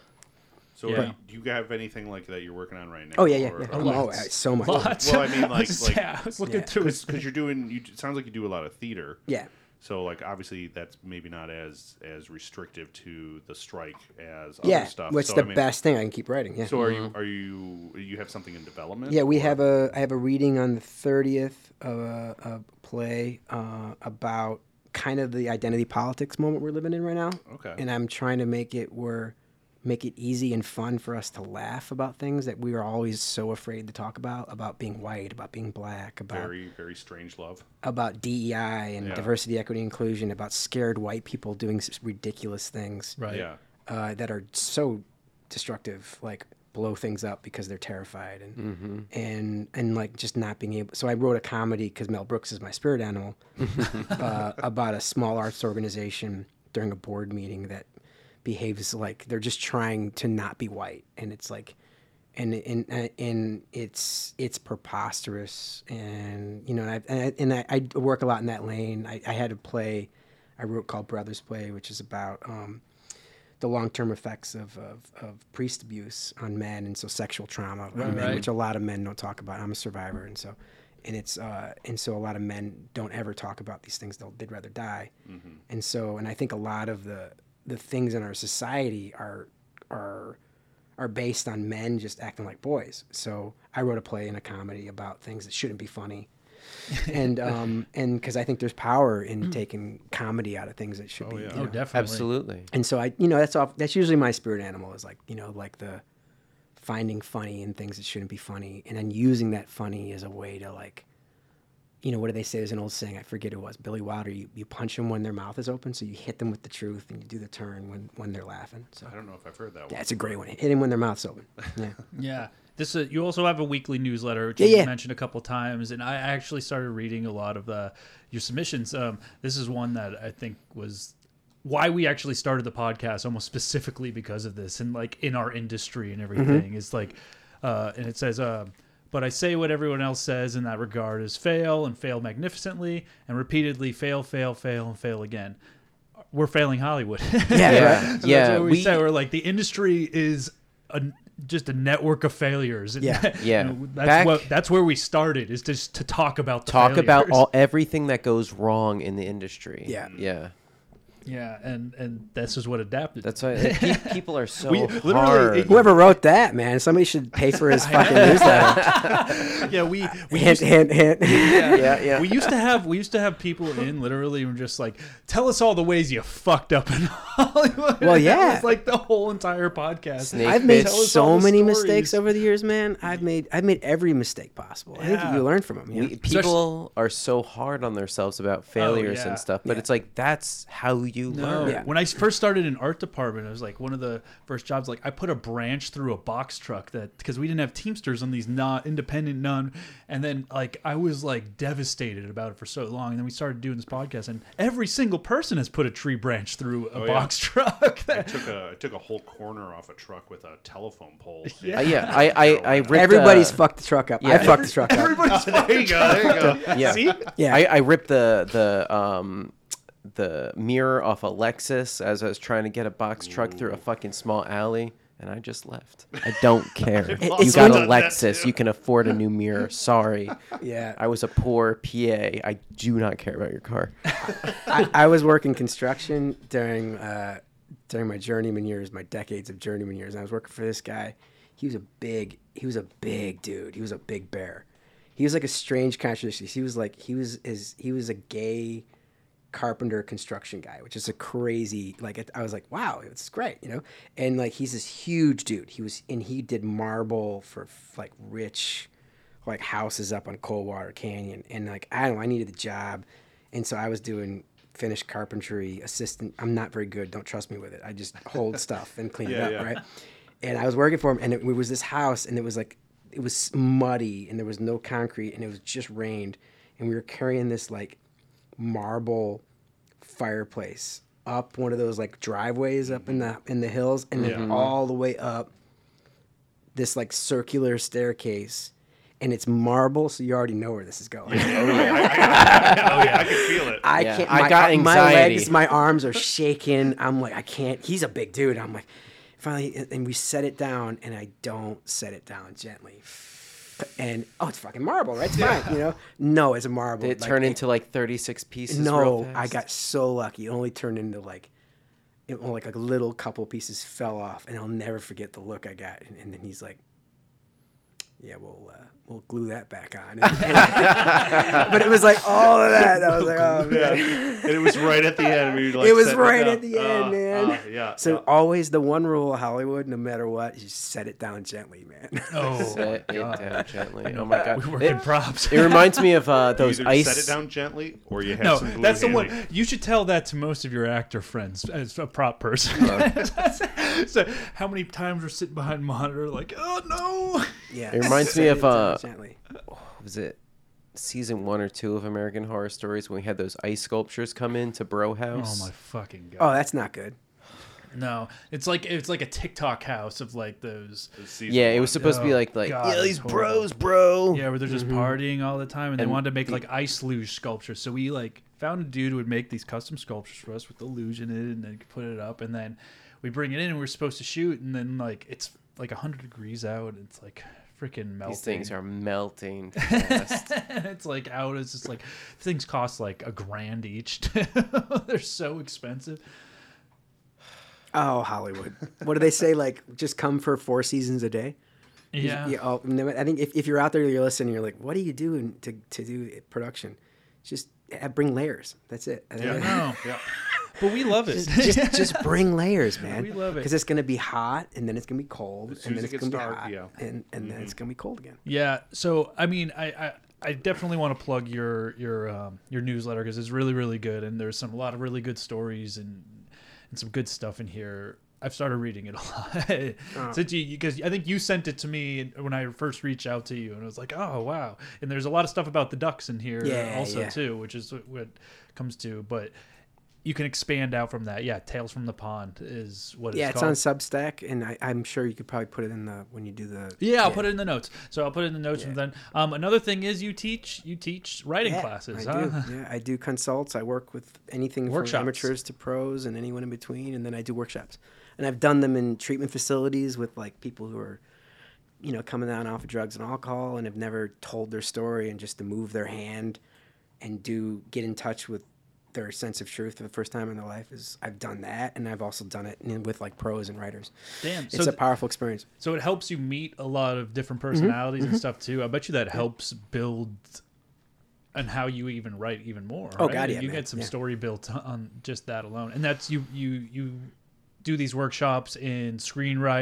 Speaker 4: So
Speaker 2: Yeah.
Speaker 4: are you- do you have anything like that you're working on right now?
Speaker 3: Oh yeah, yeah,
Speaker 4: or-
Speaker 3: yeah.
Speaker 4: or-
Speaker 3: I'm all- so much.
Speaker 2: Lots.
Speaker 4: Well, I mean, like- like-
Speaker 2: yeah, I was looking
Speaker 3: Yeah.
Speaker 2: through his
Speaker 4: because you're doing you it sounds like you do a lot of theater
Speaker 3: Yeah.
Speaker 4: so like obviously that's maybe not as as restrictive to the strike as
Speaker 3: Yeah,
Speaker 4: other stuff
Speaker 3: what's
Speaker 4: so,
Speaker 3: the
Speaker 4: I mean,
Speaker 3: best thing I can keep writing? Yeah.
Speaker 4: so are you are you you have something in development
Speaker 3: Yeah, we
Speaker 4: or-
Speaker 3: have a I have a reading on the thirtieth of a, a play uh, about kind of the identity politics moment we're living in right now.
Speaker 4: Okay.
Speaker 3: And I'm trying to make it where make it easy and fun for us to laugh about things that we are always so afraid to talk about about being white, about being black, about
Speaker 4: very very strange love
Speaker 3: about DEI and
Speaker 4: Yeah.
Speaker 3: diversity, equity, inclusion, about scared white people doing s- ridiculous things
Speaker 2: right.
Speaker 4: yeah
Speaker 3: uh, that are so destructive, like blow things up because they're terrified and and and like just not being able. So I wrote a comedy because Mel Brooks is my spirit animal uh, about a small arts organization during a board meeting that behaves like they're just trying to not be white, and it's like. And, and uh, and it's it's preposterous, and you know, and I and I, and I, I work a lot in that lane. I, I had a play, I wrote called Brothers Play, which is about um, the long-term effects of, of, of priest abuse on men and so sexual trauma on men,
Speaker 2: right.
Speaker 3: which a lot of men don't talk about i'm a survivor and so and it's uh, and so a lot of men don't ever talk about these things They'll, they'd rather die
Speaker 2: Mm-hmm.
Speaker 3: and so and i think a lot of the the things in our society are are are based on men just acting like boys so i wrote a play and a comedy about things that shouldn't be funny and um and because i think there's power in taking comedy out of things that should be you
Speaker 2: Oh,
Speaker 3: know,
Speaker 2: definitely.
Speaker 5: Absolutely.
Speaker 3: and so I, you know, that's off. That's usually my spirit animal is like, you know, like the finding funny in things that shouldn't be funny, and then using that funny as a way to like, you know, what do they say? There's an old saying I forget who it was Billy Wilder. You, you punch them when their mouth is open, so you hit them with the truth, and you do the turn when when they're laughing. So
Speaker 4: i don't know if i've heard that one
Speaker 3: that's a great one. Hit them when their mouth's open. Yeah.
Speaker 2: Yeah. This is, you also have a weekly newsletter, which
Speaker 3: Yeah,
Speaker 2: you
Speaker 3: yeah.
Speaker 2: mentioned a couple times, and I actually started reading a lot of the your submissions. Um, this is one that I think was why we actually started the podcast, almost specifically because of this, and like in our industry and
Speaker 3: Mm-hmm.
Speaker 2: everything. It's like, uh, and it says. Uh, but I say what everyone else says in that regard is fail and fail magnificently and repeatedly fail, fail, fail, and fail again. We're failing Hollywood.
Speaker 3: Yeah. right.
Speaker 5: Yeah.
Speaker 2: So
Speaker 5: Yeah.
Speaker 2: that's what we, say. We're like the industry is a, just a network of failures. And
Speaker 3: Yeah.
Speaker 2: that-
Speaker 5: Yeah.
Speaker 2: you know, That's
Speaker 5: Back-
Speaker 2: what that's where we started is just to talk about the
Speaker 5: talk about
Speaker 2: failures.
Speaker 5: all everything that goes wrong in the industry.
Speaker 3: Yeah.
Speaker 5: Yeah.
Speaker 2: Yeah, and and this is what adapted.
Speaker 5: That's why like, pe- people are so
Speaker 4: We- literally,
Speaker 5: hard.
Speaker 4: it-
Speaker 3: Whoever wrote that, man, somebody should pay for his fucking newsletter.
Speaker 2: yeah. We we
Speaker 3: hint,
Speaker 2: used,
Speaker 3: hint, hint.
Speaker 5: yeah, yeah.
Speaker 2: we used to have we used to have people in literally and just like tell us all the ways you fucked up in Hollywood.
Speaker 3: Well,
Speaker 2: And that
Speaker 3: yeah.
Speaker 2: was, like the whole entire podcast.
Speaker 5: Snake
Speaker 3: I've made
Speaker 5: Tell
Speaker 2: us
Speaker 3: so
Speaker 2: all the
Speaker 3: many
Speaker 2: stories.
Speaker 3: mistakes over the years, man. I've made I've made every mistake possible. I
Speaker 2: Yeah.
Speaker 3: think you learn from them. You know?
Speaker 5: We- people are so hard on themselves about failures
Speaker 2: yeah.
Speaker 5: and stuff, but
Speaker 3: Yeah.
Speaker 5: it's like that's how you
Speaker 2: No.
Speaker 5: learn.
Speaker 3: Yeah.
Speaker 2: When I first started in art department, it was like one of the first jobs. Like I put a branch through a box truck that because we didn't have Teamsters on these not independent none, and then like I was like devastated about it for so long. And then we started doing this podcast, and every single person has put a tree branch through a
Speaker 4: yeah.
Speaker 2: box truck.
Speaker 4: I
Speaker 2: That,
Speaker 4: took a I took a whole corner off a truck with a telephone pole
Speaker 5: Uh, yeah, I, I, I ripped.
Speaker 3: Everybody's
Speaker 5: uh,
Speaker 3: fucked the truck up. I
Speaker 5: yeah.
Speaker 3: fucked the truck up.
Speaker 2: everybody's
Speaker 4: there you go there you go
Speaker 5: Yeah,
Speaker 3: Yeah.
Speaker 5: I, I ripped the the um the mirror off a Lexus as I was trying to get a box truck through a fucking small alley, and I just left. I don't care. you
Speaker 3: it's
Speaker 5: got a
Speaker 4: done that
Speaker 5: Lexus, you can afford a new mirror. Sorry.
Speaker 3: Yeah.
Speaker 5: I was a poor PA. I do not care about your car.
Speaker 3: I, I was working construction during uh, during my journeyman years, my decades of journeyman years. And I was working for this guy. He was a big he was a big dude. He was a big bear. He was like a strange contradiction. He was like he was is he was a gay carpenter construction guy, which is a crazy like it, I was like, wow, it's great, you know. And like he's this huge dude. He was and he did marble for f- like rich like houses up on Coldwater Canyon and like I don't know, I needed the job. And so I was doing finished carpentry assistant. I'm not very good. Don't trust me with it. I just hold stuff and clean it
Speaker 4: Yeah,
Speaker 3: up,
Speaker 4: yeah.
Speaker 3: right? And I was working for him and it, it was this house and it was like it was muddy and there was no concrete and it was just rained and we were carrying this like marble fireplace up one of those like driveways up in the in the hills and then all the way up this like circular staircase, and it's marble, so you already know where this is going.
Speaker 4: oh, I can feel it.
Speaker 3: I
Speaker 5: Yeah,
Speaker 3: can't.
Speaker 5: I
Speaker 3: My,
Speaker 5: got
Speaker 3: my
Speaker 5: anxiety.
Speaker 3: legs, my arms are shaking. I'm like, I can't. He's a big dude. I'm like, finally, and- and we set it down, and I don't set it down gently. And oh, it's fucking marble, right? It's fine, you know. No, it's a marble.
Speaker 5: Did it
Speaker 3: Like,
Speaker 5: turn into like 36 pieces? real
Speaker 3: No,
Speaker 5: fast?
Speaker 3: I got so lucky. It only turned into like, it only like a little couple pieces fell off, and I'll never forget the look I got. And, and then he's like, "Yeah, we'll uh, we'll glue that back on." but it was like all of that. I was like, "Oh man."
Speaker 4: and it was right at the end. We were like
Speaker 3: it was
Speaker 4: setting
Speaker 3: right
Speaker 4: down.
Speaker 3: at the end,
Speaker 4: Uh,
Speaker 3: man.
Speaker 4: uh, yeah.
Speaker 3: So
Speaker 4: yeah.
Speaker 3: always the one rule of Hollywood, no matter what, is you set it down gently, man.
Speaker 2: Oh,
Speaker 5: Set it down gently. Oh my god.
Speaker 2: we work in
Speaker 5: It,
Speaker 2: props.
Speaker 5: it reminds me of uh, those
Speaker 4: either
Speaker 5: ice.
Speaker 4: set it down gently or you had
Speaker 2: No,
Speaker 4: some glue
Speaker 2: that's the
Speaker 4: handy.
Speaker 2: one. You should tell that to most of your actor friends as a prop person. so, how many times we're sitting behind the monitor, like, oh no.
Speaker 3: yeah.
Speaker 5: It reminds
Speaker 3: set
Speaker 5: me of,
Speaker 3: down
Speaker 5: uh,
Speaker 3: gently.
Speaker 5: was it season one or two of American Horror Stories when we had those ice sculptures come in to Bro
Speaker 2: Oh
Speaker 5: House?
Speaker 2: my fucking god.
Speaker 3: Oh, that's not good.
Speaker 2: No, it's like it's like a TikTok house of like those.
Speaker 4: Season
Speaker 5: yeah, it
Speaker 4: one.
Speaker 5: was supposed to
Speaker 2: Oh,
Speaker 5: be like like
Speaker 2: God,
Speaker 5: yeah,
Speaker 2: it's
Speaker 5: these
Speaker 2: horrible.
Speaker 5: bros, bro.
Speaker 2: Yeah, where they're just partying all the time, and, they
Speaker 5: And
Speaker 2: wanted to make
Speaker 5: the-
Speaker 2: like ice luge sculptures. So we like found a dude who would make these custom sculptures for us with the luge in it, and then put it up, and then we bring it in, and we're supposed to shoot, and then like it's like hundred degrees out, and it's like freaking melting.
Speaker 5: These things are melting. fast.
Speaker 2: and it's like out. It's just like things cost like a grand each. too. They're so expensive.
Speaker 3: Oh, Hollywood. what do they say? Like, just come for four seasons a day.
Speaker 2: Yeah.
Speaker 3: Yeah. Oh, no, I think if, if you're out there, you're listening, you're like, what do you do to to do production? Just uh, bring layers. That's it. Uh,
Speaker 2: No.
Speaker 4: Yeah.
Speaker 2: But we love it.
Speaker 3: just just bring layers, man.
Speaker 2: We love it.
Speaker 3: because it's gonna be hot, and then it's gonna be cold,
Speaker 4: soon
Speaker 3: and
Speaker 4: as
Speaker 3: then
Speaker 4: it
Speaker 3: it's
Speaker 4: gets
Speaker 3: gonna be
Speaker 4: dark,
Speaker 3: hot,
Speaker 4: yeah. Mm-hmm.
Speaker 3: and and then it's gonna be cold again.
Speaker 2: Yeah. So I mean, I I, I definitely want to plug your your um, your newsletter because it's really really good, and there's some a lot of really good stories and and some good stuff in here. I've started reading it a lot
Speaker 3: Ah.
Speaker 2: since you because I think you sent it to me when I first reached out to you, and I was like, oh wow. And there's a lot of stuff about the ducks in here
Speaker 3: Yeah,
Speaker 2: also
Speaker 3: yeah.
Speaker 2: too, which is what- what it comes to, but. You can expand out from that. Yeah, Tales from the Pond is what
Speaker 3: Yeah,
Speaker 2: it's
Speaker 3: it's
Speaker 2: called.
Speaker 3: on Substack, and I, I'm sure you could probably put it in the when you do the.
Speaker 2: Yeah, I'll put it in the notes. So I'll put it in the notes from then. Um, another thing is you teach you teach writing
Speaker 3: Yeah,
Speaker 2: classes,
Speaker 3: I
Speaker 2: huh?
Speaker 3: do. Yeah, I do consults. I work with anything
Speaker 2: Workshops.
Speaker 3: from amateurs to pros and anyone in between, and then I do workshops. And I've done them in treatment facilities with like people who are, you know, coming down off of drugs and alcohol and have never told their story, and just to move their hand and do get in touch with their sense of truth for the first time in their life is I've done that, and I've also done it in- with like pros and writers.
Speaker 2: Damn,
Speaker 3: it's
Speaker 2: so
Speaker 3: a
Speaker 2: th-
Speaker 3: powerful experience.
Speaker 2: So it helps you meet a lot of different
Speaker 3: Mm-hmm.
Speaker 2: personalities and stuff too. I bet you that helps build and how you even write even more.
Speaker 3: Oh,
Speaker 2: right?
Speaker 3: God, yeah,
Speaker 2: you
Speaker 3: man.
Speaker 2: get some
Speaker 3: Yeah.
Speaker 2: story built on just that alone, and that's you you you do these workshops in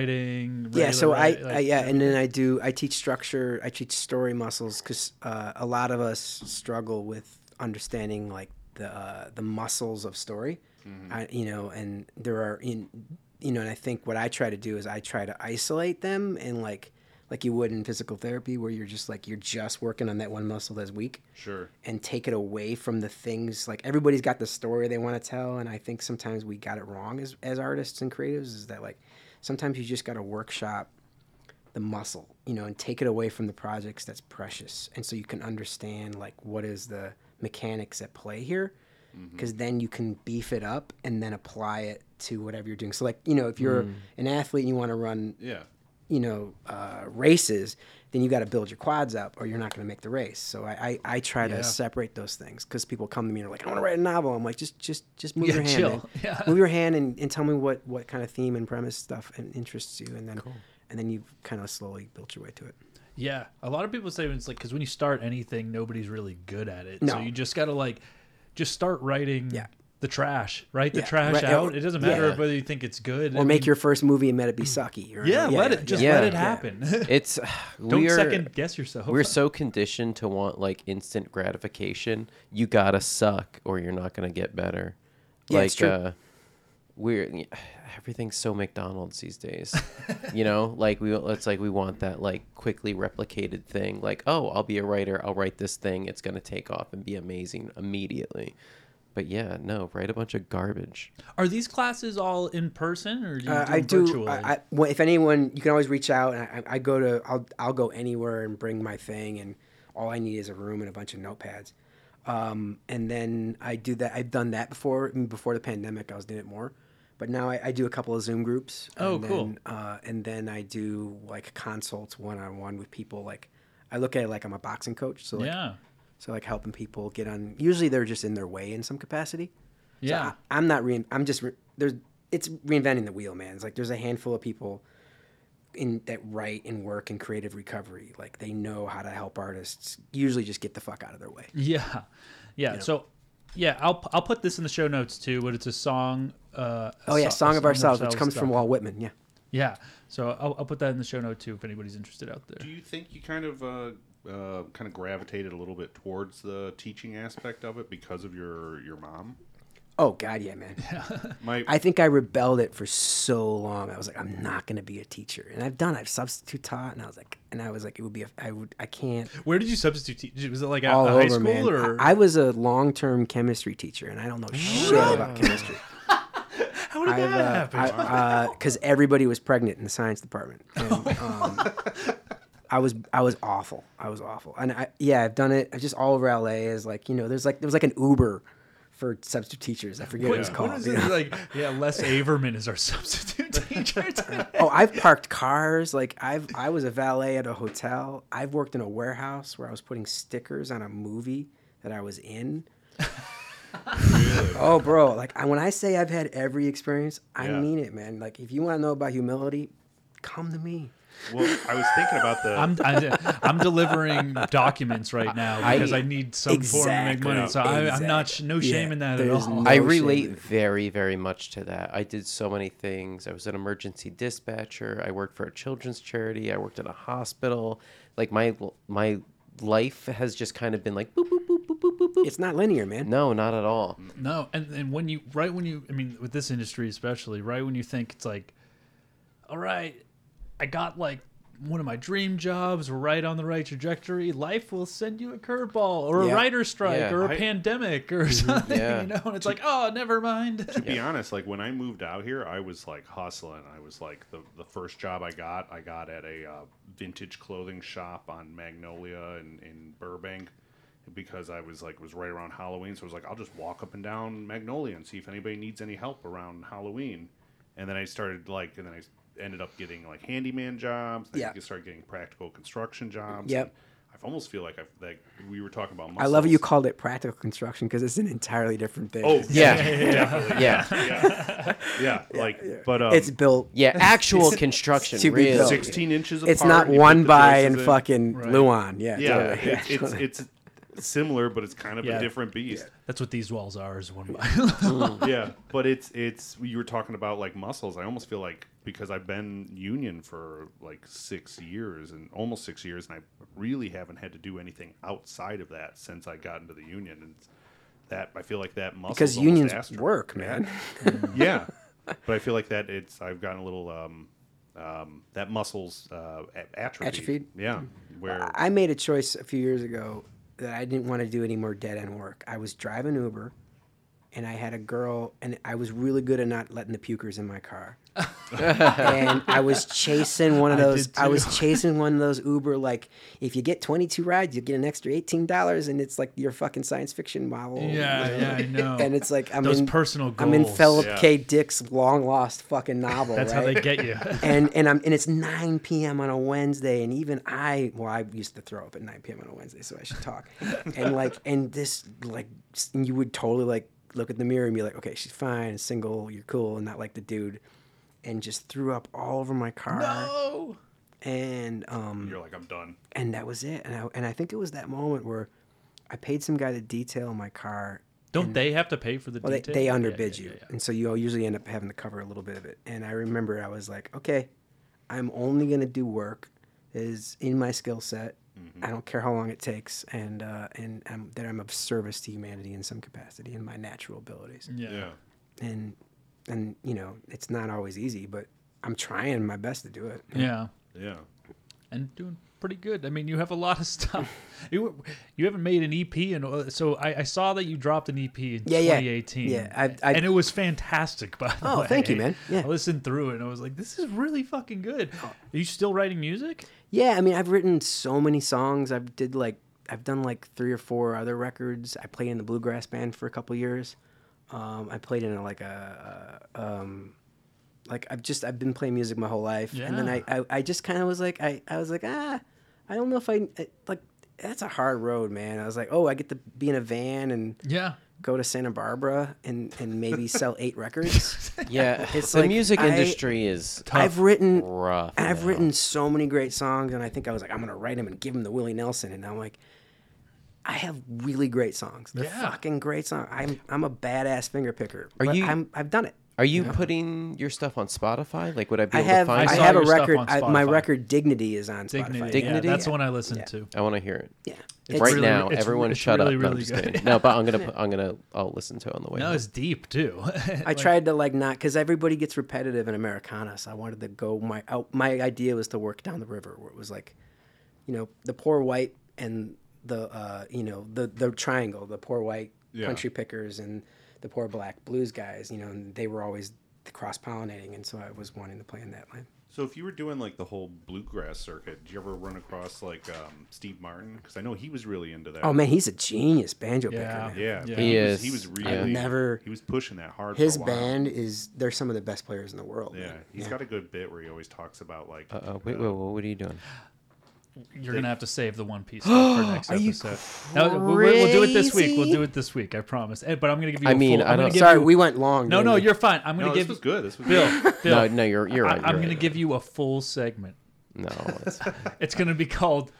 Speaker 2: screenwriting.
Speaker 3: yeah
Speaker 2: regular
Speaker 3: so I,
Speaker 2: write-
Speaker 3: I
Speaker 2: like-
Speaker 3: yeah and then i do i teach structure i teach story muscles because uh, a lot of us struggle with understanding like the uh, the muscles of story I, you know and there are in you know and i think what i try to do is i try to isolate them and like like you would in physical therapy where you're just like you're just working on that one muscle that's weak
Speaker 4: Sure.
Speaker 3: and take it away from the things like everybody's got the story they want to tell and i think sometimes we got it wrong as, as artists and creatives is that like sometimes you just got to workshop the muscle you know and take it away from the projects that's precious and so you can understand like what is the mechanics at play here because then you can beef it up and then apply it to whatever you're doing so like you know if you're an athlete and you want to run
Speaker 4: Yeah.
Speaker 3: you know uh, races, then you got to build your quads up, or you're not going to make the race. So I I, I try
Speaker 2: Yeah.
Speaker 3: to separate those things because people come to me and are like, I want to write a novel. I'm like, just just just move
Speaker 2: Yeah,
Speaker 3: your hand,
Speaker 2: chill.
Speaker 3: man.
Speaker 2: Yeah.
Speaker 3: move your hand and, and tell me what what kind of theme and premise stuff and interests you, and then and then you kind of slowly built your way to it.
Speaker 2: Yeah, a lot of people say it's like because when you start anything, nobody's really good at it. So
Speaker 3: No.
Speaker 2: you just gotta like, just start writing.
Speaker 3: Yeah.
Speaker 2: The trash, right? The
Speaker 3: Yeah,
Speaker 2: trash
Speaker 3: right,
Speaker 2: out.
Speaker 3: or-
Speaker 2: It doesn't matter
Speaker 3: yeah.
Speaker 2: whether you think it's good
Speaker 3: Or
Speaker 2: I
Speaker 3: make
Speaker 2: mean,
Speaker 3: your first movie and let it be sucky. Or,
Speaker 2: yeah, let it just
Speaker 5: yeah.
Speaker 2: let it
Speaker 5: Yeah.
Speaker 2: happen.
Speaker 5: It's
Speaker 2: Don't
Speaker 5: we're,
Speaker 2: second guess yourself.
Speaker 5: We're so conditioned to want like instant gratification. You gotta suck, or you're not gonna get better.
Speaker 3: Yeah,
Speaker 5: like
Speaker 3: it's true.
Speaker 5: uh we're everything's so McDonald's these days. you know, like we it's like we want that like quickly replicated thing. Like, oh, I'll be a writer. I'll write this thing. It's gonna take off and be amazing immediately. But yeah, no, write a bunch of garbage.
Speaker 2: Are these classes all in person or do you
Speaker 3: Uh,
Speaker 2: do
Speaker 3: I do.
Speaker 2: virtual?
Speaker 3: I, I, well, if anyone, you can always reach out. And I, I go to. I'll I'll go anywhere and bring my thing, and all I need is a room and a bunch of notepads. Um, and then I do that. I've done that before. I mean, before the pandemic, I was doing it more, but now I, I do a couple of Zoom groups.
Speaker 2: Oh,
Speaker 3: and
Speaker 2: cool.
Speaker 3: Then, uh, and then I do like consults one on one with people. Like I look at it like I'm a boxing coach. So like,
Speaker 2: yeah.
Speaker 3: So like helping people get on. Usually they're just in their way in some capacity. So
Speaker 2: Yeah.
Speaker 3: I, am not. Re, I'm just. Re, there's. It's reinventing the wheel, man. It's like there's a handful of people in that write and work in creative recovery. Like they know how to help artists. Usually just get the fuck out of their way.
Speaker 2: Yeah. Yeah. So yeah, I'll I'll put this in the show notes too, but it's a song uh a
Speaker 3: Oh yeah,
Speaker 2: so- a
Speaker 3: Song of Ourselves, which comes from
Speaker 2: doc.
Speaker 3: Walt Whitman. Yeah.
Speaker 2: Yeah. So I'll, I'll put that in the show note too if anybody's interested out there.
Speaker 4: Do you think you kind of uh, uh, kind of gravitated a little bit towards the teaching aspect of it because of your your mom?
Speaker 3: Oh god, yeah, man.
Speaker 4: My
Speaker 3: I think I rebelled it for so long. I was like, I'm not gonna be a teacher, and I've done. I've substitute taught, and I was like, and I was like, it would be. A, I would. I can't.
Speaker 2: Where did you substitute teach? Was it like at
Speaker 3: all
Speaker 2: a
Speaker 3: over,
Speaker 2: high school
Speaker 3: man.
Speaker 2: or
Speaker 3: I I was a long-term chemistry teacher, and I don't know shit about chemistry. uh,
Speaker 2: how did that happen?
Speaker 3: Because everybody was pregnant in the science department. And, um, I was I was awful. I was awful. And I, yeah, I've done it. I just all over LA is like you know there's like there was like an Uber for substitute teachers. I forget what, it was
Speaker 2: What
Speaker 3: called.
Speaker 2: is
Speaker 3: you
Speaker 2: it?
Speaker 3: know?
Speaker 2: like? Yeah, Les Averman is our substitute teacher. today.
Speaker 3: oh, I've parked cars. Like I've I was a valet at a hotel. I've worked in a warehouse where I was putting stickers on a movie that I was in. oh, bro! Like I, when I say I've had every experience, I
Speaker 4: Yeah.
Speaker 3: mean it, man. Like if you want to know about humility, come to me.
Speaker 4: well, I was thinking about the
Speaker 2: I'm, I'm I'm delivering documents right now because I, need some form to make
Speaker 3: Exactly.
Speaker 2: money. So I, I'm not sh- no shame
Speaker 3: Yeah,
Speaker 2: in that at
Speaker 3: there is
Speaker 2: all.
Speaker 3: no-
Speaker 5: I
Speaker 3: shame
Speaker 5: relate
Speaker 3: in it.
Speaker 5: very, very much to that. I did so many things. I was an emergency dispatcher. I worked for a children's charity. I worked at a hospital. Like my my life has just kind of been like boop boop boop boop boop boop boop.
Speaker 3: It's not linear, man.
Speaker 5: no, not at all.
Speaker 2: No, and and when you right when you I mean with this industry especially, right when you think it's like, all right, I got like one of my dream jobs, we're right on the right trajectory. Life will send you a curveball or a
Speaker 3: Yeah. Mm-hmm.
Speaker 2: writer strike
Speaker 5: Yeah.
Speaker 2: or a
Speaker 4: I-
Speaker 2: pandemic or something,
Speaker 5: Yeah.
Speaker 2: you know. And it's like, oh, never mind.
Speaker 4: to be honest, like when I moved out here, I was like hustling. I was like the the first job I got, I got at a uh, vintage clothing shop on Magnolia in, in Burbank because I was like it was right around Halloween, so I was like I'll just walk up and down Magnolia and see if anybody needs any help around Halloween. And then I started like, and then I ended up getting like handyman jobs. Then
Speaker 3: Yeah.
Speaker 4: I started getting practical construction jobs.
Speaker 3: Yep.
Speaker 4: and I almost feel like I've like we were talking about.
Speaker 3: I love you
Speaker 4: muscles.
Speaker 3: called it practical construction because it's an entirely different thing.
Speaker 4: Oh
Speaker 5: Yeah,
Speaker 4: definitely.
Speaker 5: yeah,
Speaker 4: yeah, like but um,
Speaker 3: it's built.
Speaker 5: yeah. Actual construction,
Speaker 3: To be
Speaker 5: real.
Speaker 3: built.
Speaker 4: 16 inches apart.
Speaker 3: It's not
Speaker 4: you put
Speaker 3: one
Speaker 4: the
Speaker 3: by
Speaker 4: joists
Speaker 3: and
Speaker 4: in.
Speaker 3: fucking
Speaker 2: Right.
Speaker 3: Luan. Yeah.
Speaker 4: Yeah,
Speaker 3: totally.
Speaker 4: it- it's it's similar, but it's kind of
Speaker 2: Yeah.
Speaker 4: a different beast.
Speaker 2: That's what these walls are is one by
Speaker 4: Yeah. but it's it's you were talking about like muscles. I almost feel like because I've been union for like six years and almost six years, and I really haven't had to do anything outside of that since I got into the union, and it's- that I feel like that muscle
Speaker 3: Because unions work, man.
Speaker 4: yeah but i feel like that it's i've gotten a little um um that muscles uh a- atrophy
Speaker 3: Atrophied? Mm.
Speaker 4: yeah where
Speaker 3: I made a choice a few years ago that I didn't want to do any more dead end work. I was driving Uber and I had a girl and I was really good at not letting the pukers in my car. and I was chasing one of those
Speaker 2: did
Speaker 3: I, was
Speaker 2: too.
Speaker 3: chasing one of those Uber like if you get 22 rides you get an extra $18 and it's like your fucking science fiction model.
Speaker 2: Yeah, yeah, I know.
Speaker 3: And it's like I'm
Speaker 2: Those
Speaker 3: in
Speaker 2: personal
Speaker 3: I'm in
Speaker 2: goals.
Speaker 3: Philip
Speaker 4: Yeah.
Speaker 3: K Dick's long lost fucking novel,
Speaker 2: That's
Speaker 3: right?
Speaker 2: how they get you.
Speaker 3: and and I'm and it's 9 p.m. on a Wednesday, and even I well I used to throw up at 9 p.m. on a Wednesday, so I should talk. and like and this like s- you would totally like look at the mirror and be like, okay, she's fine, single, you're cool, and not like the dude, and just threw up all over my car,
Speaker 2: Oh.
Speaker 3: and um
Speaker 4: you're like i'm done
Speaker 3: and that was it, and I and I think it was that moment where I paid some guy to detail my car.
Speaker 2: Don't they have to pay for the
Speaker 3: Well, they,
Speaker 2: detail?
Speaker 3: they
Speaker 2: Yeah, yeah,
Speaker 3: underbid
Speaker 2: yeah,
Speaker 3: you,
Speaker 2: yeah.
Speaker 3: and so you usually end up having to cover a little bit of it. And I remember I was like, okay, I'm only going to do work that is in my skill set.
Speaker 2: Mm-hmm.
Speaker 3: I don't care how long it takes, and uh, and I'm, that I'm of service to humanity in some capacity in my natural abilities.
Speaker 2: yeah.
Speaker 3: And and you know, it's not always easy, but I'm trying my best to do it.
Speaker 2: Yeah.
Speaker 4: yeah
Speaker 2: and doing pretty good. I mean, you have a lot of stuff. you you haven't made an E EP, and uh, so I, I saw that you dropped an EP in
Speaker 3: Yeah, yeah.
Speaker 2: 2018.
Speaker 3: Yeah, I- I-
Speaker 2: and it was fantastic. By the
Speaker 3: Oh,
Speaker 2: way,
Speaker 3: thank you, man. Yeah. Oh.
Speaker 2: I listened through it, and I was like, this is really fucking good. Are you still writing music?
Speaker 3: Yeah, I mean, I've written so many songs. I've did like I've done like three or four other records. I played in the bluegrass band for a couple years. Um, I played in a, like a uh, um, like I've just I've been playing music my whole life, and then I I, I just kind of was like I I was like ah I don't know if I, I like that's a hard road, man. I was like oh I get to be in a van and
Speaker 2: Yeah.
Speaker 3: go to Santa Barbara and and maybe sell eight records.
Speaker 5: Yeah,
Speaker 3: It's
Speaker 5: the
Speaker 3: like,
Speaker 5: music
Speaker 3: I-
Speaker 5: industry is
Speaker 3: I've written
Speaker 5: rough.
Speaker 3: and I've
Speaker 5: now.
Speaker 3: written so many great songs, and I think I was like, I'm gonna write them and give them to Willie Nelson, and I'm like, I have really great songs. They're
Speaker 2: Yeah.
Speaker 3: fucking great songs. I'm I'm a badass finger picker.
Speaker 5: Are
Speaker 3: but
Speaker 5: you-
Speaker 3: I'm, I've done it.
Speaker 5: Are you putting your stuff on Spotify? Like, would I be
Speaker 3: I
Speaker 5: able
Speaker 3: have
Speaker 5: to
Speaker 3: I,
Speaker 5: find?
Speaker 2: saw
Speaker 5: it?
Speaker 3: have a
Speaker 2: your stuff
Speaker 3: record.
Speaker 2: on
Speaker 3: I, my
Speaker 2: Spotify.
Speaker 3: record Dignity is on
Speaker 2: Dignity.
Speaker 3: Spotify.
Speaker 5: Dignity?
Speaker 2: Yeah, that's the
Speaker 5: Yeah.
Speaker 2: one I listened to.
Speaker 5: I want to hear it
Speaker 3: Yeah,
Speaker 5: right
Speaker 3: It's-
Speaker 2: really-
Speaker 5: now.
Speaker 2: it's-
Speaker 5: everyone,
Speaker 2: it's
Speaker 5: shut
Speaker 2: really,
Speaker 5: up. no,
Speaker 2: really
Speaker 5: I'm just
Speaker 2: good.
Speaker 5: kidding. no, but I'm gonna, I'm gonna, I'll listen to it on the way.
Speaker 2: No,
Speaker 5: home.
Speaker 2: it's deep too.
Speaker 3: I tried to like not because everybody gets repetitive in Americana, so I wanted to go. My out, my idea was to work down the river, where it was like, you know, the poor white and the uh, you know the the triangle, the poor white
Speaker 4: Yeah.
Speaker 3: country pickers and the poor black blues guys, you know, and they were always cross pollinating, and so I was wanting to play in that line.
Speaker 4: So if you were doing like the whole bluegrass circuit, did you ever run across like um, Steve Martin? Because I know he was really into that.
Speaker 3: Oh man, he's a genius banjo
Speaker 2: Yeah.
Speaker 3: picker. Man.
Speaker 4: yeah,
Speaker 2: Yeah.
Speaker 4: he,
Speaker 5: He
Speaker 4: was,
Speaker 5: is,
Speaker 4: he was
Speaker 5: yeah.
Speaker 4: really
Speaker 3: Never-
Speaker 4: He was pushing that hard.
Speaker 3: His
Speaker 2: Oh,
Speaker 4: for a while.
Speaker 3: band is they're some of the best players in the world.
Speaker 4: Yeah,
Speaker 3: man.
Speaker 4: he's got a good bit where he always talks about like.
Speaker 5: Uh, wait, wait, what are you doing?
Speaker 2: You're gonna have to save the One Piece stuff for next episode. No, we'll, we'll- we'll do it this week. We'll
Speaker 5: crazy?
Speaker 2: do it this week. I promise. Eh, But I'm gonna give you.
Speaker 5: I
Speaker 2: a
Speaker 5: mean,
Speaker 2: full, I'm
Speaker 5: I
Speaker 2: gonna
Speaker 5: don't-
Speaker 2: give
Speaker 3: Sorry,
Speaker 2: you-
Speaker 3: we went long.
Speaker 2: No,
Speaker 3: didn't
Speaker 2: no,
Speaker 3: we?
Speaker 2: you're fine. I'm gonna
Speaker 4: no, this
Speaker 2: give
Speaker 4: was good. This was
Speaker 2: Bill.
Speaker 4: good.
Speaker 2: Bill,
Speaker 5: No, no, you're, you're
Speaker 2: I,
Speaker 5: right.
Speaker 2: am
Speaker 5: you're
Speaker 2: gonna
Speaker 5: right.
Speaker 2: give you a full segment.
Speaker 5: No, it's-
Speaker 2: It's gonna be called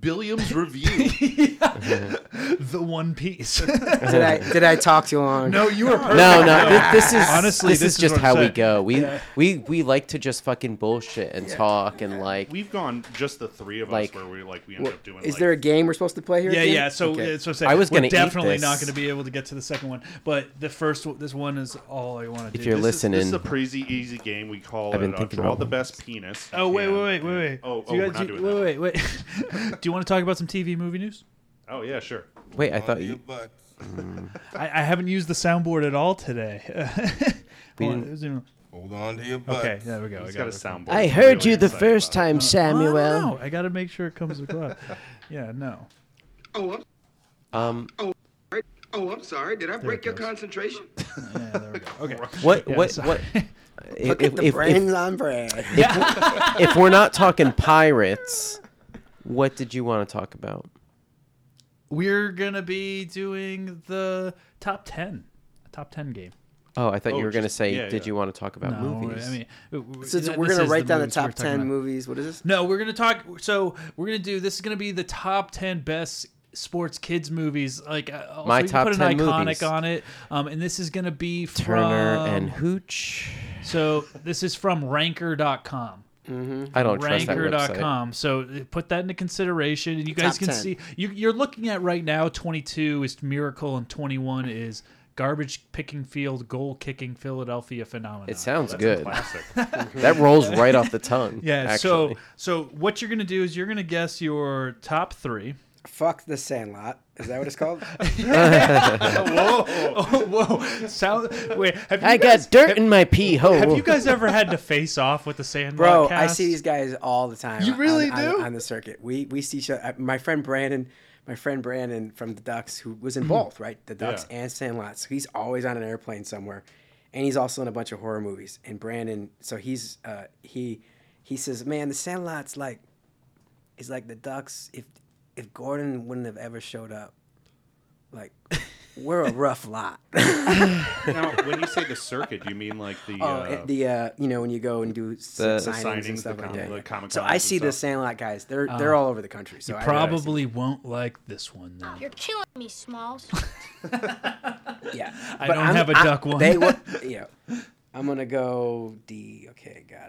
Speaker 4: Billiam's review.
Speaker 2: the One Piece.
Speaker 3: Did I did I talk too long?
Speaker 2: no, Oh, you were perfect.
Speaker 5: no, no. thi- This is
Speaker 2: Honestly,
Speaker 5: honestly, this,
Speaker 2: this
Speaker 5: is
Speaker 2: is
Speaker 5: just
Speaker 2: what I'm
Speaker 5: how we
Speaker 2: saying.
Speaker 5: go. We, we, we like to just fucking bullshit and talk and like.
Speaker 4: We've gone just the three of
Speaker 5: Like,
Speaker 4: us where we like we end up doing.
Speaker 3: Is
Speaker 4: like,
Speaker 3: there a game we're supposed to play here?
Speaker 2: Yeah,
Speaker 3: at the
Speaker 2: yeah.
Speaker 3: end?
Speaker 2: So,
Speaker 3: Okay.
Speaker 2: uh, so saying,
Speaker 5: I was gonna
Speaker 2: we're
Speaker 5: eat
Speaker 2: definitely
Speaker 5: this.
Speaker 2: not gonna be able to get to the second one, but the first, one- this one is all I want to do.
Speaker 5: you're
Speaker 2: This is-
Speaker 5: listening-
Speaker 4: This is a pretty easy game. We call
Speaker 5: I've been
Speaker 4: it uh,
Speaker 5: thinking
Speaker 4: draw
Speaker 5: about
Speaker 4: the
Speaker 5: one.
Speaker 4: best penis.
Speaker 2: Oh wait,
Speaker 4: And-
Speaker 2: wait, wait, wait, wait.
Speaker 4: Oh,
Speaker 2: Do
Speaker 4: oh
Speaker 2: you
Speaker 4: we're
Speaker 2: guys-
Speaker 4: not
Speaker 2: do-
Speaker 4: doing that.
Speaker 2: Wait, wait, wait. do you want to talk about some TV movie news?
Speaker 4: Oh yeah, sure.
Speaker 5: Wait, I thought
Speaker 7: Your
Speaker 5: you.
Speaker 7: butt.
Speaker 2: I, I haven't used the soundboard at all today. Hold on,
Speaker 5: didn't-
Speaker 2: it was in-
Speaker 7: Hold on to your butt.
Speaker 2: okay, there we go. I
Speaker 4: It's
Speaker 2: got
Speaker 4: got a
Speaker 2: it.
Speaker 4: soundboard.
Speaker 5: I
Speaker 4: I'm
Speaker 5: heard
Speaker 4: really
Speaker 5: you the
Speaker 4: excited
Speaker 5: first
Speaker 4: about it.
Speaker 5: time,
Speaker 2: Well, I
Speaker 5: Samuel.
Speaker 2: don't know. I got to make sure it comes across. yeah, no.
Speaker 5: Um,
Speaker 8: Oh, I'm sorry. Did I break your concentration?
Speaker 2: Yeah, there we go. Okay.
Speaker 5: what,
Speaker 2: Yeah,
Speaker 5: what,
Speaker 2: sorry.
Speaker 5: what? If,
Speaker 3: Look at
Speaker 5: if,
Speaker 3: the
Speaker 5: if, if,
Speaker 3: brains on bread.
Speaker 5: if we're not talking pirates, what did you want to talk about?
Speaker 2: We're going to be doing the top 10. a Top 10 game.
Speaker 5: Oh, I thought
Speaker 4: Oh,
Speaker 5: you were going to
Speaker 4: just-
Speaker 5: say,
Speaker 4: yeah,
Speaker 5: did
Speaker 4: yeah.
Speaker 5: you want to talk about
Speaker 2: No,
Speaker 5: movies?
Speaker 2: I mean, w-
Speaker 3: So
Speaker 2: th-
Speaker 3: we're
Speaker 2: this
Speaker 3: gonna
Speaker 2: is
Speaker 3: write
Speaker 2: the
Speaker 3: down the
Speaker 2: movies we were
Speaker 3: top
Speaker 2: talking
Speaker 3: ten
Speaker 2: about.
Speaker 3: movies. What is this?
Speaker 2: No, we're gonna talk. So we're gonna do. This is gonna be the top ten best sports kids movies. Like uh,
Speaker 5: My
Speaker 2: so you
Speaker 5: top
Speaker 2: can put
Speaker 5: 10
Speaker 2: an iconic
Speaker 5: movies.
Speaker 2: on it. Um, and this is gonna be from,
Speaker 5: Turner
Speaker 2: uh,
Speaker 5: and Hooch.
Speaker 2: So this is from Ranker.com.
Speaker 5: I don't trust that website.
Speaker 2: Ranker.com. So uh, put that into consideration. And you guys
Speaker 3: Top
Speaker 2: can
Speaker 3: 10.
Speaker 2: see you, you're looking at right now. Twenty two is Miracle, and twenty one is Garbage Picking Field, Goal Kicking Philadelphia Phenomenon.
Speaker 5: It sounds good.
Speaker 4: Classic.
Speaker 5: That rolls right off the tongue.
Speaker 2: yeah.
Speaker 5: actually.
Speaker 2: So so what you're gonna do is you're gonna guess your top three.
Speaker 3: Fuck the Sandlot. Is that what it's called?
Speaker 2: Oh, whoa! Sound. Wait, have you
Speaker 5: I
Speaker 2: guys,
Speaker 5: got dirt in my pee hole.
Speaker 2: Have you guys ever had to face off with the sandlot?
Speaker 3: Bro, I
Speaker 2: cast?
Speaker 3: see these guys all the time.
Speaker 2: You
Speaker 3: on-
Speaker 2: really
Speaker 3: on,
Speaker 2: do?
Speaker 3: on, the circuit. We we see each other. My friend Brandon, my friend Brandon from the Ducks, who was
Speaker 2: Mm-hmm.
Speaker 3: in both, right? The Ducks
Speaker 4: Yeah.
Speaker 3: and Sandlot. So he's always on an airplane somewhere, and he's also in a bunch of horror movies. And Brandon, so he's uh, he he says, man, the Sandlot's like, it's like the Ducks. If if Gordon wouldn't have ever showed up, like. We're a rough lot.
Speaker 4: now, when you say the circuit, you mean like the
Speaker 3: Oh,
Speaker 4: uh,
Speaker 3: it- the uh, you know when you go and do s-
Speaker 5: The- the
Speaker 3: signings,
Speaker 4: signings,
Speaker 3: and stuff
Speaker 4: the
Speaker 3: like
Speaker 4: com-
Speaker 3: that.
Speaker 4: the
Speaker 3: yeah.
Speaker 4: Comic
Speaker 3: so
Speaker 4: Cons
Speaker 3: I
Speaker 4: and
Speaker 3: see the
Speaker 4: stuff.
Speaker 3: Sandlot guys. They're they're all over the country. So I
Speaker 2: Oh. Probably won't like this one. Then.
Speaker 9: You're killing me, Smalls.
Speaker 3: yeah.
Speaker 2: I don't have a duck one.
Speaker 3: They were, yeah. I'm gonna go D. Okay, got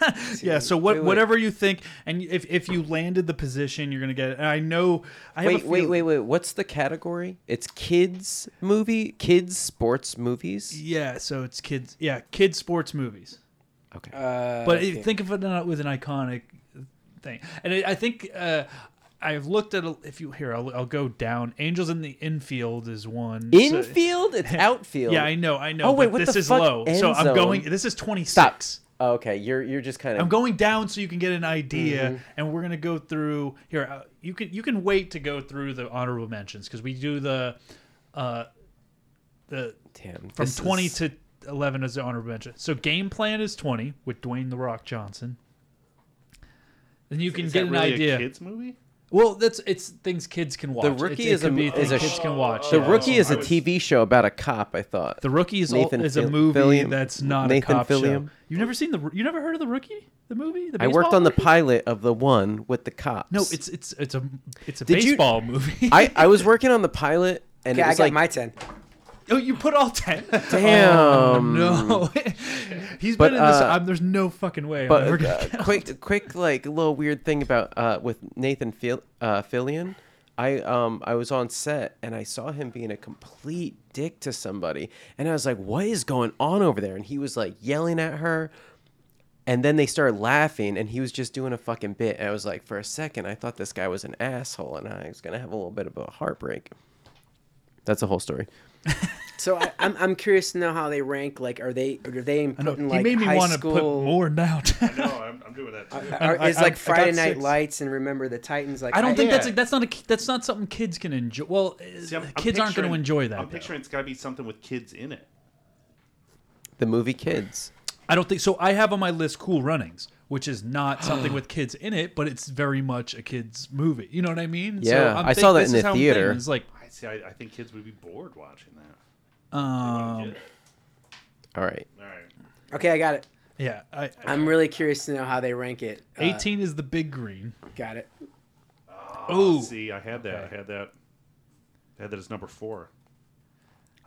Speaker 3: it.
Speaker 2: Yeah. So what,
Speaker 3: Wait, wait.
Speaker 2: whatever you think, and if if you landed the position, you're gonna get it. And I know. I have a
Speaker 5: wait, wait,
Speaker 2: feeling-
Speaker 5: wait, wait. What's the category? It's kids movie, kids sports movies.
Speaker 2: Yeah. So it's kids. Yeah, kids sports movies.
Speaker 5: Okay.
Speaker 3: Uh,
Speaker 7: Oh,
Speaker 2: But it- think of it not with an iconic thing. And I, I think uh, I've looked at a, if you here, I'll, I'll go down. Angels in the infield is one. So-
Speaker 7: Infield? It's outfield.
Speaker 2: yeah, I know, I know.
Speaker 7: Oh, wait,
Speaker 2: but
Speaker 7: what
Speaker 2: this
Speaker 7: the
Speaker 2: is
Speaker 7: fuck?
Speaker 2: low.
Speaker 7: End
Speaker 2: so I'm
Speaker 7: zone.
Speaker 2: going. This is 26.
Speaker 7: Stop. Oh, okay, you're you're just kind of.
Speaker 2: I'm going down so you can get an idea,
Speaker 5: Mm-hmm.
Speaker 2: and we're gonna go through here. uh, You can you can wait to go through the honorable mentions because we do the, uh, the
Speaker 7: Damn,
Speaker 2: from
Speaker 7: this
Speaker 2: twenty
Speaker 7: is-
Speaker 2: to eleven is the honorable mention. So game plan is twenty with Dwayne the Rock Johnson. Then you can
Speaker 4: Is
Speaker 2: get
Speaker 4: that
Speaker 2: an
Speaker 4: really
Speaker 2: idea.
Speaker 4: a kids movie?
Speaker 2: Well, that's it's things kids can watch. It's-
Speaker 5: Rookie
Speaker 2: it
Speaker 5: is a
Speaker 2: could be
Speaker 5: mo- is
Speaker 2: things
Speaker 5: a sh- uh,
Speaker 2: kids can watch.
Speaker 5: The
Speaker 2: yeah.
Speaker 5: Rookie is a TV show about a cop. I thought.
Speaker 2: The Rookie is, all-
Speaker 5: Nathan
Speaker 2: is a
Speaker 5: Fil-
Speaker 2: movie
Speaker 5: Fillion-
Speaker 2: that's not
Speaker 5: Nathan
Speaker 2: a cop
Speaker 5: Fillion.
Speaker 2: show. You've never seen the you never heard of the Rookie? The movie? The
Speaker 5: I worked
Speaker 2: baseball
Speaker 5: on the
Speaker 2: Rookie?
Speaker 5: pilot of the one with the cops.
Speaker 2: No, it's it's it's a it's a
Speaker 5: Did you-
Speaker 2: baseball movie.
Speaker 5: I I was working on the pilot and
Speaker 3: Okay,
Speaker 5: it
Speaker 3: I
Speaker 5: was
Speaker 3: got
Speaker 5: like
Speaker 3: my ten.
Speaker 2: oh, you put all ten. Oh,
Speaker 5: damn.
Speaker 2: no, he's
Speaker 5: But,
Speaker 2: been in this.
Speaker 5: uh,
Speaker 2: I'm, there's no fucking way. I'm never
Speaker 5: But
Speaker 2: gonna
Speaker 5: uh,
Speaker 2: count.
Speaker 5: quick, quick, like little weird thing about uh, with Nathan Fil- uh, Fillion. I um I was on set and I saw him being a complete dick to somebody, and I was like, "What is going on over there?" And he was like yelling at her, and then they started laughing, and he was just doing a fucking bit. And I was like, for a second, I thought this guy was an asshole, and I was gonna have a little bit of a heartbreak. That's the whole story.
Speaker 3: So I, I'm I'm curious to know how they rank. Like, are they are they
Speaker 2: I know,
Speaker 3: putting
Speaker 2: he
Speaker 3: like
Speaker 2: made me
Speaker 3: high
Speaker 2: want to
Speaker 3: school?
Speaker 2: put more now.
Speaker 4: No, I'm, I'm doing that. Too.
Speaker 3: Are,
Speaker 2: I-
Speaker 3: is
Speaker 2: I-
Speaker 3: like
Speaker 2: I got
Speaker 3: Friday Night
Speaker 2: six.
Speaker 3: Lights and Remember the Titans? Like,
Speaker 2: I don't think
Speaker 4: yeah.
Speaker 2: that's a, that's not a ki- that's not something kids can enjoy. Well, uh,
Speaker 4: See, I'm- I'm
Speaker 2: kids aren't going
Speaker 4: picturing-
Speaker 2: to enjoy that.
Speaker 4: I'm
Speaker 2: though.
Speaker 4: picturing it's got to be something with kids in it.
Speaker 5: The movie Kids.
Speaker 2: I don't think so. I have on my list Cool Runnings, which is not something with kids in it, but it's very much a kids movie. You know what I mean?
Speaker 5: Yeah,
Speaker 2: I'm
Speaker 5: I saw that
Speaker 2: this
Speaker 5: in the
Speaker 2: is how I'm thinking.
Speaker 5: theater.
Speaker 2: It's like
Speaker 4: I see. I, I think kids would be bored watching that.
Speaker 2: um,
Speaker 5: All right.
Speaker 4: All right.
Speaker 3: okay, I got it.
Speaker 2: yeah, I,
Speaker 5: Uh,
Speaker 3: I'm really curious to know how they rank it. Uh,
Speaker 2: 18 is the big green.
Speaker 3: Got it.
Speaker 2: Oh,
Speaker 4: See, I had that. I had that. I had that as number four.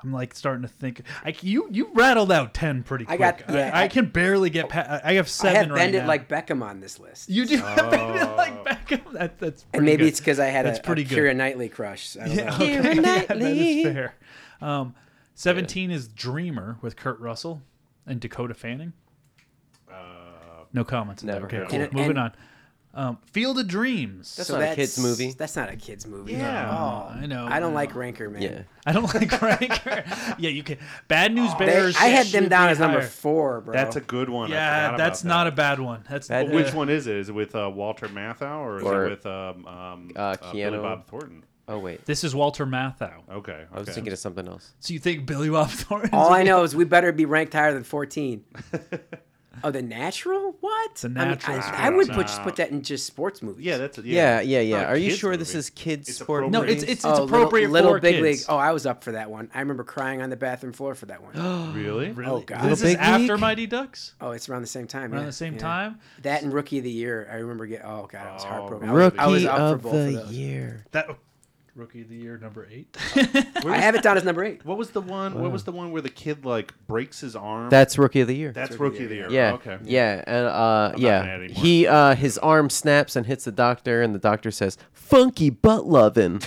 Speaker 2: I'm like starting to think. I, you you rattled out 10 pretty
Speaker 3: I
Speaker 2: quick.
Speaker 3: got- yeah,
Speaker 2: I,
Speaker 3: I-
Speaker 2: can barely get past. I have
Speaker 3: I
Speaker 2: seven
Speaker 3: have
Speaker 2: right
Speaker 3: Bendit
Speaker 2: now.
Speaker 3: like Beckham on this list,
Speaker 2: you do have bended
Speaker 4: Oh.
Speaker 2: like back up. That, that's
Speaker 3: and
Speaker 2: pretty
Speaker 3: maybe
Speaker 2: good.
Speaker 3: it's because I had
Speaker 2: That's
Speaker 3: a,
Speaker 2: pretty
Speaker 3: a
Speaker 2: good.
Speaker 3: Keira Knightley crush. so I don't know.
Speaker 2: Okay, yeah, that is fair. Um, 17 is Dreamer with Kurt Russell and Dakota Fanning.
Speaker 4: Uh,
Speaker 2: no comments. on that.
Speaker 5: Never
Speaker 2: Okay,
Speaker 5: heard
Speaker 2: cool.
Speaker 3: of it.
Speaker 2: Moving
Speaker 3: And-
Speaker 2: on. Um, Field of Dreams.
Speaker 5: That's not a kids movie.
Speaker 3: That's not a kids movie.
Speaker 4: Yeah.
Speaker 3: Oh,
Speaker 2: I know.
Speaker 3: I don't like Ranker, man.
Speaker 5: Yeah.
Speaker 2: I don't like Ranker. yeah, you can. Bad News
Speaker 3: They-
Speaker 2: Bears.
Speaker 3: I had
Speaker 2: should
Speaker 3: them down
Speaker 2: be
Speaker 3: as number
Speaker 2: higher.
Speaker 3: four, bro.
Speaker 4: That's a good one. I forgot
Speaker 2: Yeah,
Speaker 4: about
Speaker 2: that's
Speaker 4: that.
Speaker 2: not a bad one. That's
Speaker 5: Bad-
Speaker 2: uh,
Speaker 5: News.
Speaker 4: Which one is it? Is it with uh, Walter Matthau or is
Speaker 5: Or,
Speaker 4: it with um, um,
Speaker 5: uh,
Speaker 4: Billy
Speaker 5: Keanu.
Speaker 4: Bob Thornton?
Speaker 5: Oh wait,
Speaker 2: This is Walter Matthau.
Speaker 4: Okay, okay.
Speaker 5: I was thinking of something else.
Speaker 2: So you think Billy Bob Thornton?
Speaker 3: All I know is we better be ranked higher than 14. oh, the natural? What?
Speaker 2: The
Speaker 3: I mean,
Speaker 2: Natural is
Speaker 3: I, I,
Speaker 2: good.
Speaker 3: would put, just
Speaker 4: Nah.
Speaker 3: put that in just sports movies.
Speaker 4: yeah, that's yeah.
Speaker 5: Yeah, yeah, yeah.
Speaker 4: Not a
Speaker 5: Are you
Speaker 4: kids
Speaker 5: sure this
Speaker 4: movie.
Speaker 5: is kids
Speaker 4: It's
Speaker 5: sport?
Speaker 4: appropriate.
Speaker 2: no, it's it's, it's
Speaker 3: Oh, Little-
Speaker 2: appropriate
Speaker 3: little,
Speaker 2: for
Speaker 3: big
Speaker 2: kids.
Speaker 3: league. Oh, I was up for that one. I remember crying on the bathroom floor for that one.
Speaker 4: really.
Speaker 2: really?
Speaker 3: oh, God.
Speaker 2: This is
Speaker 5: Little Big
Speaker 2: after
Speaker 5: League?
Speaker 2: Mighty Ducks.
Speaker 3: oh, it's around the same time.
Speaker 2: Around
Speaker 3: yeah,
Speaker 2: the same
Speaker 3: yeah.
Speaker 2: time.
Speaker 3: That and rookie of the year. I remember get. Oh God, I was
Speaker 4: Oh,
Speaker 3: heartbroken. I was,
Speaker 5: Rookie
Speaker 3: I was up
Speaker 5: of
Speaker 3: for both
Speaker 5: the
Speaker 3: of those.
Speaker 5: year.
Speaker 2: That rookie of the year number eight.
Speaker 3: I have it down as number eight.
Speaker 4: What was the one? What was the one where the kid like breaks his arm?
Speaker 5: That's rookie of the year.
Speaker 4: that's rookie of the year.
Speaker 5: yeah,
Speaker 4: Okay.
Speaker 5: yeah, and uh,
Speaker 4: mad
Speaker 5: yeah.
Speaker 4: anymore.
Speaker 5: He uh, his arm snaps and hits the doctor, and the doctor says, "Funky butt lovin',"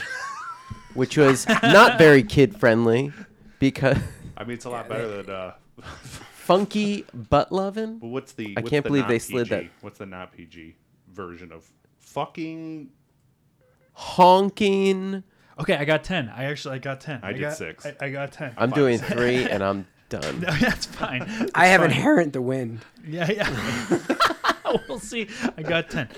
Speaker 5: which was not very kid friendly, because
Speaker 4: I mean, it's a lot better than. Uh,
Speaker 5: funky butt lovin'.
Speaker 4: but what's the?
Speaker 5: I
Speaker 4: what's
Speaker 5: can't
Speaker 4: the
Speaker 5: believe
Speaker 4: not
Speaker 5: they slid
Speaker 4: PG?
Speaker 5: that.
Speaker 4: What's the not PG version of fucking?
Speaker 5: honking.
Speaker 2: okay, I got ten. I actually I got ten.
Speaker 4: I did
Speaker 2: got-
Speaker 4: six.
Speaker 2: I, I got 10
Speaker 5: I'm doing three, and I'm done.
Speaker 2: That's fine. It's
Speaker 3: I have
Speaker 2: fine.
Speaker 3: inherent the win.
Speaker 2: Yeah, yeah. we'll see. I got ten.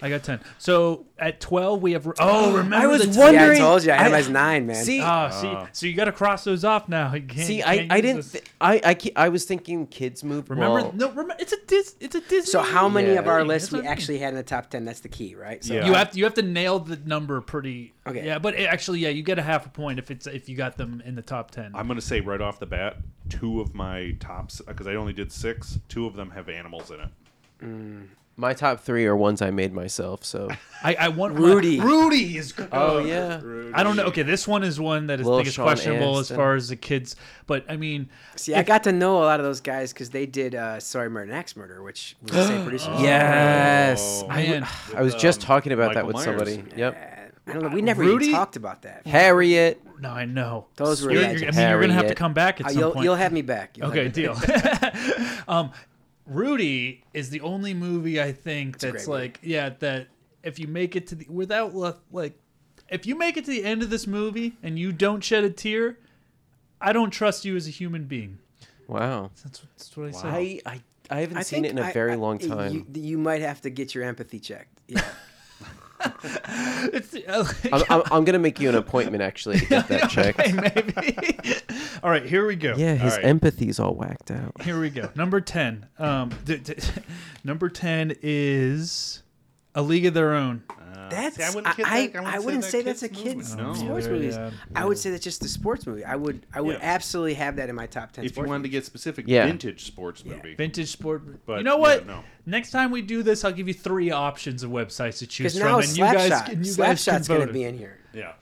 Speaker 2: I got ten. So at twelve we have. Oh, remember
Speaker 5: I was
Speaker 2: the time-
Speaker 5: wondering.
Speaker 3: Yeah, I told you. I had him
Speaker 5: I-
Speaker 3: as nine, man.
Speaker 5: See,
Speaker 2: Ah, see, so you got to cross those off now. You can't-
Speaker 5: see,
Speaker 2: you
Speaker 5: I,
Speaker 2: can't
Speaker 5: I
Speaker 2: use
Speaker 5: didn't.
Speaker 2: this.
Speaker 5: Th- I, I, ke- I was thinking kids move.
Speaker 2: remember?
Speaker 5: well,
Speaker 2: no, remember. It's a dis. It's a Disney.
Speaker 3: so how many of
Speaker 5: Yeah.
Speaker 3: our
Speaker 2: thing.
Speaker 3: lists
Speaker 2: That's what
Speaker 3: we
Speaker 2: I mean.
Speaker 3: actually had in the top ten? That's the key, right? So
Speaker 4: Yeah.
Speaker 2: You have to you have to nail the number pretty.
Speaker 3: Okay.
Speaker 2: Yeah, but it- actually, yeah, you get a half a point if it's if you got them in the top ten.
Speaker 4: I'm gonna say right off the bat, two of my tops because I only did six. Two of them have animals in it.
Speaker 5: My top three are ones I made myself. So,
Speaker 2: I, I want
Speaker 3: Rudy.
Speaker 2: Rudy is.
Speaker 5: oh yeah,
Speaker 2: I don't know. Okay, this one is one that is, I
Speaker 5: Lil
Speaker 2: think is
Speaker 5: Sean
Speaker 2: questionable as
Speaker 5: Astin.
Speaker 2: far as the kids. But I mean,
Speaker 3: See, I got to know a lot of those guys because they did uh, "Sorry, Murder, Next Murder," which was the same producer.
Speaker 5: yes. I,
Speaker 2: man,
Speaker 5: I was just
Speaker 4: um,
Speaker 5: talking about that
Speaker 4: Michael
Speaker 5: with
Speaker 4: Myers.
Speaker 5: somebody. Yep,
Speaker 3: I don't know. We never
Speaker 2: Rudy?
Speaker 3: even talked about that.
Speaker 5: Harriet.
Speaker 2: no, I know.
Speaker 3: Those were Uh,
Speaker 2: You're,
Speaker 3: legends.
Speaker 2: you're- I mean, you're gonna have to
Speaker 5: Harriet.
Speaker 2: come back at
Speaker 3: Uh,
Speaker 2: some
Speaker 3: you'll,
Speaker 2: point.
Speaker 3: you'll have me back. You'll have
Speaker 2: okay,
Speaker 3: me back.
Speaker 2: deal. um, Rudy is the only movie I think
Speaker 3: a
Speaker 2: that's
Speaker 3: great movie.
Speaker 2: like yeah that if you make it to the without le- like if you make it to the end of this movie and you don't shed a tear, I don't trust you as a human being.
Speaker 5: Wow.
Speaker 2: That's, that's what I say.
Speaker 7: I, I, I haven't
Speaker 3: I
Speaker 7: seen it
Speaker 3: think
Speaker 7: in a
Speaker 3: I-
Speaker 7: very
Speaker 3: I-
Speaker 7: long
Speaker 3: you-
Speaker 7: time.
Speaker 3: You, might have to get your empathy checked. Yeah.
Speaker 2: It's the- uh,
Speaker 5: I'm, I'm, I'm gonna make you an appointment actually to get that checked.
Speaker 2: okay, maybe. All right, here we go.
Speaker 5: Yeah, his
Speaker 4: right.
Speaker 5: empathy's all whacked out.
Speaker 2: Here we go. Number 10. Um, d- d- number 10 is A League of Their Own.
Speaker 3: That's
Speaker 4: See, I
Speaker 3: I wouldn't,
Speaker 4: wouldn't kid-
Speaker 3: I,
Speaker 4: I wouldn't
Speaker 3: I
Speaker 4: say
Speaker 3: wouldn't
Speaker 4: that
Speaker 3: say that's a
Speaker 4: kid's movie.
Speaker 3: kids
Speaker 4: No.
Speaker 3: sports
Speaker 2: Yeah,
Speaker 3: movie.
Speaker 2: yeah,
Speaker 3: I would say that's just a sports movie. I would I would
Speaker 4: Yeah.
Speaker 3: absolutely have that in my top ten.
Speaker 4: If you
Speaker 3: sports
Speaker 4: wanted to
Speaker 3: movies.
Speaker 4: get specific,
Speaker 5: Yeah.
Speaker 4: vintage sports movie.
Speaker 2: Vintage sport.
Speaker 4: But,
Speaker 2: you know what?
Speaker 4: yeah, no.
Speaker 2: Next time we do this, I'll give you three options of websites to choose
Speaker 3: because
Speaker 2: from,
Speaker 3: now
Speaker 2: and you guys,
Speaker 3: Slapshot,
Speaker 2: and you guys can
Speaker 3: Slapshot's
Speaker 2: vote.
Speaker 3: going
Speaker 2: it.
Speaker 3: to be in here.
Speaker 4: Yeah.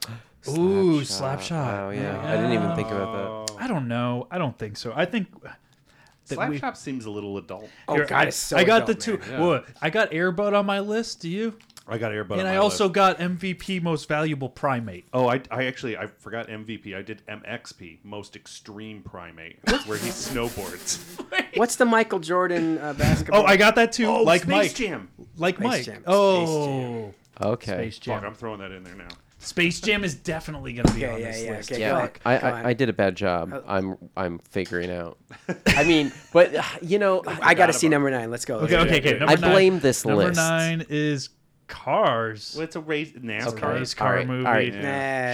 Speaker 2: Ooh, Slapshot.
Speaker 5: Wow, Oh, yeah. I didn't even think about
Speaker 2: I don't know. I don't think so. I think that we.
Speaker 4: Slapshot seems a little adult.
Speaker 3: Oh
Speaker 2: Here,
Speaker 3: God,
Speaker 2: I,
Speaker 3: it's so.
Speaker 2: I got
Speaker 3: adult,
Speaker 2: the
Speaker 3: man.
Speaker 2: two. Whoa, I got Airbud on my list. Do you?
Speaker 4: I got Airbud. on
Speaker 2: and I
Speaker 4: my
Speaker 2: also
Speaker 4: list.
Speaker 2: got MVP Most Valuable Primate.
Speaker 4: Oh, I, I actually I forgot MVP. I did MXP, most extreme primate, where he snowboards.
Speaker 3: What's the Michael Jordan uh, basketball?
Speaker 2: Oh, I got that too. like
Speaker 4: Space
Speaker 2: Mike.
Speaker 4: Jam.
Speaker 2: Like
Speaker 3: Space
Speaker 2: Mike.
Speaker 3: Jam. Space
Speaker 2: Oh,
Speaker 5: that. Okay.
Speaker 2: Space Jam.
Speaker 4: Fuck, I'm throwing that in there now.
Speaker 2: Space Jam is definitely gonna be
Speaker 3: Yeah,
Speaker 2: on
Speaker 3: yeah,
Speaker 2: this
Speaker 3: yeah,
Speaker 2: list.
Speaker 3: okay.
Speaker 5: Yeah,
Speaker 3: Fuck, Uh,
Speaker 5: I,
Speaker 3: come
Speaker 5: I,
Speaker 3: on.
Speaker 5: I did a bad job. I'm I'm figuring out. I mean, but uh, you know,
Speaker 3: I got to see number nine. Let's go.
Speaker 2: Okay,
Speaker 3: Let's go.
Speaker 2: okay, okay.
Speaker 4: yeah.
Speaker 2: Number
Speaker 5: I
Speaker 2: nine-
Speaker 5: blame this
Speaker 2: number
Speaker 5: list.
Speaker 2: nine is Cars.
Speaker 4: Well, it's a race NASCAR.
Speaker 2: Race car Ah,
Speaker 5: all right,
Speaker 2: movie.
Speaker 5: all right.
Speaker 3: Nah,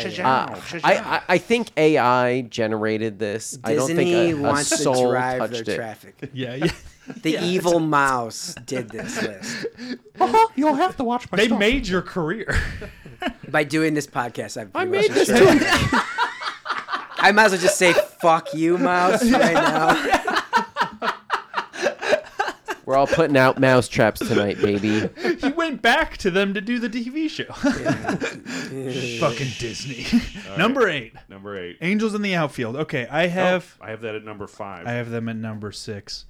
Speaker 3: yeah.
Speaker 5: uh, I, I I think AI generated this. I don't think
Speaker 3: Disney
Speaker 5: a, a
Speaker 3: wants to
Speaker 5: soul
Speaker 3: drive their
Speaker 5: touched it.
Speaker 3: traffic.
Speaker 2: Yeah, yeah.
Speaker 3: The evil mouse did this list.
Speaker 4: You'll have to watch my.
Speaker 2: they made your career.
Speaker 3: By doing this podcast, I've I made this. I might as well just say "fuck you, mouse" right now.
Speaker 5: We're all putting out mouse traps tonight, baby.
Speaker 2: he went back to them to do the TV show. Fucking Disney. Number eight,
Speaker 4: number eight. Oh,
Speaker 2: Angels in the Outfield. Okay, I have
Speaker 4: I have that at number five.
Speaker 2: I have them at number six.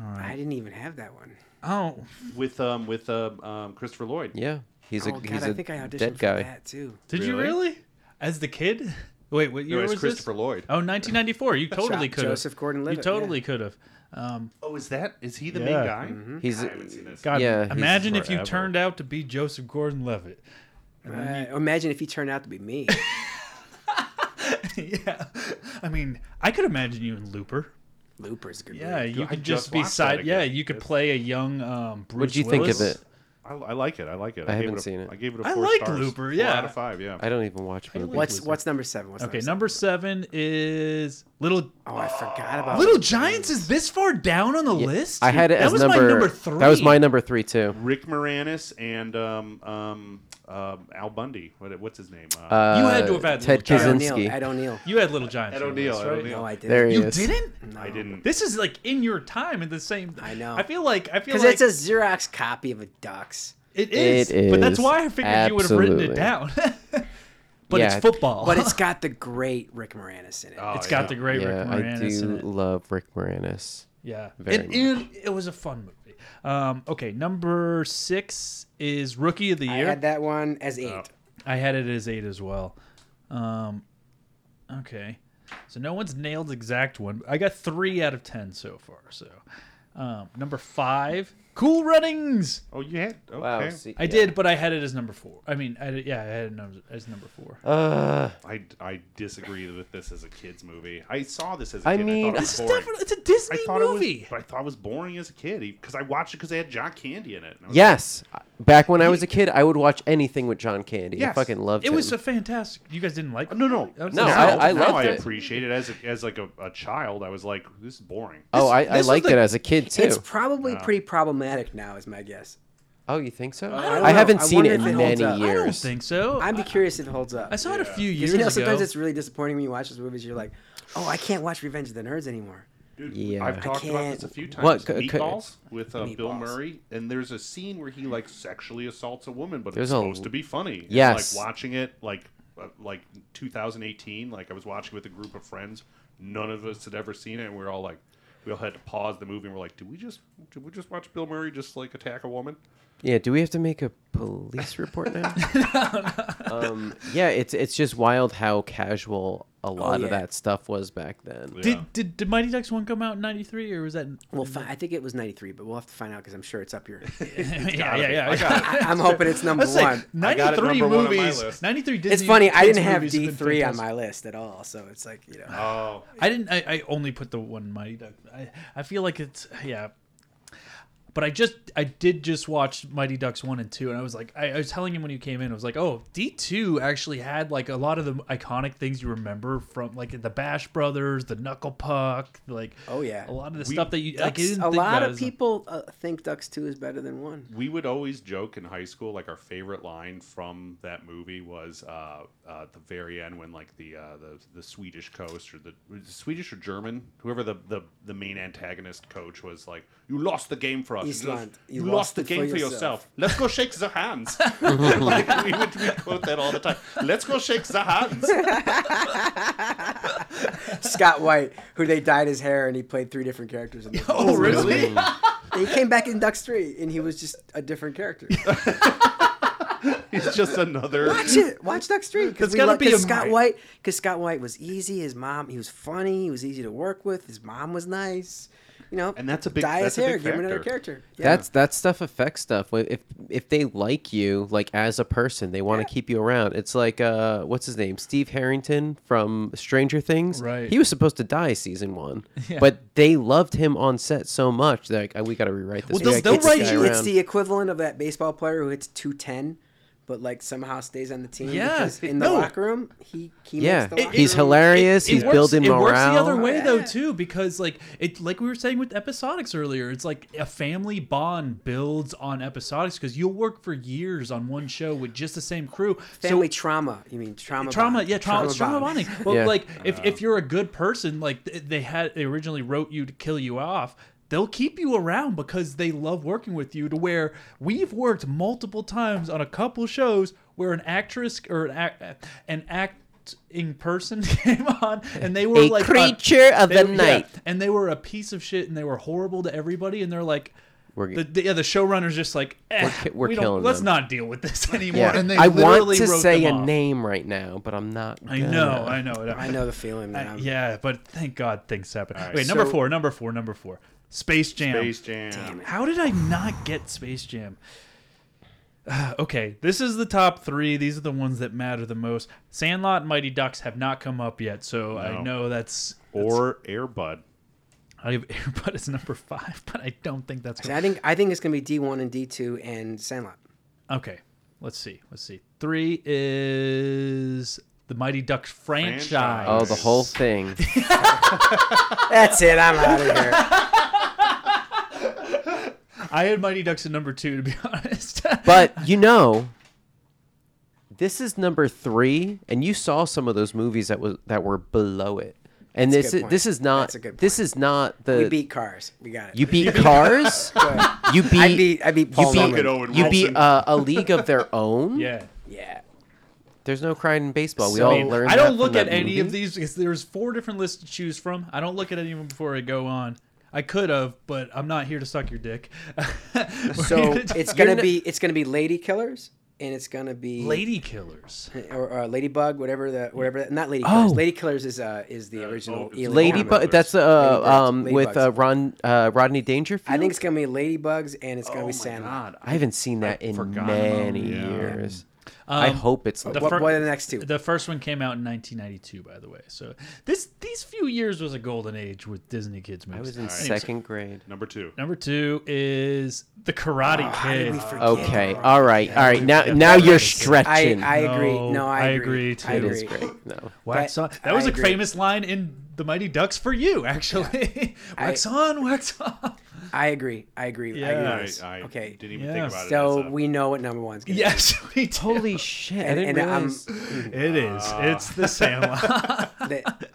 Speaker 3: I didn't even have that one.
Speaker 2: Oh,
Speaker 4: with um with um, um Christopher Lloyd.
Speaker 5: Yeah, he's a
Speaker 3: Oh God,
Speaker 5: he's
Speaker 3: I
Speaker 5: a
Speaker 3: think I auditioned
Speaker 5: dead
Speaker 3: for
Speaker 5: guy.
Speaker 3: that too.
Speaker 2: did you
Speaker 4: Really?
Speaker 2: really? As the kid? Wait, what
Speaker 4: No,
Speaker 2: year
Speaker 4: it's
Speaker 2: was this?
Speaker 4: Christopher Lloyd.
Speaker 2: Oh, 1994. You totally
Speaker 3: Shot
Speaker 2: could have.
Speaker 3: Joseph Gordon-Levitt,
Speaker 2: You totally
Speaker 3: yeah.
Speaker 2: could have. Um,
Speaker 4: Oh, is that is he the
Speaker 2: Yeah. Mm-hmm.
Speaker 4: main guy?
Speaker 5: He's
Speaker 4: I haven't seen this.
Speaker 2: God,
Speaker 5: Yeah, he's
Speaker 2: imagine if you
Speaker 4: forever.
Speaker 2: turned out to be Joseph Gordon-Levitt.
Speaker 3: Uh, imagine if he turned out to be me.
Speaker 2: yeah, I mean, I could imagine you in Looper.
Speaker 3: Looper's a good.
Speaker 2: Yeah,
Speaker 3: movie.
Speaker 2: you
Speaker 4: I
Speaker 2: could just,
Speaker 4: just
Speaker 2: be
Speaker 4: watched
Speaker 2: side.
Speaker 4: that
Speaker 2: Yeah,
Speaker 4: again.
Speaker 2: you could play a young um, Bruce.
Speaker 5: What'd you think of
Speaker 2: Willis.
Speaker 5: it?
Speaker 4: I, I like it. I like it.
Speaker 5: I
Speaker 4: gave
Speaker 5: haven't
Speaker 4: a-
Speaker 5: seen it.
Speaker 4: I gave it a
Speaker 2: I
Speaker 4: four
Speaker 2: like
Speaker 4: stars.
Speaker 2: Looper,
Speaker 4: Four
Speaker 2: yeah.
Speaker 4: out of five. Yeah.
Speaker 5: I don't even watch movies.
Speaker 3: What's what's number seven? What's
Speaker 2: Okay,
Speaker 3: Number
Speaker 2: number seven is Little
Speaker 3: seven? Oh, I forgot about
Speaker 2: Little Giants. Is this far down on the list?
Speaker 5: I had it
Speaker 2: that
Speaker 5: as
Speaker 2: was
Speaker 5: number,
Speaker 2: my number three.
Speaker 5: That was my number three too.
Speaker 4: Rick Moranis and um um um Al Bundy. What, what's his name? Uh,
Speaker 5: Uh,
Speaker 2: You had to have had
Speaker 5: Ted
Speaker 2: Little
Speaker 3: Ed
Speaker 2: Giants.
Speaker 3: O'Neill.
Speaker 5: Kaczynski.
Speaker 3: Ed O'Neill.
Speaker 2: You had Little Giants.
Speaker 4: Ed
Speaker 2: on your
Speaker 4: O'Neill.
Speaker 2: list,
Speaker 4: Ed
Speaker 2: right?
Speaker 4: O'Neill.
Speaker 3: No, I didn't.
Speaker 5: There he
Speaker 2: You
Speaker 5: is.
Speaker 2: didn't.
Speaker 4: I didn't.
Speaker 2: This is like in your time at the same.
Speaker 3: I know.
Speaker 2: I feel like I feel
Speaker 3: Because
Speaker 2: like
Speaker 3: it's a Xerox copy of a ducks.
Speaker 2: It is.
Speaker 5: It
Speaker 2: But that's
Speaker 5: is.
Speaker 2: why I figured you would have written it
Speaker 5: Absolutely.
Speaker 2: down. but it's
Speaker 5: Yeah.
Speaker 2: football.
Speaker 3: But it's got the great Rick Moranis in it.
Speaker 4: Oh,
Speaker 2: it's got the great
Speaker 5: Yeah,
Speaker 2: Rick
Speaker 5: I
Speaker 2: Moranis in
Speaker 5: do
Speaker 2: it.
Speaker 5: love Rick Moranis.
Speaker 2: Yeah.
Speaker 5: Very
Speaker 2: and, and it was a fun movie. Um, okay, number six is Rookie of the
Speaker 3: I
Speaker 2: Year.
Speaker 3: had that one as eight.
Speaker 5: Oh,
Speaker 2: I had it as eight as well. Um, okay. So no one's nailed the exact one. I got three out of ten so far. So um, number five, Cool Runnings.
Speaker 4: Oh, you had. Okay.
Speaker 2: I did, but I had it as number four. I mean, I, yeah, I had it num- as number four.
Speaker 5: Uh,
Speaker 4: I, I disagree that this is a kids movie. I saw this as a
Speaker 5: I
Speaker 4: kid.
Speaker 5: mean-
Speaker 4: and I thought it was
Speaker 5: This
Speaker 2: It's
Speaker 4: boring.
Speaker 2: definitely it's a Disney
Speaker 4: I thought
Speaker 2: movie.
Speaker 4: it was, but I thought it was boring as a kid because I watched it because they had John Candy in it. and I was
Speaker 5: yes. Back when I was a kid, I would watch anything with John Candy. I
Speaker 4: Yes.
Speaker 5: fucking loved
Speaker 2: It
Speaker 5: him.
Speaker 2: was a fantastic. You guys didn't like it?
Speaker 4: like, no, no,
Speaker 2: That's
Speaker 5: No,
Speaker 2: a-
Speaker 5: I-
Speaker 4: Now,
Speaker 5: I
Speaker 4: now
Speaker 5: loved
Speaker 4: I
Speaker 5: it.
Speaker 4: appreciate it as a, as like a, a child. I was like, this is boring.
Speaker 5: oh, I, I
Speaker 2: this was
Speaker 5: liked
Speaker 2: the-
Speaker 5: it as a kid too.
Speaker 3: It's probably pretty problematic now, is my guess.
Speaker 5: oh, you think so?
Speaker 3: don't
Speaker 5: I
Speaker 3: know.
Speaker 5: haven't
Speaker 3: I
Speaker 5: seen it
Speaker 3: wonder
Speaker 5: in
Speaker 3: if it holds
Speaker 5: many
Speaker 3: up. I
Speaker 2: I don't
Speaker 5: years.
Speaker 2: think so.
Speaker 3: I'd
Speaker 2: i
Speaker 3: be curious if it holds up.
Speaker 2: saw it a few
Speaker 3: Because
Speaker 2: years
Speaker 3: you know,
Speaker 2: ago.
Speaker 3: sometimes it's really disappointing when you watch those movies. You're like, oh, I can't watch Revenge of the Nerds anymore.
Speaker 4: Dude,
Speaker 5: Yeah.
Speaker 4: I've talked about
Speaker 3: can't-
Speaker 4: this a few times.
Speaker 5: What, c- c-
Speaker 4: meatballs with uh, Bill
Speaker 3: Meatballs.
Speaker 4: Murray, and there's a scene where he like sexually assaults a woman, but
Speaker 5: There's
Speaker 4: it's
Speaker 5: a-
Speaker 4: supposed to be funny. And,
Speaker 5: Yes.
Speaker 4: like watching it like uh, like 2018, like I was watching with a group of friends. None of us had ever seen it, and we were all like, we all had to pause the movie. and We're like, did we just did we just watch Bill Murray just like attack a woman?
Speaker 5: Yeah, do we have to make a police report now? um, yeah, it's it's just wild how casual
Speaker 2: Oh,
Speaker 5: a lot of
Speaker 3: yeah.
Speaker 5: that stuff was back then.
Speaker 4: Yeah.
Speaker 2: Did, did did Mighty Ducks one come out in '93 or was that?
Speaker 3: Well, fi- I think it was 93, but we'll have to find out because I'm sure it's up here.
Speaker 2: yeah, yeah, yeah.
Speaker 3: I, I'm hoping it's number
Speaker 2: Let's say
Speaker 3: one.
Speaker 4: got it
Speaker 2: 93
Speaker 4: number one on my
Speaker 2: movies.
Speaker 4: list.
Speaker 2: 93 Disney.
Speaker 3: It's funny. I
Speaker 2: kids
Speaker 3: didn't have
Speaker 2: movies have been
Speaker 3: D3 on
Speaker 2: fantastic.
Speaker 3: my list at all, so it's like you know.
Speaker 4: Oh,
Speaker 2: I didn't. I, I only put the one Mighty Duck. I, I feel like it's yeah. But I just I did just watch Mighty Ducks one and two, and I was like, I, I was telling him when you came in, I was like, oh, D two actually had like a lot of the iconic things you remember from like the Bash Brothers, the Knuckle Puck, like
Speaker 3: Oh, yeah.
Speaker 2: a lot of the stuff that you like. I
Speaker 3: Ducks-
Speaker 2: didn't
Speaker 3: a
Speaker 2: think
Speaker 3: lot
Speaker 2: about it
Speaker 3: of
Speaker 2: as a-
Speaker 3: people uh, think Ducks Two is better than one.
Speaker 4: we would always joke in high school like our favorite line from that movie was uh, uh, at the very end when like the, uh, the the swedish coach or the, was it swedish or german whoever the, the the main antagonist coach was like you lost the game for us You
Speaker 3: Island,
Speaker 4: lost-
Speaker 3: you
Speaker 4: you, lost
Speaker 3: lost
Speaker 4: the
Speaker 3: it for
Speaker 4: game for yourself,
Speaker 3: yourself."
Speaker 4: let's go shake the hands like, we would we quote that all the time let's go shake the hands
Speaker 3: Scott White, who they dyed his hair and he played three different characters. In the
Speaker 2: Oh really?
Speaker 3: He came back in Ducks Three and he was just a different character.
Speaker 4: it's just another
Speaker 3: Watch it. Watch Ducks Three
Speaker 2: That's
Speaker 3: because we
Speaker 2: gotta
Speaker 3: love
Speaker 2: be a
Speaker 3: cause Scott
Speaker 2: mi-
Speaker 3: White. Because Scott White was easy. His mom, he was funny. He was easy to work with. His mom was nice. You know,
Speaker 4: And that's a big-
Speaker 3: dye
Speaker 4: that's
Speaker 3: his
Speaker 4: a
Speaker 3: hair.
Speaker 4: big
Speaker 3: give him another
Speaker 4: factor.
Speaker 3: character. Yeah.
Speaker 5: That's that stuff affects stuff. Wh- If if they like you, like as a person, they want to keep you around. It's like uh, what's his name, Steve Harrington from Stranger Things.
Speaker 2: Right.
Speaker 5: He was supposed to die season one, but they loved him on set so much they're like, "Oh, we got to rewrite this.
Speaker 2: Well, they'll- they'll
Speaker 5: We gotta keep this
Speaker 2: write
Speaker 5: guy
Speaker 2: you-
Speaker 3: it's
Speaker 5: around."
Speaker 3: the equivalent of that baseball player who hits 210 but like somehow stays on the team
Speaker 2: Yeah,
Speaker 3: because in the
Speaker 2: no.
Speaker 3: locker room he, he
Speaker 5: yeah,
Speaker 3: makes the locker
Speaker 5: he's
Speaker 3: room.
Speaker 5: hilarious. he's building
Speaker 2: it
Speaker 5: morale.
Speaker 2: works the other way though
Speaker 3: Yeah.
Speaker 2: too, because like it, like we were saying with episodics earlier, it's like a family bond builds on episodics because you'll work for years on one show with just the same crew.
Speaker 3: family trauma you mean trauma
Speaker 2: trauma,
Speaker 3: bond.
Speaker 2: yeah, trauma, it's trauma
Speaker 3: bond.
Speaker 2: bonding. Uh. Well,
Speaker 5: Yeah.
Speaker 2: like if, if you're a good person, like th- they had they originally wrote you to kill you off. They'll keep you around because they love working with you. To where we've worked multiple times on a couple shows where an actress or an act an acting person came on and they were
Speaker 5: A
Speaker 2: like uh,
Speaker 5: creature of
Speaker 2: they-
Speaker 5: the night.
Speaker 2: and they were a piece of shit and they were horrible to everybody and they're like
Speaker 5: We're-
Speaker 2: the, the- yeah the showrunner's just like eh,
Speaker 5: We're ki- we're
Speaker 2: we don't-
Speaker 5: killing
Speaker 2: let's
Speaker 5: them."
Speaker 2: not deal with this anymore
Speaker 5: Yeah.
Speaker 2: and they
Speaker 5: I want
Speaker 2: literally
Speaker 5: to
Speaker 2: wrote
Speaker 5: say a
Speaker 2: them off.
Speaker 5: name right now, but I'm not.
Speaker 2: I
Speaker 5: gonna.
Speaker 2: know, I know, I know.
Speaker 3: i know the feeling
Speaker 2: I-
Speaker 3: man I'm-
Speaker 2: Uh, yeah, but thank God things happen. Wait, number
Speaker 3: So-
Speaker 2: four, number four, number four. Space Jam.
Speaker 4: Space Jam.
Speaker 2: How did I not get Space Jam? Ah, okay, this is the top three. These are the ones that matter the most. Sandlot and Mighty Ducks have not come up yet, so I
Speaker 4: No.
Speaker 2: know that's.
Speaker 4: Or Airbud.
Speaker 2: I have Airbud is number five, but I don't think that's.
Speaker 3: See, i think i think it's gonna be d1 and d2 and sandlot
Speaker 2: Okay, let's see. Let's see. Three is the Mighty Ducks franchise.
Speaker 4: Franchise.
Speaker 5: Oh, the whole thing.
Speaker 3: that's it i'm out of here
Speaker 2: I had Mighty Ducks at number two, to be honest.
Speaker 5: But you know, this is number three, and you saw some of those movies that was that were below it. And
Speaker 3: That's a
Speaker 5: this
Speaker 3: good
Speaker 5: is,
Speaker 3: point.
Speaker 5: this is not
Speaker 3: That's a good
Speaker 5: this is not the
Speaker 3: we beat cars we got it
Speaker 5: you beat Cars, you beat
Speaker 3: i beat i beat paul
Speaker 5: you
Speaker 3: Newman.
Speaker 4: Look at Owen
Speaker 5: you beat
Speaker 4: Wilson.
Speaker 5: uh, a League of Their Own.
Speaker 2: yeah.
Speaker 3: yeah
Speaker 5: there's no crying in baseball. We
Speaker 3: So-
Speaker 5: all
Speaker 2: I mean,
Speaker 5: learned.
Speaker 2: I
Speaker 5: that
Speaker 2: don't
Speaker 5: from
Speaker 2: look
Speaker 5: that
Speaker 2: at any of
Speaker 5: movie.
Speaker 2: these because there's four different lists to choose from. I don't look at any of them before I go on. I could have, but I'm not here to suck your dick.
Speaker 3: so it's gonna be it's gonna be lady killers and it's gonna be
Speaker 2: lady killers.
Speaker 3: or, or Ladybug, whatever the whatever that, not Lady Killers.
Speaker 2: Oh.
Speaker 3: Lady Killers is uh is the original
Speaker 4: it's
Speaker 3: Alien
Speaker 5: Lady,
Speaker 3: comic.
Speaker 5: Bu- that's uh,
Speaker 3: Ladybugs.
Speaker 5: um, with
Speaker 3: Ladybugs.
Speaker 5: uh, Ron uh, Rodney Dangerfield.
Speaker 3: I think it's gonna be Ladybugs and it's gonna be Sandlot.
Speaker 5: I haven't seen that in
Speaker 4: forgot about
Speaker 5: many
Speaker 4: him. Yeah.
Speaker 5: years. I hope it's like
Speaker 3: What,
Speaker 2: Um, uh, fir-
Speaker 3: what are the next two?
Speaker 2: The first one came out in 1992, by the way. So this these few years was a golden age with Disney kids movies.
Speaker 5: I was in second grade.
Speaker 4: Number two.
Speaker 2: Number two is the Karate
Speaker 3: Ah,
Speaker 2: Kid.
Speaker 5: Okay. All right. All right. Now, now you're stretching.
Speaker 3: I, I agree.
Speaker 2: No,
Speaker 3: No, I,
Speaker 2: I
Speaker 3: agree.
Speaker 2: agree,
Speaker 3: I
Speaker 2: too.
Speaker 5: it
Speaker 3: agree.
Speaker 5: is great. No.
Speaker 2: Wax
Speaker 3: That-
Speaker 2: on. That was
Speaker 3: I
Speaker 2: a
Speaker 3: agree.
Speaker 2: famous line in The Mighty Ducks for you, actually. wax on, wax on.
Speaker 3: I agree. I agree. I
Speaker 2: Yeah.
Speaker 3: agree.
Speaker 4: I,
Speaker 3: with this.
Speaker 4: I
Speaker 3: okay.
Speaker 4: didn't even
Speaker 2: Yeah.
Speaker 4: think about it.
Speaker 3: So
Speaker 4: as a-
Speaker 3: we know what number one's gonna be.
Speaker 2: Yes, we do.
Speaker 5: Holy shit! I
Speaker 3: And-
Speaker 5: didn't
Speaker 3: and um, I'm-
Speaker 5: realize.
Speaker 2: It is. It's the Sandlot.
Speaker 3: That-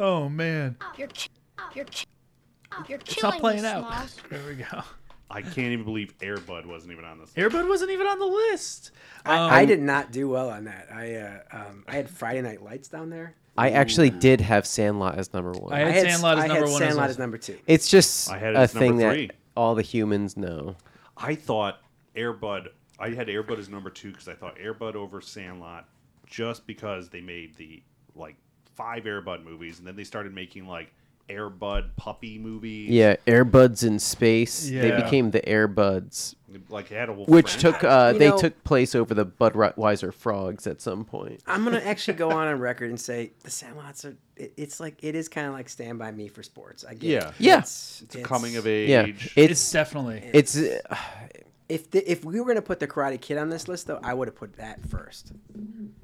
Speaker 2: oh man,
Speaker 9: You're, ki- you're, ki- you're
Speaker 2: it's
Speaker 9: killing
Speaker 2: not playing
Speaker 9: me,
Speaker 2: out.
Speaker 9: Smalls.
Speaker 2: There we go.
Speaker 4: I can't even believe Airbud wasn't even on this. list.
Speaker 2: Airbud wasn't even on the list.
Speaker 3: I, I did not do well on that. I uh, um, I had Friday Night Lights down there.
Speaker 5: I actually did have Sandlot as number one.
Speaker 2: I had,
Speaker 3: I had
Speaker 2: Sandlot as
Speaker 3: I
Speaker 2: number
Speaker 3: had
Speaker 2: one. as
Speaker 3: Sandlot
Speaker 2: well.
Speaker 3: as number two.
Speaker 5: it's just
Speaker 4: I had it
Speaker 5: a
Speaker 4: as number
Speaker 5: thing that
Speaker 4: three.
Speaker 5: all the humans know.
Speaker 4: I thought Airbud. I had Airbud as number two because I thought Airbud over Sandlot just because they made the like five Airbud movies, and then they started making like Airbud puppy movies.
Speaker 5: Yeah, Airbuds in space. They
Speaker 2: Yeah.
Speaker 5: became the Airbuds,
Speaker 4: like they had a whole
Speaker 5: which
Speaker 4: franchise.
Speaker 5: took uh,
Speaker 3: You
Speaker 5: they
Speaker 3: know-
Speaker 5: took place over the Budweiser frogs at some point.
Speaker 3: I'm gonna actually go on on record and say the Sandlots are. It, it's like it is kind of like Stand by Me for sports. I get.
Speaker 4: Yeah.
Speaker 3: it.
Speaker 5: Yeah.
Speaker 3: It's,
Speaker 4: It's a coming of age.
Speaker 5: Yeah,
Speaker 2: It's
Speaker 5: it's
Speaker 2: definitely.
Speaker 5: it's uh,
Speaker 3: If the, if we were gonna put the Karate Kid on this list, though, I would have put that first.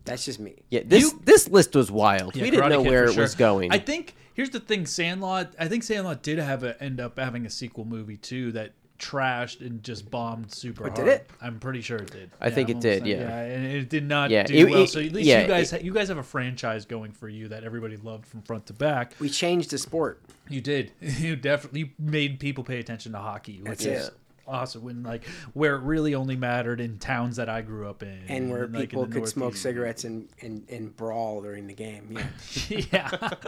Speaker 3: That's just me.
Speaker 5: yeah. This this list was wild.
Speaker 2: Yeah,
Speaker 5: we didn't
Speaker 2: Karate
Speaker 5: know
Speaker 2: Kid
Speaker 5: where
Speaker 2: for
Speaker 5: it was
Speaker 2: sure.
Speaker 5: going.
Speaker 2: I think here's the thing: Sandlot. I think Sandlot did have a, end up having a sequel movie too that trashed and just bombed super
Speaker 3: did
Speaker 2: hard.
Speaker 3: it?
Speaker 2: I'm pretty sure it did.
Speaker 5: I think
Speaker 2: I'm
Speaker 5: it did,
Speaker 2: almost-
Speaker 5: yeah.
Speaker 2: and it did not
Speaker 5: Yeah,
Speaker 2: do
Speaker 5: it-
Speaker 2: well.
Speaker 5: it-
Speaker 2: So at least
Speaker 5: yeah,
Speaker 2: you guys,
Speaker 5: it-
Speaker 2: ha- you guys have a franchise going for you that everybody loved from front to back.
Speaker 3: We changed the sport.
Speaker 2: You did. You definitely you made people pay attention to hockey, which
Speaker 3: That's
Speaker 2: is
Speaker 3: it.
Speaker 2: awesome. When like where it really only mattered in towns that I grew up in,
Speaker 3: and where
Speaker 2: like, in
Speaker 3: people
Speaker 2: the
Speaker 3: could smoke
Speaker 2: Northeast.
Speaker 3: cigarettes and, and, and brawl during the game. Yeah.
Speaker 2: yeah.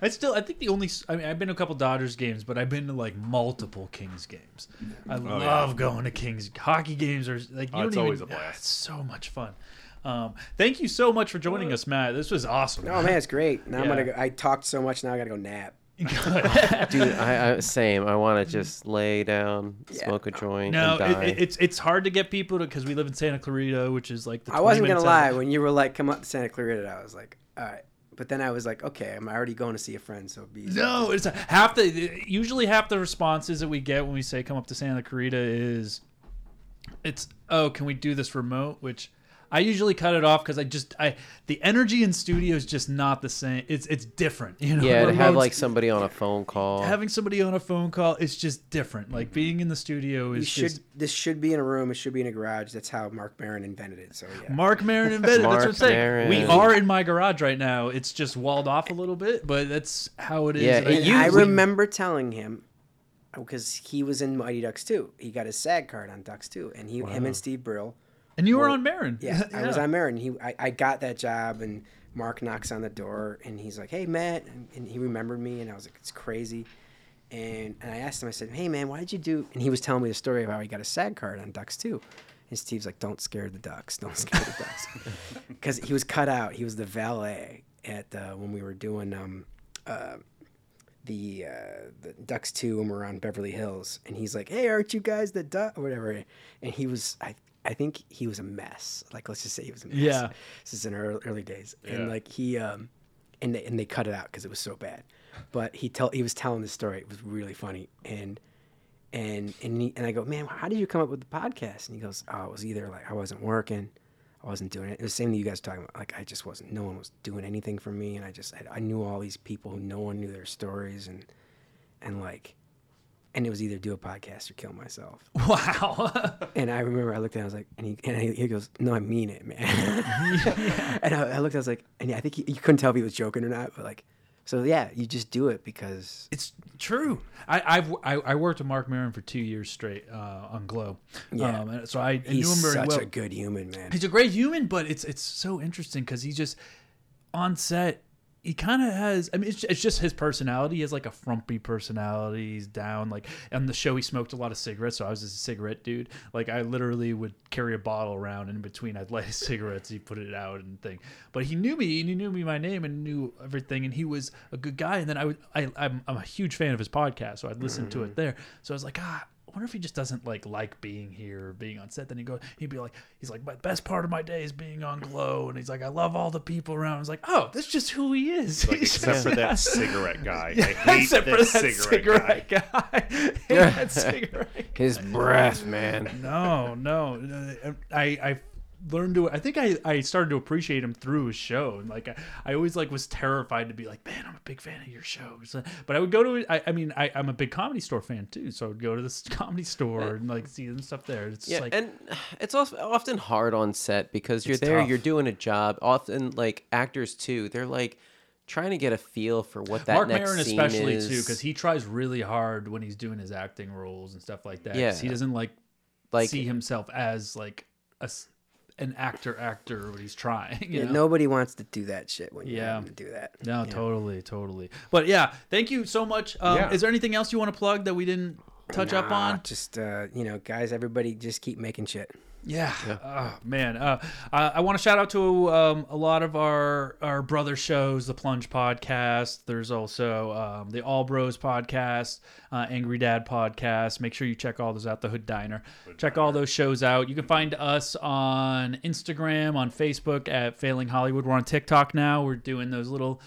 Speaker 2: I still, I think the only, I mean, I've been to a couple Dodgers games, but I've been to like multiple Kings games. I love going to Kings hockey games. Or like, you
Speaker 4: Oh,
Speaker 2: don't
Speaker 4: it's
Speaker 2: even-
Speaker 4: always a blast.
Speaker 2: It's so much fun. Um, thank you so much for joining us, Matt. This was awesome.
Speaker 3: Oh Uh, man, it's great. Now I'm
Speaker 2: Yeah.
Speaker 3: gonna. Go, I talked so much. Now I gotta go nap.
Speaker 5: Dude, I, I same. I want to just lay down, smoke a joint,
Speaker 2: No,
Speaker 5: and die.
Speaker 2: it, it, it's it's hard to get people to because we live in Santa Clarita, which is like the.
Speaker 3: I wasn't
Speaker 2: 20
Speaker 3: gonna
Speaker 2: minutes
Speaker 3: lie.
Speaker 2: out.
Speaker 3: When you were like, "Come up to Santa Clarita," I was like, "All right." But then I was like, "Okay, I'm already going to see a friend, so it'd be." easy."
Speaker 2: No, it's half the usually half the responses that we get when we say come up to Santa Clarita is it's oh, can we do this remote? Which I usually cut it off because I just I the energy in studio is just not the same. It's it's different, you know.
Speaker 5: yeah, to have
Speaker 2: Remotes-
Speaker 5: like somebody on a phone call.
Speaker 2: having somebody on a phone call is just different. Like being in the studio
Speaker 3: You
Speaker 2: is
Speaker 3: should.
Speaker 2: just
Speaker 3: This should be in a room. It should be in a garage. That's how Mark Maron invented it. So yeah.
Speaker 2: Mark Maron invented. That's what I'm
Speaker 5: Mark
Speaker 2: saying. We
Speaker 5: Maron.
Speaker 2: are in my garage right now. It's just walled off a little bit, but that's how it is.
Speaker 5: Yeah,
Speaker 2: And
Speaker 5: it
Speaker 2: I-
Speaker 5: used-
Speaker 3: I
Speaker 5: usually-
Speaker 3: remember telling him because he was in Mighty Ducks too. He got his SAG card on Ducks too, and he him and Steve Brill.
Speaker 2: and you were on Marin.
Speaker 3: Yeah, I was on Marin. He, I, I got that job, and Mark knocks on the door, and he's like, "Hey, Matt," and, and he remembered me, and I was like, "It's crazy." And, and I asked him, I said, "Hey, man, why did you do?" And he was telling me the story of how he got a SAG card on Ducks too. And Steve's like, "Don't scare the Ducks. Don't scare the Ducks," because he was cut out. He was the valet at uh, when we were doing um, the uh, the Ducks Two when we we're on Beverly Hills, and he's like, "Hey, aren't you guys the Duck?" or whatever. And he was, I I think he was a mess. Like let's just say he was a mess.
Speaker 2: Yeah.
Speaker 3: this is in early, early days,
Speaker 4: Yeah.
Speaker 3: and like he um, and they and they cut it out because it was so bad. But he tell he was telling this story. It was really funny, and and and he, and I go, man, how did you come up with the podcast? And he goes, oh, it was either like I wasn't working, I wasn't doing it. It was the same that you guys were talking about. Like I just wasn't. No one was doing anything for me, and I just I, I knew all these people. No one knew their stories, and and like, and it was either do a podcast or kill myself.
Speaker 2: Wow.
Speaker 3: And I remember I looked at, it, I was like, and he and he- he goes, no, I mean it, man. and I, I looked, I was like, and yeah, I think he, you couldn't tell if he was joking or not, but like, so yeah, you just do it because
Speaker 2: It's true. I, I've I, I worked with Mark Maron for two years straight uh, on Glow.
Speaker 3: Yeah.
Speaker 2: Um, and so I, I knew him
Speaker 3: he's
Speaker 2: very
Speaker 3: such
Speaker 2: well.
Speaker 3: a good human, man.
Speaker 2: he's a great human, but it's it's so interesting because he just on set he kind of has. I mean, it's, it's just his personality. He has like a frumpy personality. He's down. Like on the show, he smoked a lot of cigarettes, so I was just a cigarette dude. Like I literally would carry a bottle around, and in between, I'd light his cigarettes. He put it out and thing. But he knew me, and he knew me my name, and knew everything. And he was a good guy. And then I would, I, I'm, I'm a huge fan of his podcast, so I'd listen to it there. So I was like, ah, I wonder if he just doesn't like like being here or being on set. Then he go, he'd be like, he's like, my best part of my day is being on Glow, and he's like, I love all the people around. I was like, oh, that's just who he is.
Speaker 4: Like,
Speaker 2: He's
Speaker 4: except
Speaker 2: just-
Speaker 4: for that cigarette guy. I hate
Speaker 2: except
Speaker 4: that,
Speaker 2: for that
Speaker 4: cigarette, guy.
Speaker 2: cigarette guy. Hate that cigarette. guy.
Speaker 5: His breath, man.
Speaker 2: No, no, I, I learned to. I think I, I started to appreciate him through his show, and like I, I always like was terrified to be like, man, I'm a big fan of your show. So- But I would go to. I, I mean, I, I'm a big comedy store fan too, so I would go to this comedy store and like see and stuff there. It's just
Speaker 5: Yeah,
Speaker 2: like
Speaker 5: and it's also often hard on set because you're
Speaker 2: It's
Speaker 5: there,
Speaker 2: tough.
Speaker 5: you're doing a job. Often, like actors too, they're like trying to get a feel for what that
Speaker 2: Mark
Speaker 5: next
Speaker 2: Maron
Speaker 5: scene
Speaker 2: especially
Speaker 5: is.
Speaker 2: too, because he tries really hard when he's doing his acting roles and stuff like that. 'cause
Speaker 5: Yeah.
Speaker 2: he doesn't like,
Speaker 5: Like-
Speaker 2: see himself as like a s an actor actor when he's trying. You
Speaker 3: Yeah,
Speaker 2: know?
Speaker 3: nobody wants to do that shit when you
Speaker 2: Yeah.
Speaker 3: have to do that.
Speaker 2: No, totally, totally. But yeah, thank you so much. Um,
Speaker 4: Yeah.
Speaker 2: Is there anything else you want to plug that we didn't touch up
Speaker 3: Nah,
Speaker 2: on?
Speaker 3: Just uh, you know, guys, everybody just keep making shit.
Speaker 2: Yeah. Oh, man. Uh, I, I want to shout out to um, a lot of our, our brother shows, the Plunge podcast. There's also um, the All Bros podcast, uh, Angry Dad podcast. Make sure you check all those out, The Hood Diner. check all those shows out. You can find us on Instagram, on Facebook at Failing Hollywood. We're on TikTok now. We're doing those little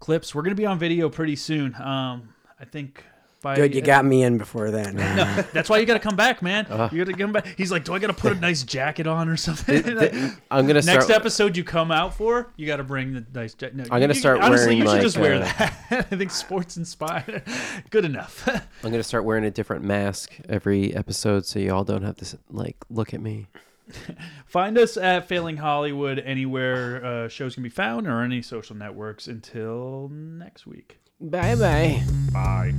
Speaker 2: clips. We're going to be on video pretty soon. Um, I think. By,
Speaker 3: Good, you got me in before then.
Speaker 2: no, that's why you got to come back, man.
Speaker 5: Uh-huh.
Speaker 2: you got to come back. He's like, do I got to put a nice jacket on or something?
Speaker 5: I'm gonna start.
Speaker 2: Next episode you come out for, you got to bring the nice jacket. No,
Speaker 5: I'm gonna
Speaker 2: you-
Speaker 5: start
Speaker 2: honestly,
Speaker 5: wearing,
Speaker 2: you should
Speaker 5: like,
Speaker 2: just wear
Speaker 5: uh,
Speaker 2: that. I think sports inspired. Good enough.
Speaker 5: I'm gonna start wearing a different mask every episode, so y'all don't have to s- like look at me.
Speaker 2: Find us at Failing Hollywood anywhere uh, shows can be found or any social networks. Until next week.
Speaker 5: Bye bye.
Speaker 4: Bye.